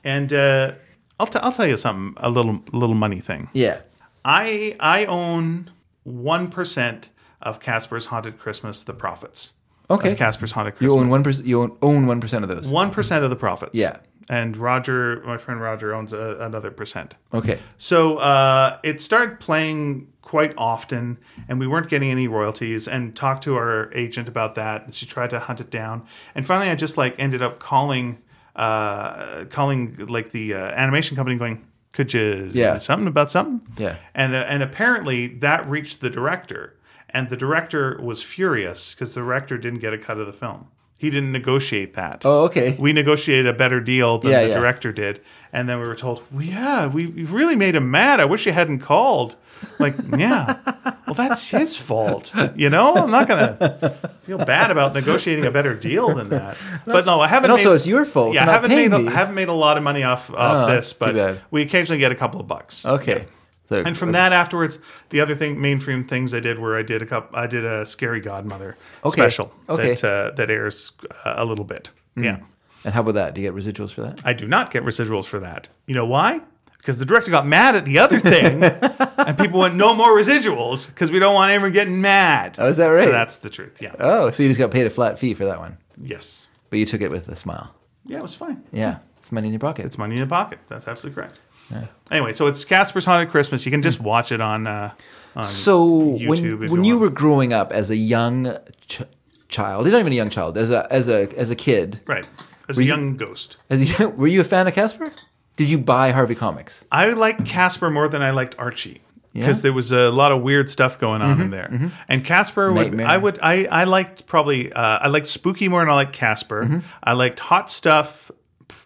Speaker 3: and uh, I'll t- I'll tell you something. A little little money thing.
Speaker 1: Yeah.
Speaker 3: I I own one percent of Casper's Haunted Christmas, the profits.
Speaker 1: Okay.
Speaker 3: Of Casper's Haunted
Speaker 1: You
Speaker 3: Christmas.
Speaker 1: own one percent. You own own one percent of those.
Speaker 3: one percent of the profits.
Speaker 1: Yeah.
Speaker 3: And Roger, my friend Roger, owns a, another percent.
Speaker 1: Okay.
Speaker 3: So uh, it started playing quite often, and we weren't getting any royalties. And talked to our agent about that. And she tried to hunt it down, and finally, I just like ended up calling, uh, calling like the uh, animation company, going, "Could you
Speaker 1: Yeah.
Speaker 3: something about something?"
Speaker 1: Yeah.
Speaker 3: and uh, and apparently that reached the director, and the director was furious because the director didn't get a cut of the film. He didn't negotiate that
Speaker 1: Oh, okay.
Speaker 3: we negotiated a better deal than
Speaker 1: Yeah,
Speaker 3: the
Speaker 1: yeah.
Speaker 3: director did. And then we were told, "Well, yeah, we we really made him mad. I wish you hadn't called. Like, *laughs* yeah, well, that's his fault. You know, I'm not going to feel bad about negotiating a better deal
Speaker 1: *laughs*
Speaker 3: than that. But no, I haven't.
Speaker 1: and also,
Speaker 3: made,
Speaker 1: it's your fault.
Speaker 3: yeah,
Speaker 1: for
Speaker 3: I
Speaker 1: not
Speaker 3: haven't
Speaker 1: paying
Speaker 3: made,
Speaker 1: me.
Speaker 3: a, haven't made a lot of money off, off
Speaker 1: Oh,
Speaker 3: this,
Speaker 1: that's too
Speaker 3: but
Speaker 1: bad.
Speaker 3: we occasionally get a couple of bucks.
Speaker 1: okay. So-
Speaker 3: And from that afterwards, the other thing, mainframe things I did were I did a couple, I did a Scary Godmother
Speaker 1: Okay.
Speaker 3: special
Speaker 1: Okay. Hmm.
Speaker 3: that uh, that airs uh, a little bit. Yeah.
Speaker 1: and how about that? Do you get residuals for that?
Speaker 3: I do not get residuals for that. You know why? Because the director got mad at the other
Speaker 1: *laughs*
Speaker 3: thing, and people went, "No more residuals," because we don't want anyone getting mad.
Speaker 1: Oh, is that right?
Speaker 3: So that's the truth. Yeah.
Speaker 1: Oh, so you just got paid a flat fee for that one,
Speaker 3: yes.
Speaker 1: but you took it with a smile.
Speaker 3: Yeah, it was fine.
Speaker 1: Yeah, it's money in your pocket.
Speaker 3: It's money in the pocket. That's absolutely correct. Anyway, so it's Casper's Haunted Christmas. You can
Speaker 1: Hmm.
Speaker 3: just watch it on. Uh, on
Speaker 1: so when
Speaker 3: YouTube if
Speaker 1: when
Speaker 3: you
Speaker 1: you were
Speaker 3: want.
Speaker 1: growing up as a young ch- child, not even a young child, as a as a as a kid,
Speaker 3: right as
Speaker 1: Were
Speaker 3: a
Speaker 1: you-
Speaker 3: young ghost.
Speaker 1: as a, *laughs* were you a fan of Casper? Did you buy Harvey comics?
Speaker 3: I liked Casper more than I liked Archie because
Speaker 1: Yeah? Mm-hmm,
Speaker 3: there was a lot of weird stuff going on in there. And Casper, would,
Speaker 1: Nightmare.
Speaker 3: I would, I, I liked probably, uh, I liked Spooky more than I liked Casper.
Speaker 1: Mm-hmm.
Speaker 3: I liked Hot Stuff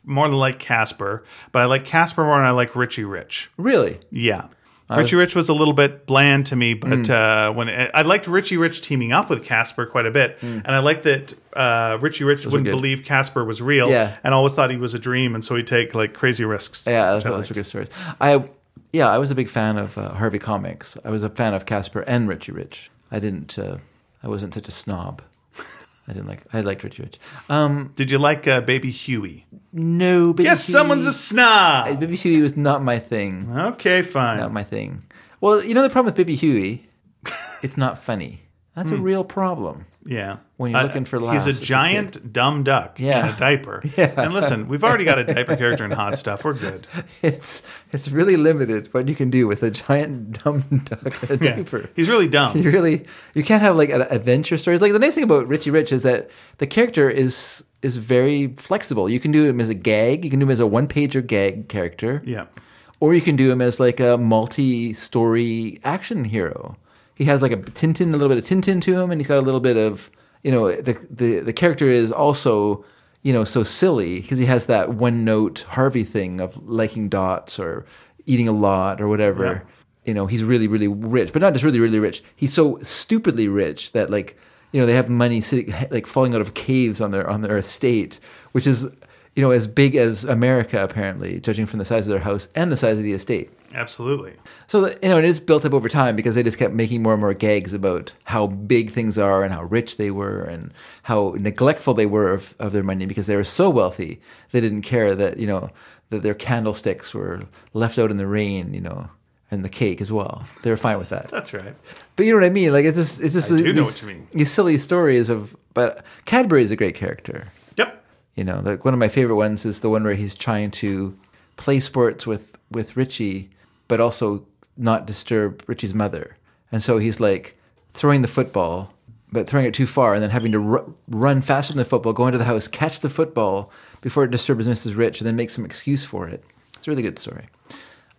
Speaker 3: more than I liked Casper, but I like Casper more than I like Richie Rich.
Speaker 1: Really?
Speaker 3: Yeah. Richie Rich was a little bit bland to me, but
Speaker 1: Mm.
Speaker 3: uh, when I liked Richie Rich teaming up with Casper quite a bit, and I liked that uh, Richie Rich wouldn't
Speaker 1: Mm. good.
Speaker 3: believe Casper was real,
Speaker 1: Yeah.
Speaker 3: and always thought he was a dream, and so he'd take like crazy risks.
Speaker 1: Yeah,
Speaker 3: which
Speaker 1: those,
Speaker 3: I
Speaker 1: those were good stories. I yeah, I was a big fan of uh, Harvey comics. I was a fan of Casper and Richie Rich. I didn't. Uh, I wasn't such a snob. I didn't like. I liked Richie Rich. Um,
Speaker 3: Did you like uh, Baby Huey?
Speaker 1: no, baby.
Speaker 3: Yes, someone's a snob.
Speaker 1: Baby Huey was not my thing.
Speaker 3: Okay, fine.
Speaker 1: Not my thing. Well, you know the problem with Baby Huey, it's not funny. That's
Speaker 3: Hmm.
Speaker 1: a real problem. *laughs*
Speaker 3: Yeah. Uh,
Speaker 1: When you're looking for laughs
Speaker 3: he's
Speaker 1: as
Speaker 3: a
Speaker 1: a
Speaker 3: giant dumb
Speaker 1: *laughs*
Speaker 3: duck
Speaker 1: Yeah.
Speaker 3: in a diaper. And listen, we've already got a diaper character in Hot Stuff. We're good.
Speaker 1: It's it's really limited what you can do with a giant *laughs* dumb duck in a *laughs*
Speaker 3: Yeah.
Speaker 1: diaper.
Speaker 3: He's really dumb.
Speaker 1: *laughs* You really you can't have like an adventure stories. Like the nice thing about Richie Rich is that the character is is very flexible. You can do him as a gag. You can do him as a one pager gag character.
Speaker 3: Yeah.
Speaker 1: Or you can do him as like a multi-story action hero. He has like a Tintin, a little bit of Tintin to him, and he's got a little bit of you know the the the character is also you know so silly because he has that one note Harvey thing of liking dots or eating a lot or whatever.
Speaker 3: Yeah.
Speaker 1: You know, he's really really rich, but not just really really rich. He's so stupidly rich that like you know they have money sitting, *laughs* like falling out of caves on their on their estate, which is you know as big as America apparently, judging from the size of their house and the size of the estate.
Speaker 3: Absolutely.
Speaker 1: So that, you know, it is built up over time because they just kept making more and more gags about how big things are and how rich they were and how neglectful they were of, of their money because they were so wealthy they didn't care that you know that their candlesticks were left out in the rain, you know, and the cake as well. They were fine with
Speaker 3: *laughs*
Speaker 1: that.
Speaker 3: That's right.
Speaker 1: But you know what I mean? Like it's just it's just
Speaker 3: I do know
Speaker 1: these-
Speaker 3: what you mean.
Speaker 1: these silly stories of. But Cadbury is a great character.
Speaker 3: Yep.
Speaker 1: You know, like one of my favorite ones is the one where he's trying to play sports with with Richie, but also not disturb Richie's mother. And so he's like throwing the football, but throwing it too far, and then having to ru- run faster than the football, go into the house, catch the football before it disturbs Mrs. Rich, and then make some excuse for it. It's a really good story.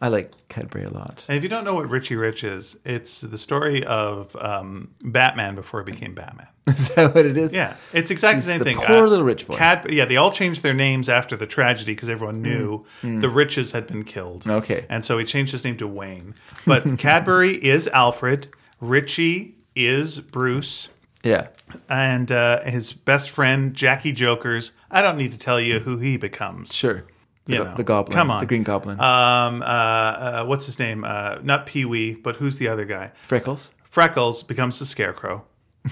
Speaker 1: I like Cadbury a lot. *laughs*
Speaker 3: And if you don't know what Richie Rich is, it's the story of um, Batman before he became Batman.
Speaker 1: Is that what it is?
Speaker 3: Yeah, it's exactly
Speaker 1: He's
Speaker 3: the same
Speaker 1: the
Speaker 3: thing. Uh,
Speaker 1: poor little rich boy.
Speaker 3: Cad- yeah, they all changed their names after the tragedy because everyone knew the riches had been killed.
Speaker 1: Mm, Okay.
Speaker 3: and so he changed his name to Wayne.
Speaker 1: *laughs*
Speaker 3: But Cadbury is Alfred. Richie is Bruce.
Speaker 1: Yeah.
Speaker 3: And uh, his best friend Jackie Jokers. I don't need to tell you who he becomes.
Speaker 1: Sure. The,
Speaker 3: You
Speaker 1: go-
Speaker 3: know.
Speaker 1: the goblin.
Speaker 3: Come on.
Speaker 1: The green goblin.
Speaker 3: Um, uh, uh, what's his name? Uh, not Pee Wee, but who's the other guy?
Speaker 1: Freckles. *laughs*
Speaker 3: Freckles becomes the Scarecrow.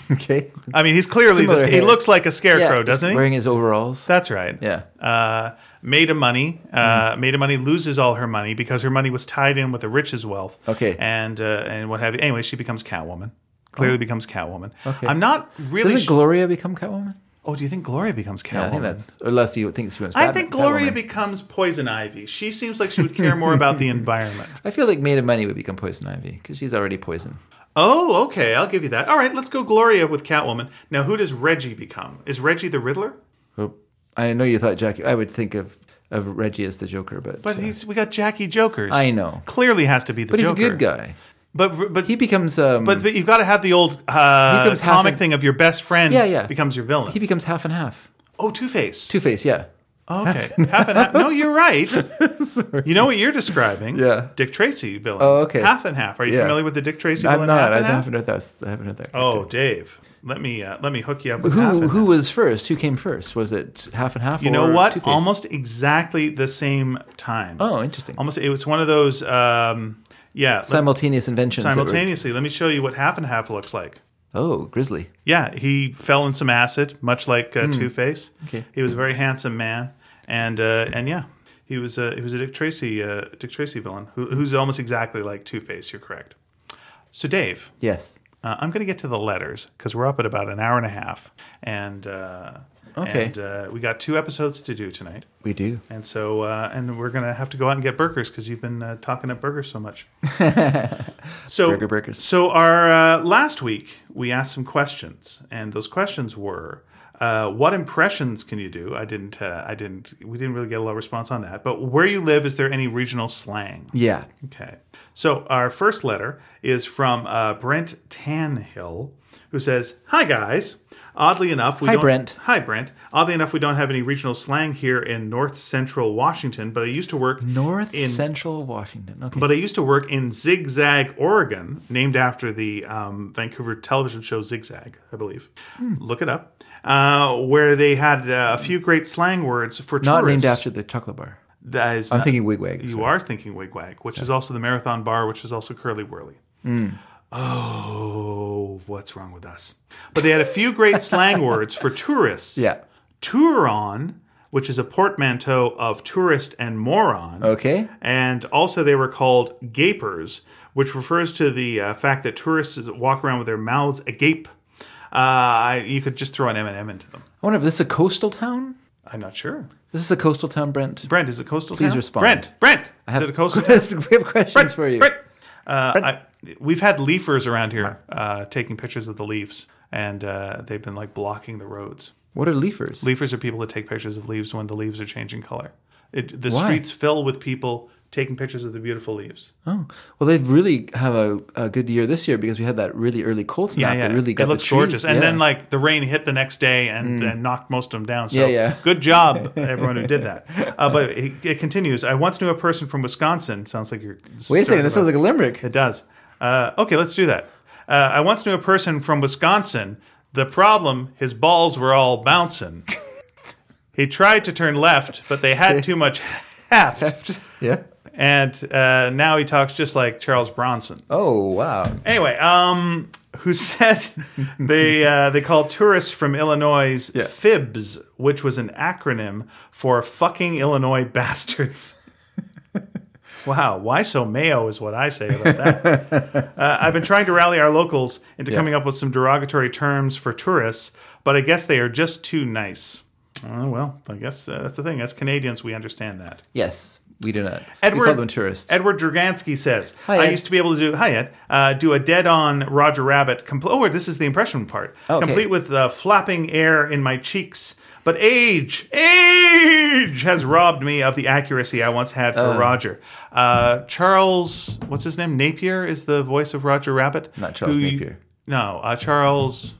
Speaker 1: Okay.
Speaker 3: I mean, he's clearly
Speaker 1: Similar
Speaker 3: the, he
Speaker 1: hair.
Speaker 3: looks like a
Speaker 1: Yeah,
Speaker 3: Scarecrow,
Speaker 1: he's
Speaker 3: doesn't he?
Speaker 1: Wearing his overalls.
Speaker 3: That's right.
Speaker 1: Yeah.
Speaker 3: Uh, Maid of Money.
Speaker 1: Mm.
Speaker 3: Uh, Maid of Money loses all her money because her money was tied in with the rich's wealth.
Speaker 1: Okay. Oh.
Speaker 3: And uh, and what have you. Anyway, she becomes Catwoman. Clearly becomes Catwoman. Okay. I'm not really.
Speaker 1: Doesn't
Speaker 3: sh-
Speaker 1: Gloria become Catwoman?
Speaker 3: oh, do you think Gloria becomes Catwoman?
Speaker 1: I think that's unless you think she was.
Speaker 3: Oh. I
Speaker 1: Batman-
Speaker 3: think Gloria
Speaker 1: Batwoman.
Speaker 3: becomes Poison Ivy. She seems like she would care more
Speaker 1: *laughs*
Speaker 3: about the environment.
Speaker 1: I feel like Maid of Money would become Poison Ivy because she's already poison.
Speaker 3: Oh, okay. I'll give you that. All right, let's go Gloria with Catwoman. Now, who does Reggie become? Is Reggie the Riddler?
Speaker 1: Well, I know you thought Jackie. I would think of of Reggie as the Joker, but,
Speaker 3: But
Speaker 1: uh,
Speaker 3: he's we got Jackie Jokers.
Speaker 1: I know.
Speaker 3: Clearly has to be the
Speaker 1: But he's
Speaker 3: Joker.
Speaker 1: a good guy.
Speaker 3: But but
Speaker 1: He becomes um,
Speaker 3: But, but you've got to have the old uh,
Speaker 1: becomes half
Speaker 3: comic
Speaker 1: an-
Speaker 3: thing of your best friend
Speaker 1: Yeah, yeah.
Speaker 3: becomes your villain.
Speaker 1: he becomes half and half.
Speaker 3: oh, Two Face.
Speaker 1: Two Face, yeah.
Speaker 3: Okay, half and half. No,
Speaker 1: *laughs*
Speaker 3: you're right. You know what you're describing?
Speaker 1: Yeah.
Speaker 3: Dick Tracy villain.
Speaker 1: Oh, okay.
Speaker 3: Half and half. Are you
Speaker 1: Yeah.
Speaker 3: familiar with the Dick Tracy
Speaker 1: I'm
Speaker 3: villain?
Speaker 1: not.
Speaker 3: half
Speaker 1: I
Speaker 3: and half?
Speaker 1: haven't heard that. I haven't heard that.
Speaker 3: Oh, Dave, let me uh, let me hook you up with half
Speaker 1: who
Speaker 3: and
Speaker 1: who was first? Who came first? Was it half and half?
Speaker 3: You know
Speaker 1: or
Speaker 3: what?
Speaker 1: Two-Face?
Speaker 3: Almost exactly the same time.
Speaker 1: Oh, interesting.
Speaker 3: Almost. It was one of those. Um, yeah. let-
Speaker 1: Simultaneous inventions. that were-
Speaker 3: simultaneously. Let me show you what half and half looks like.
Speaker 1: Oh, Grizzly.
Speaker 3: Yeah, he fell in some acid, much like uh, Two Face.
Speaker 1: Hmm. Okay.
Speaker 3: he was a very handsome man, and uh, and yeah, he was a he was a Dick Tracy uh, Dick Tracy villain who, who's almost exactly like Two Face. You're correct. So Dave,
Speaker 1: Yes.
Speaker 3: uh, I'm going to get to the letters because we're up at about an hour and a half, and uh,
Speaker 1: Okay.
Speaker 3: and uh, we got two episodes to do tonight,
Speaker 1: We do.
Speaker 3: and so uh, and we're going to have to go out and get burgers because you've been uh, talking up burgers so
Speaker 1: *laughs*
Speaker 3: much. so
Speaker 1: Burger burgers.
Speaker 3: so our uh, last week we asked some questions, and those questions were, uh, "What impressions can you do?" I didn't. Uh, I didn't. We didn't really get a lot of response on that. But where you live, is there any regional slang?
Speaker 1: Yeah.
Speaker 3: Okay. So our first letter is from uh, Brent Tanhill, who says, "Hi guys. Oddly enough, we
Speaker 1: Hi,
Speaker 3: don't-
Speaker 1: Brent.
Speaker 3: Hi Brent. Oddly enough, we don't have any regional slang here in North Central Washington, but I used to work
Speaker 1: North
Speaker 3: in
Speaker 1: Central Washington. Okay.
Speaker 3: but I used to work in Zigzag, Oregon, named after the um, Vancouver television show Zigzag, I believe.
Speaker 1: Hmm.
Speaker 3: Look it up. Uh, where they had uh, a few great slang words for
Speaker 1: Not
Speaker 3: tourists.
Speaker 1: named after the chocolate bar.
Speaker 3: That is
Speaker 1: I'm
Speaker 3: not-
Speaker 1: thinking wigwags.
Speaker 3: you are thinking wigwag, which is also the marathon bar, which is also curly whirly. Oh, what's wrong with us? But they had a few great slang words for tourists.
Speaker 1: Yeah.
Speaker 3: Touron, which is a portmanteau of tourist and moron.
Speaker 1: Okay.
Speaker 3: And also, they were called gapers, which refers to the uh, fact that tourists walk around with their mouths agape. Uh, you could just throw an M&M into them.
Speaker 1: I wonder if this is a coastal town.
Speaker 3: I'm not sure.
Speaker 1: Is this a coastal town,
Speaker 3: *laughs*
Speaker 1: Brent? *laughs*
Speaker 3: Brent, is it coastal
Speaker 1: Please
Speaker 3: town?
Speaker 1: respond.
Speaker 3: Brent, Brent, is it a coastal town?
Speaker 1: we have questions for you.
Speaker 3: Brent. Uh, I, we've had leafers around here uh, taking pictures of the leaves, and uh, they've been like blocking the roads.
Speaker 1: What are leafers?
Speaker 3: Leafers are people that take pictures of leaves when the leaves are changing color. It, the
Speaker 1: Why?
Speaker 3: streets fill with people taking pictures of the beautiful leaves.
Speaker 1: oh, well, they really have a, a good year this year because we had that really early cold snap that really got
Speaker 3: it
Speaker 1: the
Speaker 3: looks
Speaker 1: trees.
Speaker 3: gorgeous. And
Speaker 1: yeah. Mm.
Speaker 3: then like the rain hit the next day and, and knocked most of them down. So
Speaker 1: Yeah, yeah.
Speaker 3: good job,
Speaker 1: *laughs*
Speaker 3: everyone who did that. Uh, but it, it continues. I once knew a person from Wisconsin. Sounds like you're.
Speaker 1: wait a second, that sounds like a limerick.
Speaker 3: It does. Uh, okay, let's do that. Uh, I once knew a person from Wisconsin. The problem, his balls were all bouncing. he tried to turn left, but they had too much *laughs*
Speaker 1: *laughs*
Speaker 3: heft.
Speaker 1: Yeah.
Speaker 3: And uh, now he talks just like Charles Bronson.
Speaker 1: Oh wow.
Speaker 3: Anyway, um, who *laughs* said they uh, they called tourists from Illinois
Speaker 1: Yeah.
Speaker 3: FIBS, which was an acronym for fucking Illinois *laughs* bastards. wow, why so mayo is what I say about that. uh, I've been trying to rally our locals into coming up with some derogatory terms for tourists, but I guess they are just too nice. Oh, well, I guess uh, that's the thing. As Canadians, we understand that.
Speaker 1: Yes, we do not. we
Speaker 3: Edward-
Speaker 1: call them tourists.
Speaker 3: Edward Dragansky says,
Speaker 1: Hi,
Speaker 3: I
Speaker 1: Ed.
Speaker 3: used to be able to do, hi, Ed, uh, do a dead on Roger Rabbit, compl- oh, this is the impression part,
Speaker 1: Oh, Okay.
Speaker 3: complete with uh, flapping air in my cheeks. But age, age has robbed me of the accuracy I once had for
Speaker 1: Oh.
Speaker 3: Roger. Uh, Charles, what's his name? Napier is the voice of Roger Rabbit.
Speaker 1: Not Charles Napier.
Speaker 3: No, uh, Charles,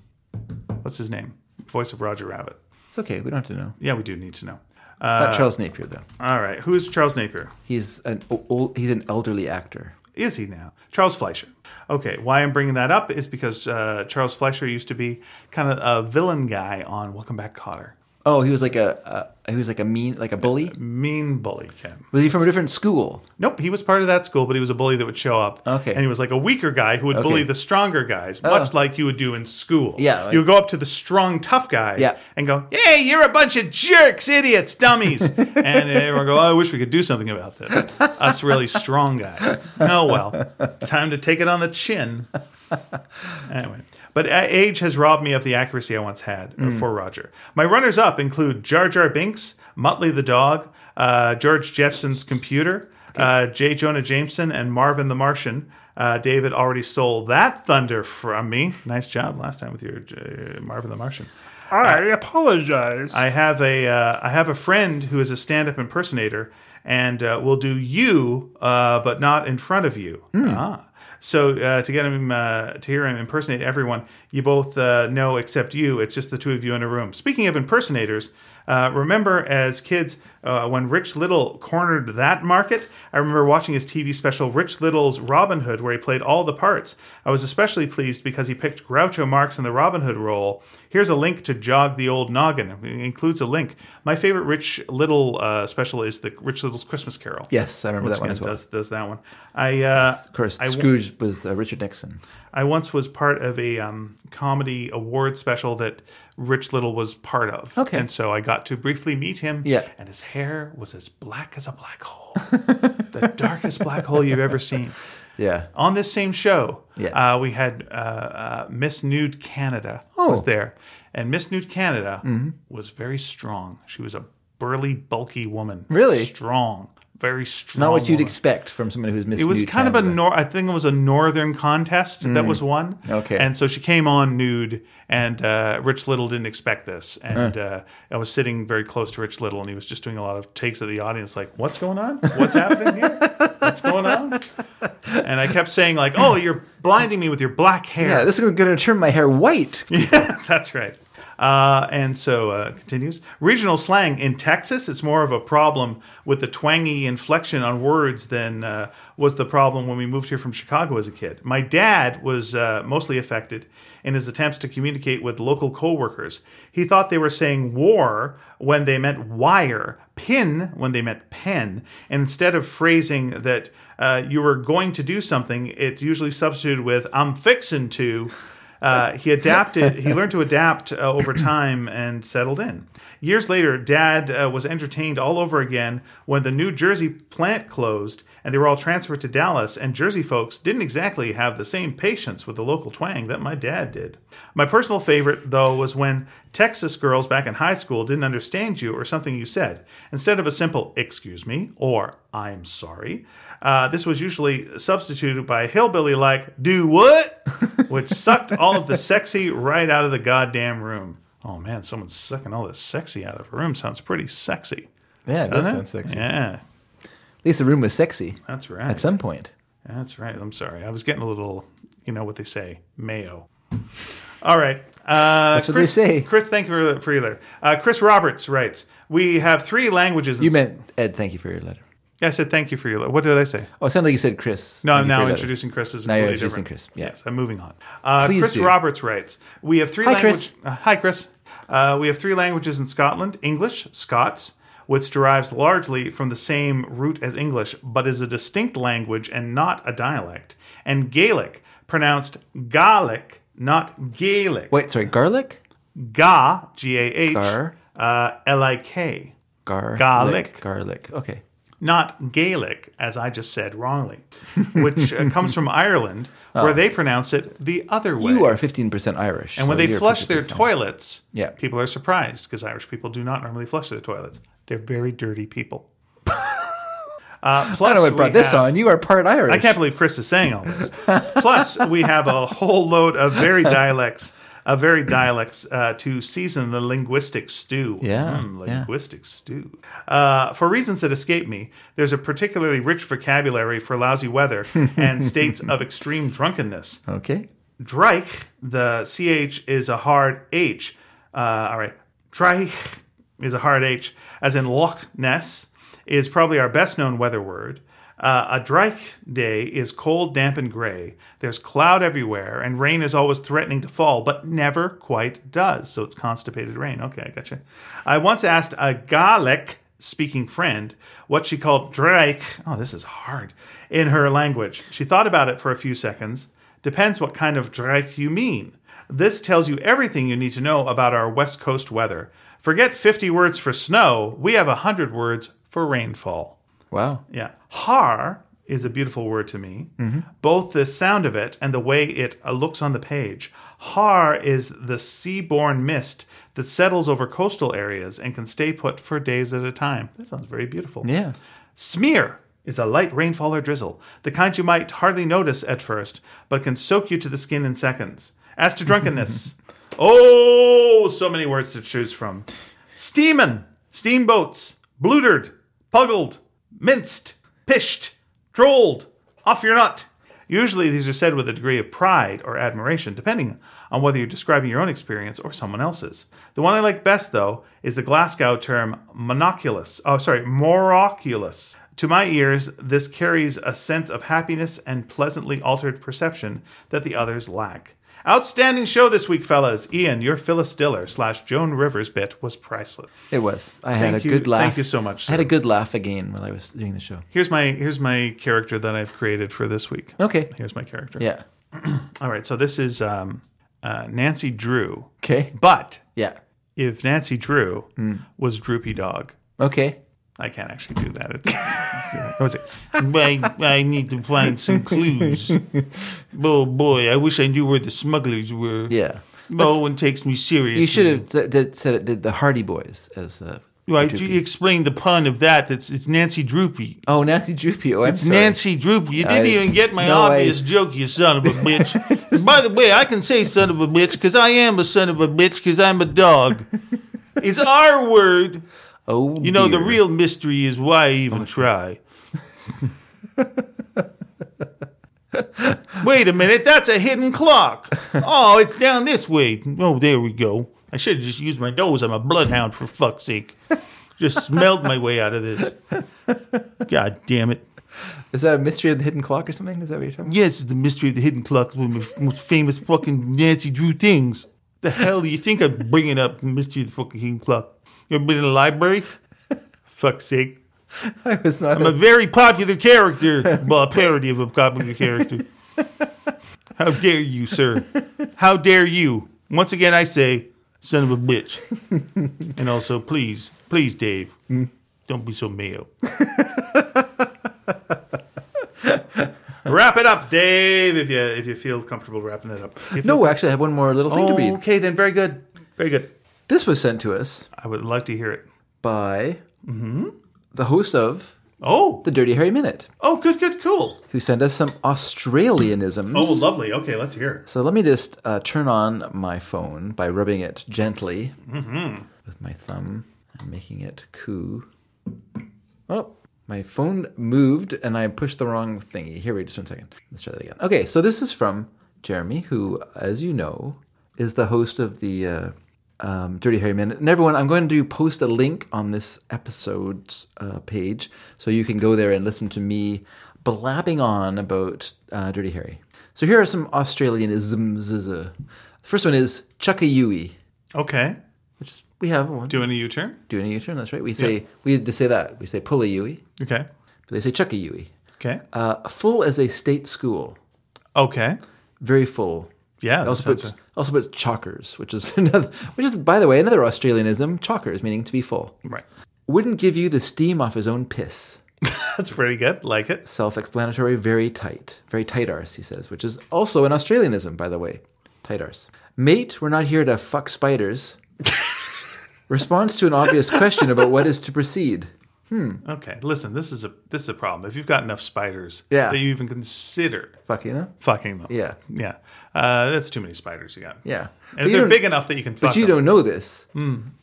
Speaker 3: what's his name? Voice of Roger Rabbit.
Speaker 1: it's okay. We don't have to know.
Speaker 3: Yeah, we do need to know. Uh,
Speaker 1: not Charles Napier though.
Speaker 3: All right, who's Charles Napier?
Speaker 1: He's an o- old. He's an elderly actor.
Speaker 3: Is he now? Charles Fleischer. Okay, why I'm bringing that up is because uh, Charles Fleischer used to be kind of a villain guy on Welcome Back, Cotter.
Speaker 1: Oh, he was like a, a he was like a mean like a bully.
Speaker 3: Mean bully, Ken.
Speaker 1: Was he from a different school?
Speaker 3: Nope, he was part of that school, but he was a bully that would show up.
Speaker 1: Okay. Oh.
Speaker 3: And he was like a weaker guy who would bully the stronger guys, much like you would do in school.
Speaker 1: Yeah, like-
Speaker 3: you would go up to the strong, tough guys
Speaker 1: Yeah.
Speaker 3: and go, Hey, you're a bunch of jerks, idiots, dummies.
Speaker 1: *laughs*
Speaker 3: and everyone go, oh, I wish we could do something about this. Us really strong guys. Oh, well, time to take it on the chin. *laughs* Anyway, but a- age has robbed me of the accuracy I once had uh, for Roger. My runners up include Jar Jar Binks, Muttley the dog, uh, George Jetson's computer, uh, J. Jonah Jameson, and Marvin the Martian. Uh, David already stole that thunder from me. Nice job last time with your uh, Marvin the Martian.
Speaker 2: I apologize.
Speaker 3: I have a uh, I have a friend who is a stand up impersonator and uh, will do you, uh, but not in front of you. Ah. So uh, to get him uh, to hear him impersonate everyone, you both uh, know except you. It's just the two of you in a room. Speaking of impersonators, uh, remember as kids uh, when Rich Little cornered that market? I remember watching his TV special Rich Little's Robin Hood, where he played all the parts. I was especially pleased because he picked Groucho Marx in the Robin Hood role. Here's a link to jog the old noggin. It includes a link. My favorite Rich Little uh, special is the Rich Little's Christmas Carol.
Speaker 1: Yes, I remember that one as well.
Speaker 3: does, does that one. I uh,
Speaker 1: Of course,
Speaker 3: I,
Speaker 1: Scrooge was uh, Richard Nixon.
Speaker 3: I once was part of a um, comedy award special that Rich Little was part of.
Speaker 1: Okay.
Speaker 3: And so I got to briefly meet him.
Speaker 1: Yeah.
Speaker 3: And his hair was as black as a black hole. *laughs* the darkest black hole you've ever seen.
Speaker 1: Yeah.
Speaker 3: On this same show,
Speaker 1: Yeah.
Speaker 3: uh, we had uh, uh, Miss Nude Canada
Speaker 1: Oh. Mm-hmm.
Speaker 3: was there. And Miss Nude Canada was very strong. She was a burly, bulky woman.
Speaker 1: Really?
Speaker 3: Strong. Very strong.
Speaker 1: Not what you'd
Speaker 3: woman.
Speaker 1: expect from someone who's missed.
Speaker 3: It was kind of a nor. I think it was a northern contest that was won.
Speaker 1: Okay.
Speaker 3: and so she came on nude, and uh, Rich Little didn't expect this, and uh. I was sitting very close to Rich Little, and he was just doing a lot of takes of the audience, like, "What's going on? What's happening here? What's going on?" And I kept saying, "Like, oh, you're blinding me with your black hair."
Speaker 1: yeah. This is going to turn my hair
Speaker 3: *laughs*
Speaker 1: white.
Speaker 3: That's right. Uh, and so uh, continues. Regional slang in Texas, it's more of a problem with the twangy inflection on words than uh, was the problem when we moved here from Chicago as a kid. My dad was uh, mostly affected in his attempts to communicate with local coworkers. He thought they were saying war when they meant wire, pin when they meant pen, and instead of phrasing that uh, you were going to do something, it's usually substituted with I'm fixing to. Uh, he adapted. He learned to adapt uh, over time and settled in. Years later, Dad uh, was entertained all over again when the New Jersey plant closed and they were all transferred to Dallas. And Jersey folks didn't exactly have the same patience with the local twang that my dad did. My personal favorite, though, was when Texas girls back in high school didn't understand you or something you said. Instead of a simple "excuse me" or "I'm sorry," uh, this was usually substituted by a hillbilly like "do what." which sucked all of the sexy right out of the goddamn room. Oh man, someone's sucking all this sexy out of her room. Sounds pretty sexy.
Speaker 1: Yeah, it does
Speaker 3: doesn't it?
Speaker 1: sound sexy.
Speaker 3: Yeah,
Speaker 1: At least the room was sexy
Speaker 3: that's right.
Speaker 1: at some point.
Speaker 3: That's right. I'm sorry. I was getting a little, you know what they say, mayo. All right. Uh,
Speaker 1: That's what
Speaker 3: Chris,
Speaker 1: they say.
Speaker 3: Chris, thank you for, for your letter. Uh, Chris Roberts writes, "We have three languages." in
Speaker 1: You
Speaker 3: s-
Speaker 1: meant Ed. Thank you for your letter.
Speaker 3: Yeah, I said thank you for your letter. What did I say?
Speaker 1: Oh, it sounded like you said Chris.
Speaker 3: No,
Speaker 1: Thank you
Speaker 3: I'm
Speaker 1: for
Speaker 3: now
Speaker 1: your letter.
Speaker 3: introducing Chris as a
Speaker 1: Now you're
Speaker 3: completely
Speaker 1: introducing
Speaker 3: different-
Speaker 1: Chris. Yeah.
Speaker 3: Yes, I'm moving on. Uh,
Speaker 1: Please
Speaker 3: Chris
Speaker 1: do.
Speaker 3: Roberts writes, "We have three
Speaker 1: Hi,
Speaker 3: languages."
Speaker 1: Chris.
Speaker 3: hi, Chris. Uh, we have three languages in Scotland: English, Scots, which derives largely from the same root as English, but is a distinct language and not a dialect, and Gaelic, pronounced Gaelic, not Gaelic.
Speaker 1: Wait, sorry, garlic?
Speaker 3: Ga, G A H,
Speaker 1: Gar.
Speaker 3: uh, L I K.
Speaker 1: Gar-
Speaker 3: Garlic.
Speaker 1: Garlic. Okay.
Speaker 3: not Gaelic, as I just said wrongly, *laughs* which uh, comes from Ireland, where they pronounce it the other way.
Speaker 1: Oh. You are 15% Irish.
Speaker 3: and when they flush their toilets,
Speaker 1: Yeah.
Speaker 3: people are surprised because Irish people do not normally flush their toilets. They're very
Speaker 1: *laughs*
Speaker 3: dirty people. uh, plus,
Speaker 1: I don't know what brought
Speaker 3: we
Speaker 1: this
Speaker 3: have-
Speaker 1: on. You are part Irish.
Speaker 3: I can't believe Chris is saying all this. Plus, we have a whole load of very dialects, a very dialects uh, to season the linguistic stew.
Speaker 1: Yeah,
Speaker 3: Mm,
Speaker 1: yeah.
Speaker 3: linguistic stew. Uh, for reasons that escape me, there's a particularly rich vocabulary for lousy weather
Speaker 1: *laughs*
Speaker 3: and states of extreme drunkenness.
Speaker 1: Okay.
Speaker 3: Dreich, the ch is a hard h. Uh, all right, Dreich is a hard h, as in Loch Ness is probably our best known weather word. Uh, a Dreich day is cold, damp, and gray. There's cloud everywhere, and rain is always threatening to fall, but never quite does. So it's constipated rain. Okay, I gotcha. I once asked a Gaelic speaking friend what she called Drake. Oh, this is hard. In her language. She thought about it for a few seconds. Depends what kind of Drake you mean. This tells you everything you need to know about our West Coast weather. Forget 50 words for snow, we have 100 words for rainfall.
Speaker 1: Wow.
Speaker 3: Yeah. Har is a beautiful word to me, both the sound of it and the way it uh, looks on the page. Har is the sea-born mist that settles over coastal areas and can stay put for days at a time. That sounds very beautiful.
Speaker 1: Yeah.
Speaker 3: Smear is a light rainfall or drizzle, the kind you might hardly notice at first, but can soak you to the skin in seconds. As to drunkenness, oh, so many words to choose from. Steamin', steamboats, blutered, puggled, minced, pished, drolled, off your nut. Usually these are said with a degree of pride or admiration, depending on whether you're describing your own experience or someone else's. The one I like best, though, is the Glasgow term monoculous. Oh, sorry, moroculous. To my ears, this carries a sense of happiness and pleasantly altered perception that the others lack. Outstanding show this week, fellas. Ian, your Phyllis Diller slash Joan Rivers bit was priceless.
Speaker 1: It was. I had
Speaker 3: Thank
Speaker 1: a
Speaker 3: you-
Speaker 1: good laugh.
Speaker 3: thank you so much,
Speaker 1: I had a good laugh again while I was doing the show.
Speaker 3: Here's my here's my character that I've created for this week.
Speaker 1: Okay.
Speaker 3: Here's my character.
Speaker 1: Yeah.
Speaker 3: All right, so this is um, uh, Nancy Drew.
Speaker 1: Okay.
Speaker 3: But
Speaker 1: Yeah.
Speaker 3: if Nancy Drew
Speaker 1: Mm.
Speaker 3: was Droopy Dog,
Speaker 1: Okay.
Speaker 3: I can't actually do that.
Speaker 1: *laughs*
Speaker 3: It's, it's- what is it? I, I need to find some
Speaker 1: *laughs*
Speaker 3: clues. oh boy, I wish I knew where the smugglers were.
Speaker 1: Yeah.
Speaker 3: No one takes me seriously.
Speaker 1: You should have th- did, said it did the Hardy Boys as uh, the.
Speaker 3: Right,
Speaker 1: Droopy.
Speaker 3: you explain the pun of that. It's it's Nancy Droopy.
Speaker 1: Oh, Nancy Droopy. Oh, I'm
Speaker 3: It's
Speaker 1: sorry.
Speaker 3: Nancy Droopy. You didn't
Speaker 1: I-
Speaker 3: even get my
Speaker 1: no, I-
Speaker 3: obvious joke, you son of a
Speaker 1: *laughs*
Speaker 3: bitch. By the way, I can say son of a bitch because I am a son of a bitch because I'm a
Speaker 1: *laughs*
Speaker 3: dog. it's our word.
Speaker 1: Oh,
Speaker 3: You know, the
Speaker 1: dear.
Speaker 3: real mystery is why I even try. Wait a minute, that's a hidden clock. Oh, it's down this way. Oh, there we go. I should have just used my nose. I'm a bloodhound for fuck's sake. Just smelled my way out of this. God damn it.
Speaker 1: Is that a mystery of the hidden clock or something? Is that what you're talking about?
Speaker 3: Yes, it's the mystery of the hidden clock, is one of the most famous fucking Nancy Drew things. The hell do you think I'm bringing up the mystery of the fucking hidden clock? You ever been in a library? Fuck's sake.
Speaker 1: I *laughs* was not.
Speaker 3: I'm a very popular character. Well, a parody of a popular character. How dare you, sir? How dare you? Once again, I say, son of a bitch. And also, please, please, Dave, don't be so male. Wrap it up, Dave, if you if you feel comfortable wrapping it up. If
Speaker 1: no, actually, I have one more little thing to read.
Speaker 3: okay, then very good, very good.
Speaker 1: This was sent to us
Speaker 3: I would like to hear it.
Speaker 1: by the host of
Speaker 3: Oh,
Speaker 1: the Dirty Harry Minute,
Speaker 3: oh, good, good, cool.
Speaker 1: who sent us some Australianisms.
Speaker 3: Oh, lovely. Okay, let's hear.
Speaker 1: So let me just uh, turn on my phone by rubbing it gently with my thumb and making it coo. Oh, my phone moved and I pushed the wrong thingy. Here, wait just one second. Let's try that again. Okay, so this is from Jeremy, who, as you know, is the host of the uh, um, Dirty Harry Minute. And everyone, I'm going to post a link on this episode's uh, page so you can go there and listen to me blabbing on about uh, Dirty Harry. So here are some Australianisms. The first one is Chuckayui,
Speaker 3: Okay,
Speaker 1: which is, we have one.
Speaker 3: doing a U turn.
Speaker 1: Doing a U-turn, that's right. We say we had to say that. We say pull a Yui.
Speaker 3: Okay,
Speaker 1: They say Chuckayui.
Speaker 3: okay,
Speaker 1: Uh, full as a state school,
Speaker 3: okay.
Speaker 1: very full.
Speaker 3: Yeah,
Speaker 1: It
Speaker 3: that
Speaker 1: also
Speaker 3: sounds
Speaker 1: puts also puts chalkers, which is *laughs* another, which is by the way another Australianism. Chalkers meaning to be full.
Speaker 3: right. *laughs*
Speaker 1: Wouldn't give you the steam off his own piss.
Speaker 3: That's pretty good. Like it.
Speaker 1: Self-explanatory, very tight, very tight arse. He says, which is also an Australianism, by the way. Tight arse. Mate, we're not here to fuck
Speaker 3: *laughs*
Speaker 1: spiders. Response to an obvious question about what is to proceed.
Speaker 3: Okay, listen. This is a this is a problem. If you've got enough spiders,
Speaker 1: Yeah.
Speaker 3: that you even consider
Speaker 1: Fucking them.
Speaker 3: fucking them.
Speaker 1: Yeah.
Speaker 3: yeah. Uh, that's too many spiders you got.
Speaker 1: Yeah.
Speaker 3: And if
Speaker 1: you
Speaker 3: they're
Speaker 1: don't-
Speaker 3: big enough that you can fuck
Speaker 1: But you
Speaker 3: them.
Speaker 1: don't
Speaker 3: Hmm.
Speaker 1: know this.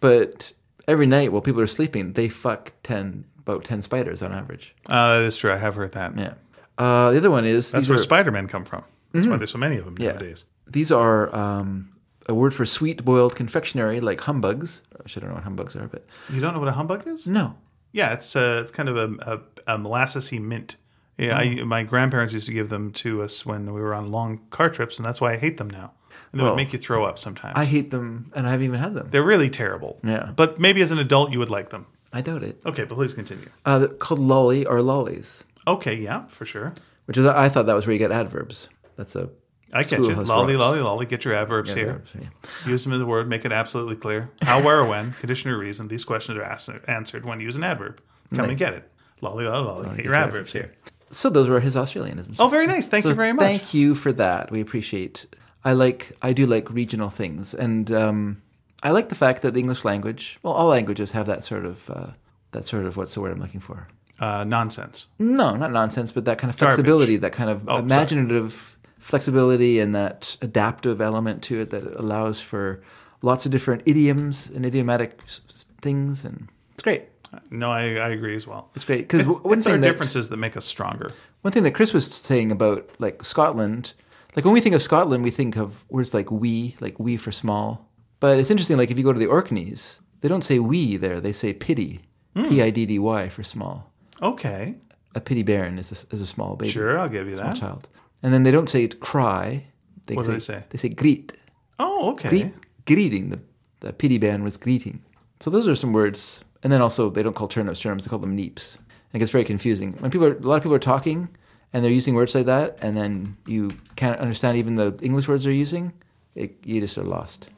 Speaker 1: But every night while people are sleeping, they fuck ten about ten spiders on average.
Speaker 3: Uh, that is true. I have heard that.
Speaker 1: Yeah. Uh, the other one is
Speaker 3: That's
Speaker 1: these
Speaker 3: where
Speaker 1: are, Mm-hmm.
Speaker 3: Spider Man come from. That's why there's so many of them
Speaker 1: yeah.
Speaker 3: nowadays.
Speaker 1: These are um, a word for sweet boiled confectionery like humbugs. I should don't know what humbugs are, but
Speaker 3: You don't know what a humbug is?
Speaker 1: no.
Speaker 3: Yeah, it's uh, it's kind of a, a, a molassesy mint. Yeah,
Speaker 1: Mm-hmm.
Speaker 3: I, my grandparents used to give them to us when we were on long car trips, and that's why I hate them now. And they
Speaker 1: Well,
Speaker 3: would make you throw up sometimes.
Speaker 1: I hate them and I haven't even had them.
Speaker 3: They're really terrible.
Speaker 1: Yeah.
Speaker 3: But maybe as an adult you would like them.
Speaker 1: I doubt it.
Speaker 3: Okay, but please continue.
Speaker 1: Uh, they're called lolly or lollies,
Speaker 3: Okay, yeah, for sure.
Speaker 1: which is I thought that was where you get adverbs. That's a
Speaker 3: I catch it.
Speaker 1: Schoolhouse
Speaker 3: Lolly,
Speaker 1: Rocks.
Speaker 3: lolly, lolly. Get your adverbs here.
Speaker 1: adverbs, yeah.
Speaker 3: Use them in the word. Make it absolutely clear. How, where, or when. *laughs* Condition or reason. These questions are asked, answered when you use an adverb. Come and get it. Lolly, lolly, lolly. get your adverbs here.
Speaker 1: So those were his Australianisms.
Speaker 3: Oh, very nice. Thank
Speaker 1: So
Speaker 3: you very much.
Speaker 1: Thank you for that. We appreciate. I like. I do like regional things, and um, I like the fact that the English language, well, all languages have that sort of uh, that sort of what's the word I'm looking for?
Speaker 3: uh, nonsense.
Speaker 1: No, not nonsense, but that kind of flexibility, that kind
Speaker 3: Oh,
Speaker 1: of imaginative flexibility, and that adaptive element to it that allows for lots of different idioms and idiomatic s- s- things, and it's great.
Speaker 3: No, I, I agree as well.
Speaker 1: It's great because one
Speaker 3: It's our
Speaker 1: thing that
Speaker 3: differences that make us stronger.
Speaker 1: One thing that Chris was saying about like Scotland, like when we think of Scotland, we think of words like we, like we for small. But it's interesting, like if you go to the Orkneys, they don't say we there, they say pity,
Speaker 3: Hmm.
Speaker 1: P I D D Y for small.
Speaker 3: Okay,
Speaker 1: A pity bairn is a, is a small baby,
Speaker 3: sure, I'll give you
Speaker 1: small
Speaker 3: that.
Speaker 1: child. And then they don't say cry. They
Speaker 3: What do
Speaker 1: say,
Speaker 3: they say?
Speaker 1: They say greet,
Speaker 3: Oh, okay.
Speaker 1: greet, greeting. The, the pity bairn was greeting. So those are some words. And then also they don't call turnips turnips, they call them neeps. And it gets very confusing. When people are, a lot of people are talking and they're using words like that, and then you can't understand even the English words they're using, it, you just are lost.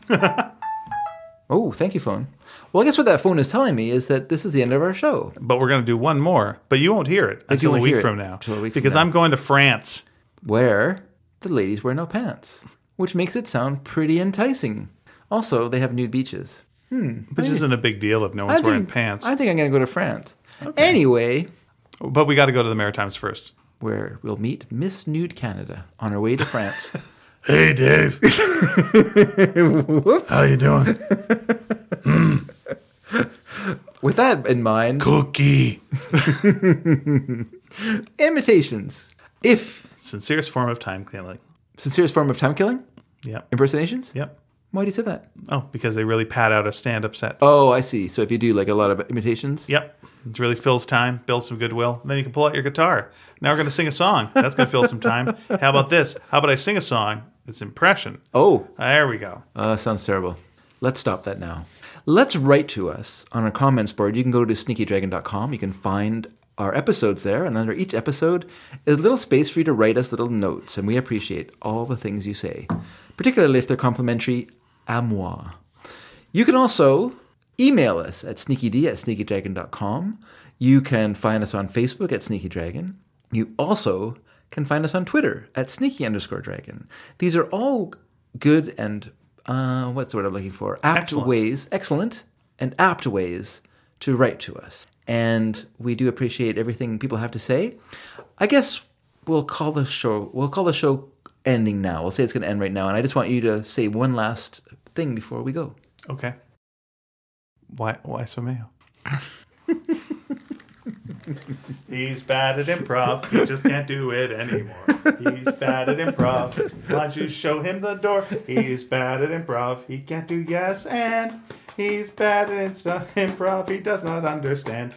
Speaker 1: oh, thank you, phone. Well, I guess what that phone is telling me is that this is the end of our show.
Speaker 3: But we're going to do one more, but you won't hear it until a
Speaker 1: won't
Speaker 3: week
Speaker 1: hear it
Speaker 3: from now.
Speaker 1: until a week from
Speaker 3: because
Speaker 1: now.
Speaker 3: I'm going to France.
Speaker 1: where the ladies wear no pants, which makes it sound pretty enticing. Also, they have nude beaches.
Speaker 3: Which isn't a big deal if no one's wearing pants.
Speaker 1: I think I'm going to go to France. Anyway,
Speaker 3: But we got to go to the Maritimes first.
Speaker 1: where we'll meet Miss Nude Canada on our way to France.
Speaker 3: *laughs* Hey,
Speaker 1: *laughs*
Speaker 3: Dave. How you doing?
Speaker 1: With that in mind,
Speaker 3: Cookie.
Speaker 1: imitations. If
Speaker 3: Sincerest form of time killing.
Speaker 1: sincerest form of time killing,
Speaker 3: Yep.
Speaker 1: impersonations.
Speaker 3: Yep.
Speaker 1: Why do you say that?
Speaker 3: Oh, because they really pad out a stand-up set.
Speaker 1: Oh, I see. So if you do like a lot of imitations,
Speaker 3: Yep. It really fills time, builds some goodwill. Then you can pull out your guitar. Now we're going to sing a song. That's going to fill some time. How about this? How about I sing a song? It's impression.
Speaker 1: oh,
Speaker 3: There we go.
Speaker 1: Uh, sounds terrible. Let's stop that now. Let's write to us on our comments board. You can go to sneakydragon.com. You can find our episodes there, and under each episode is a little space for you to write us little notes, and we appreciate all the things you say, particularly if they're complimentary à moi. You can also email us at sneakyd at sneakydragon.com. You can find us on Facebook at Sneaky Dragon. You also can find us on Twitter at sneaky underscore dragon. These are all good and, uh, what's the word I'm looking for? Apt
Speaker 3: Excellent.
Speaker 1: ways, excellent and apt ways to write to us. and we do appreciate everything people have to say. I guess we'll call the show we'll call the show ending now. We'll say it's going to end right now, and I just want you to say one last thing before we go.
Speaker 3: Okay. Why? Why so male? He's bad at improv. He just can't do it anymore. He's bad at improv. Why don't you show him the door? He's bad at improv. He can't do yes and. He's bad at insta- improv. He does not understand.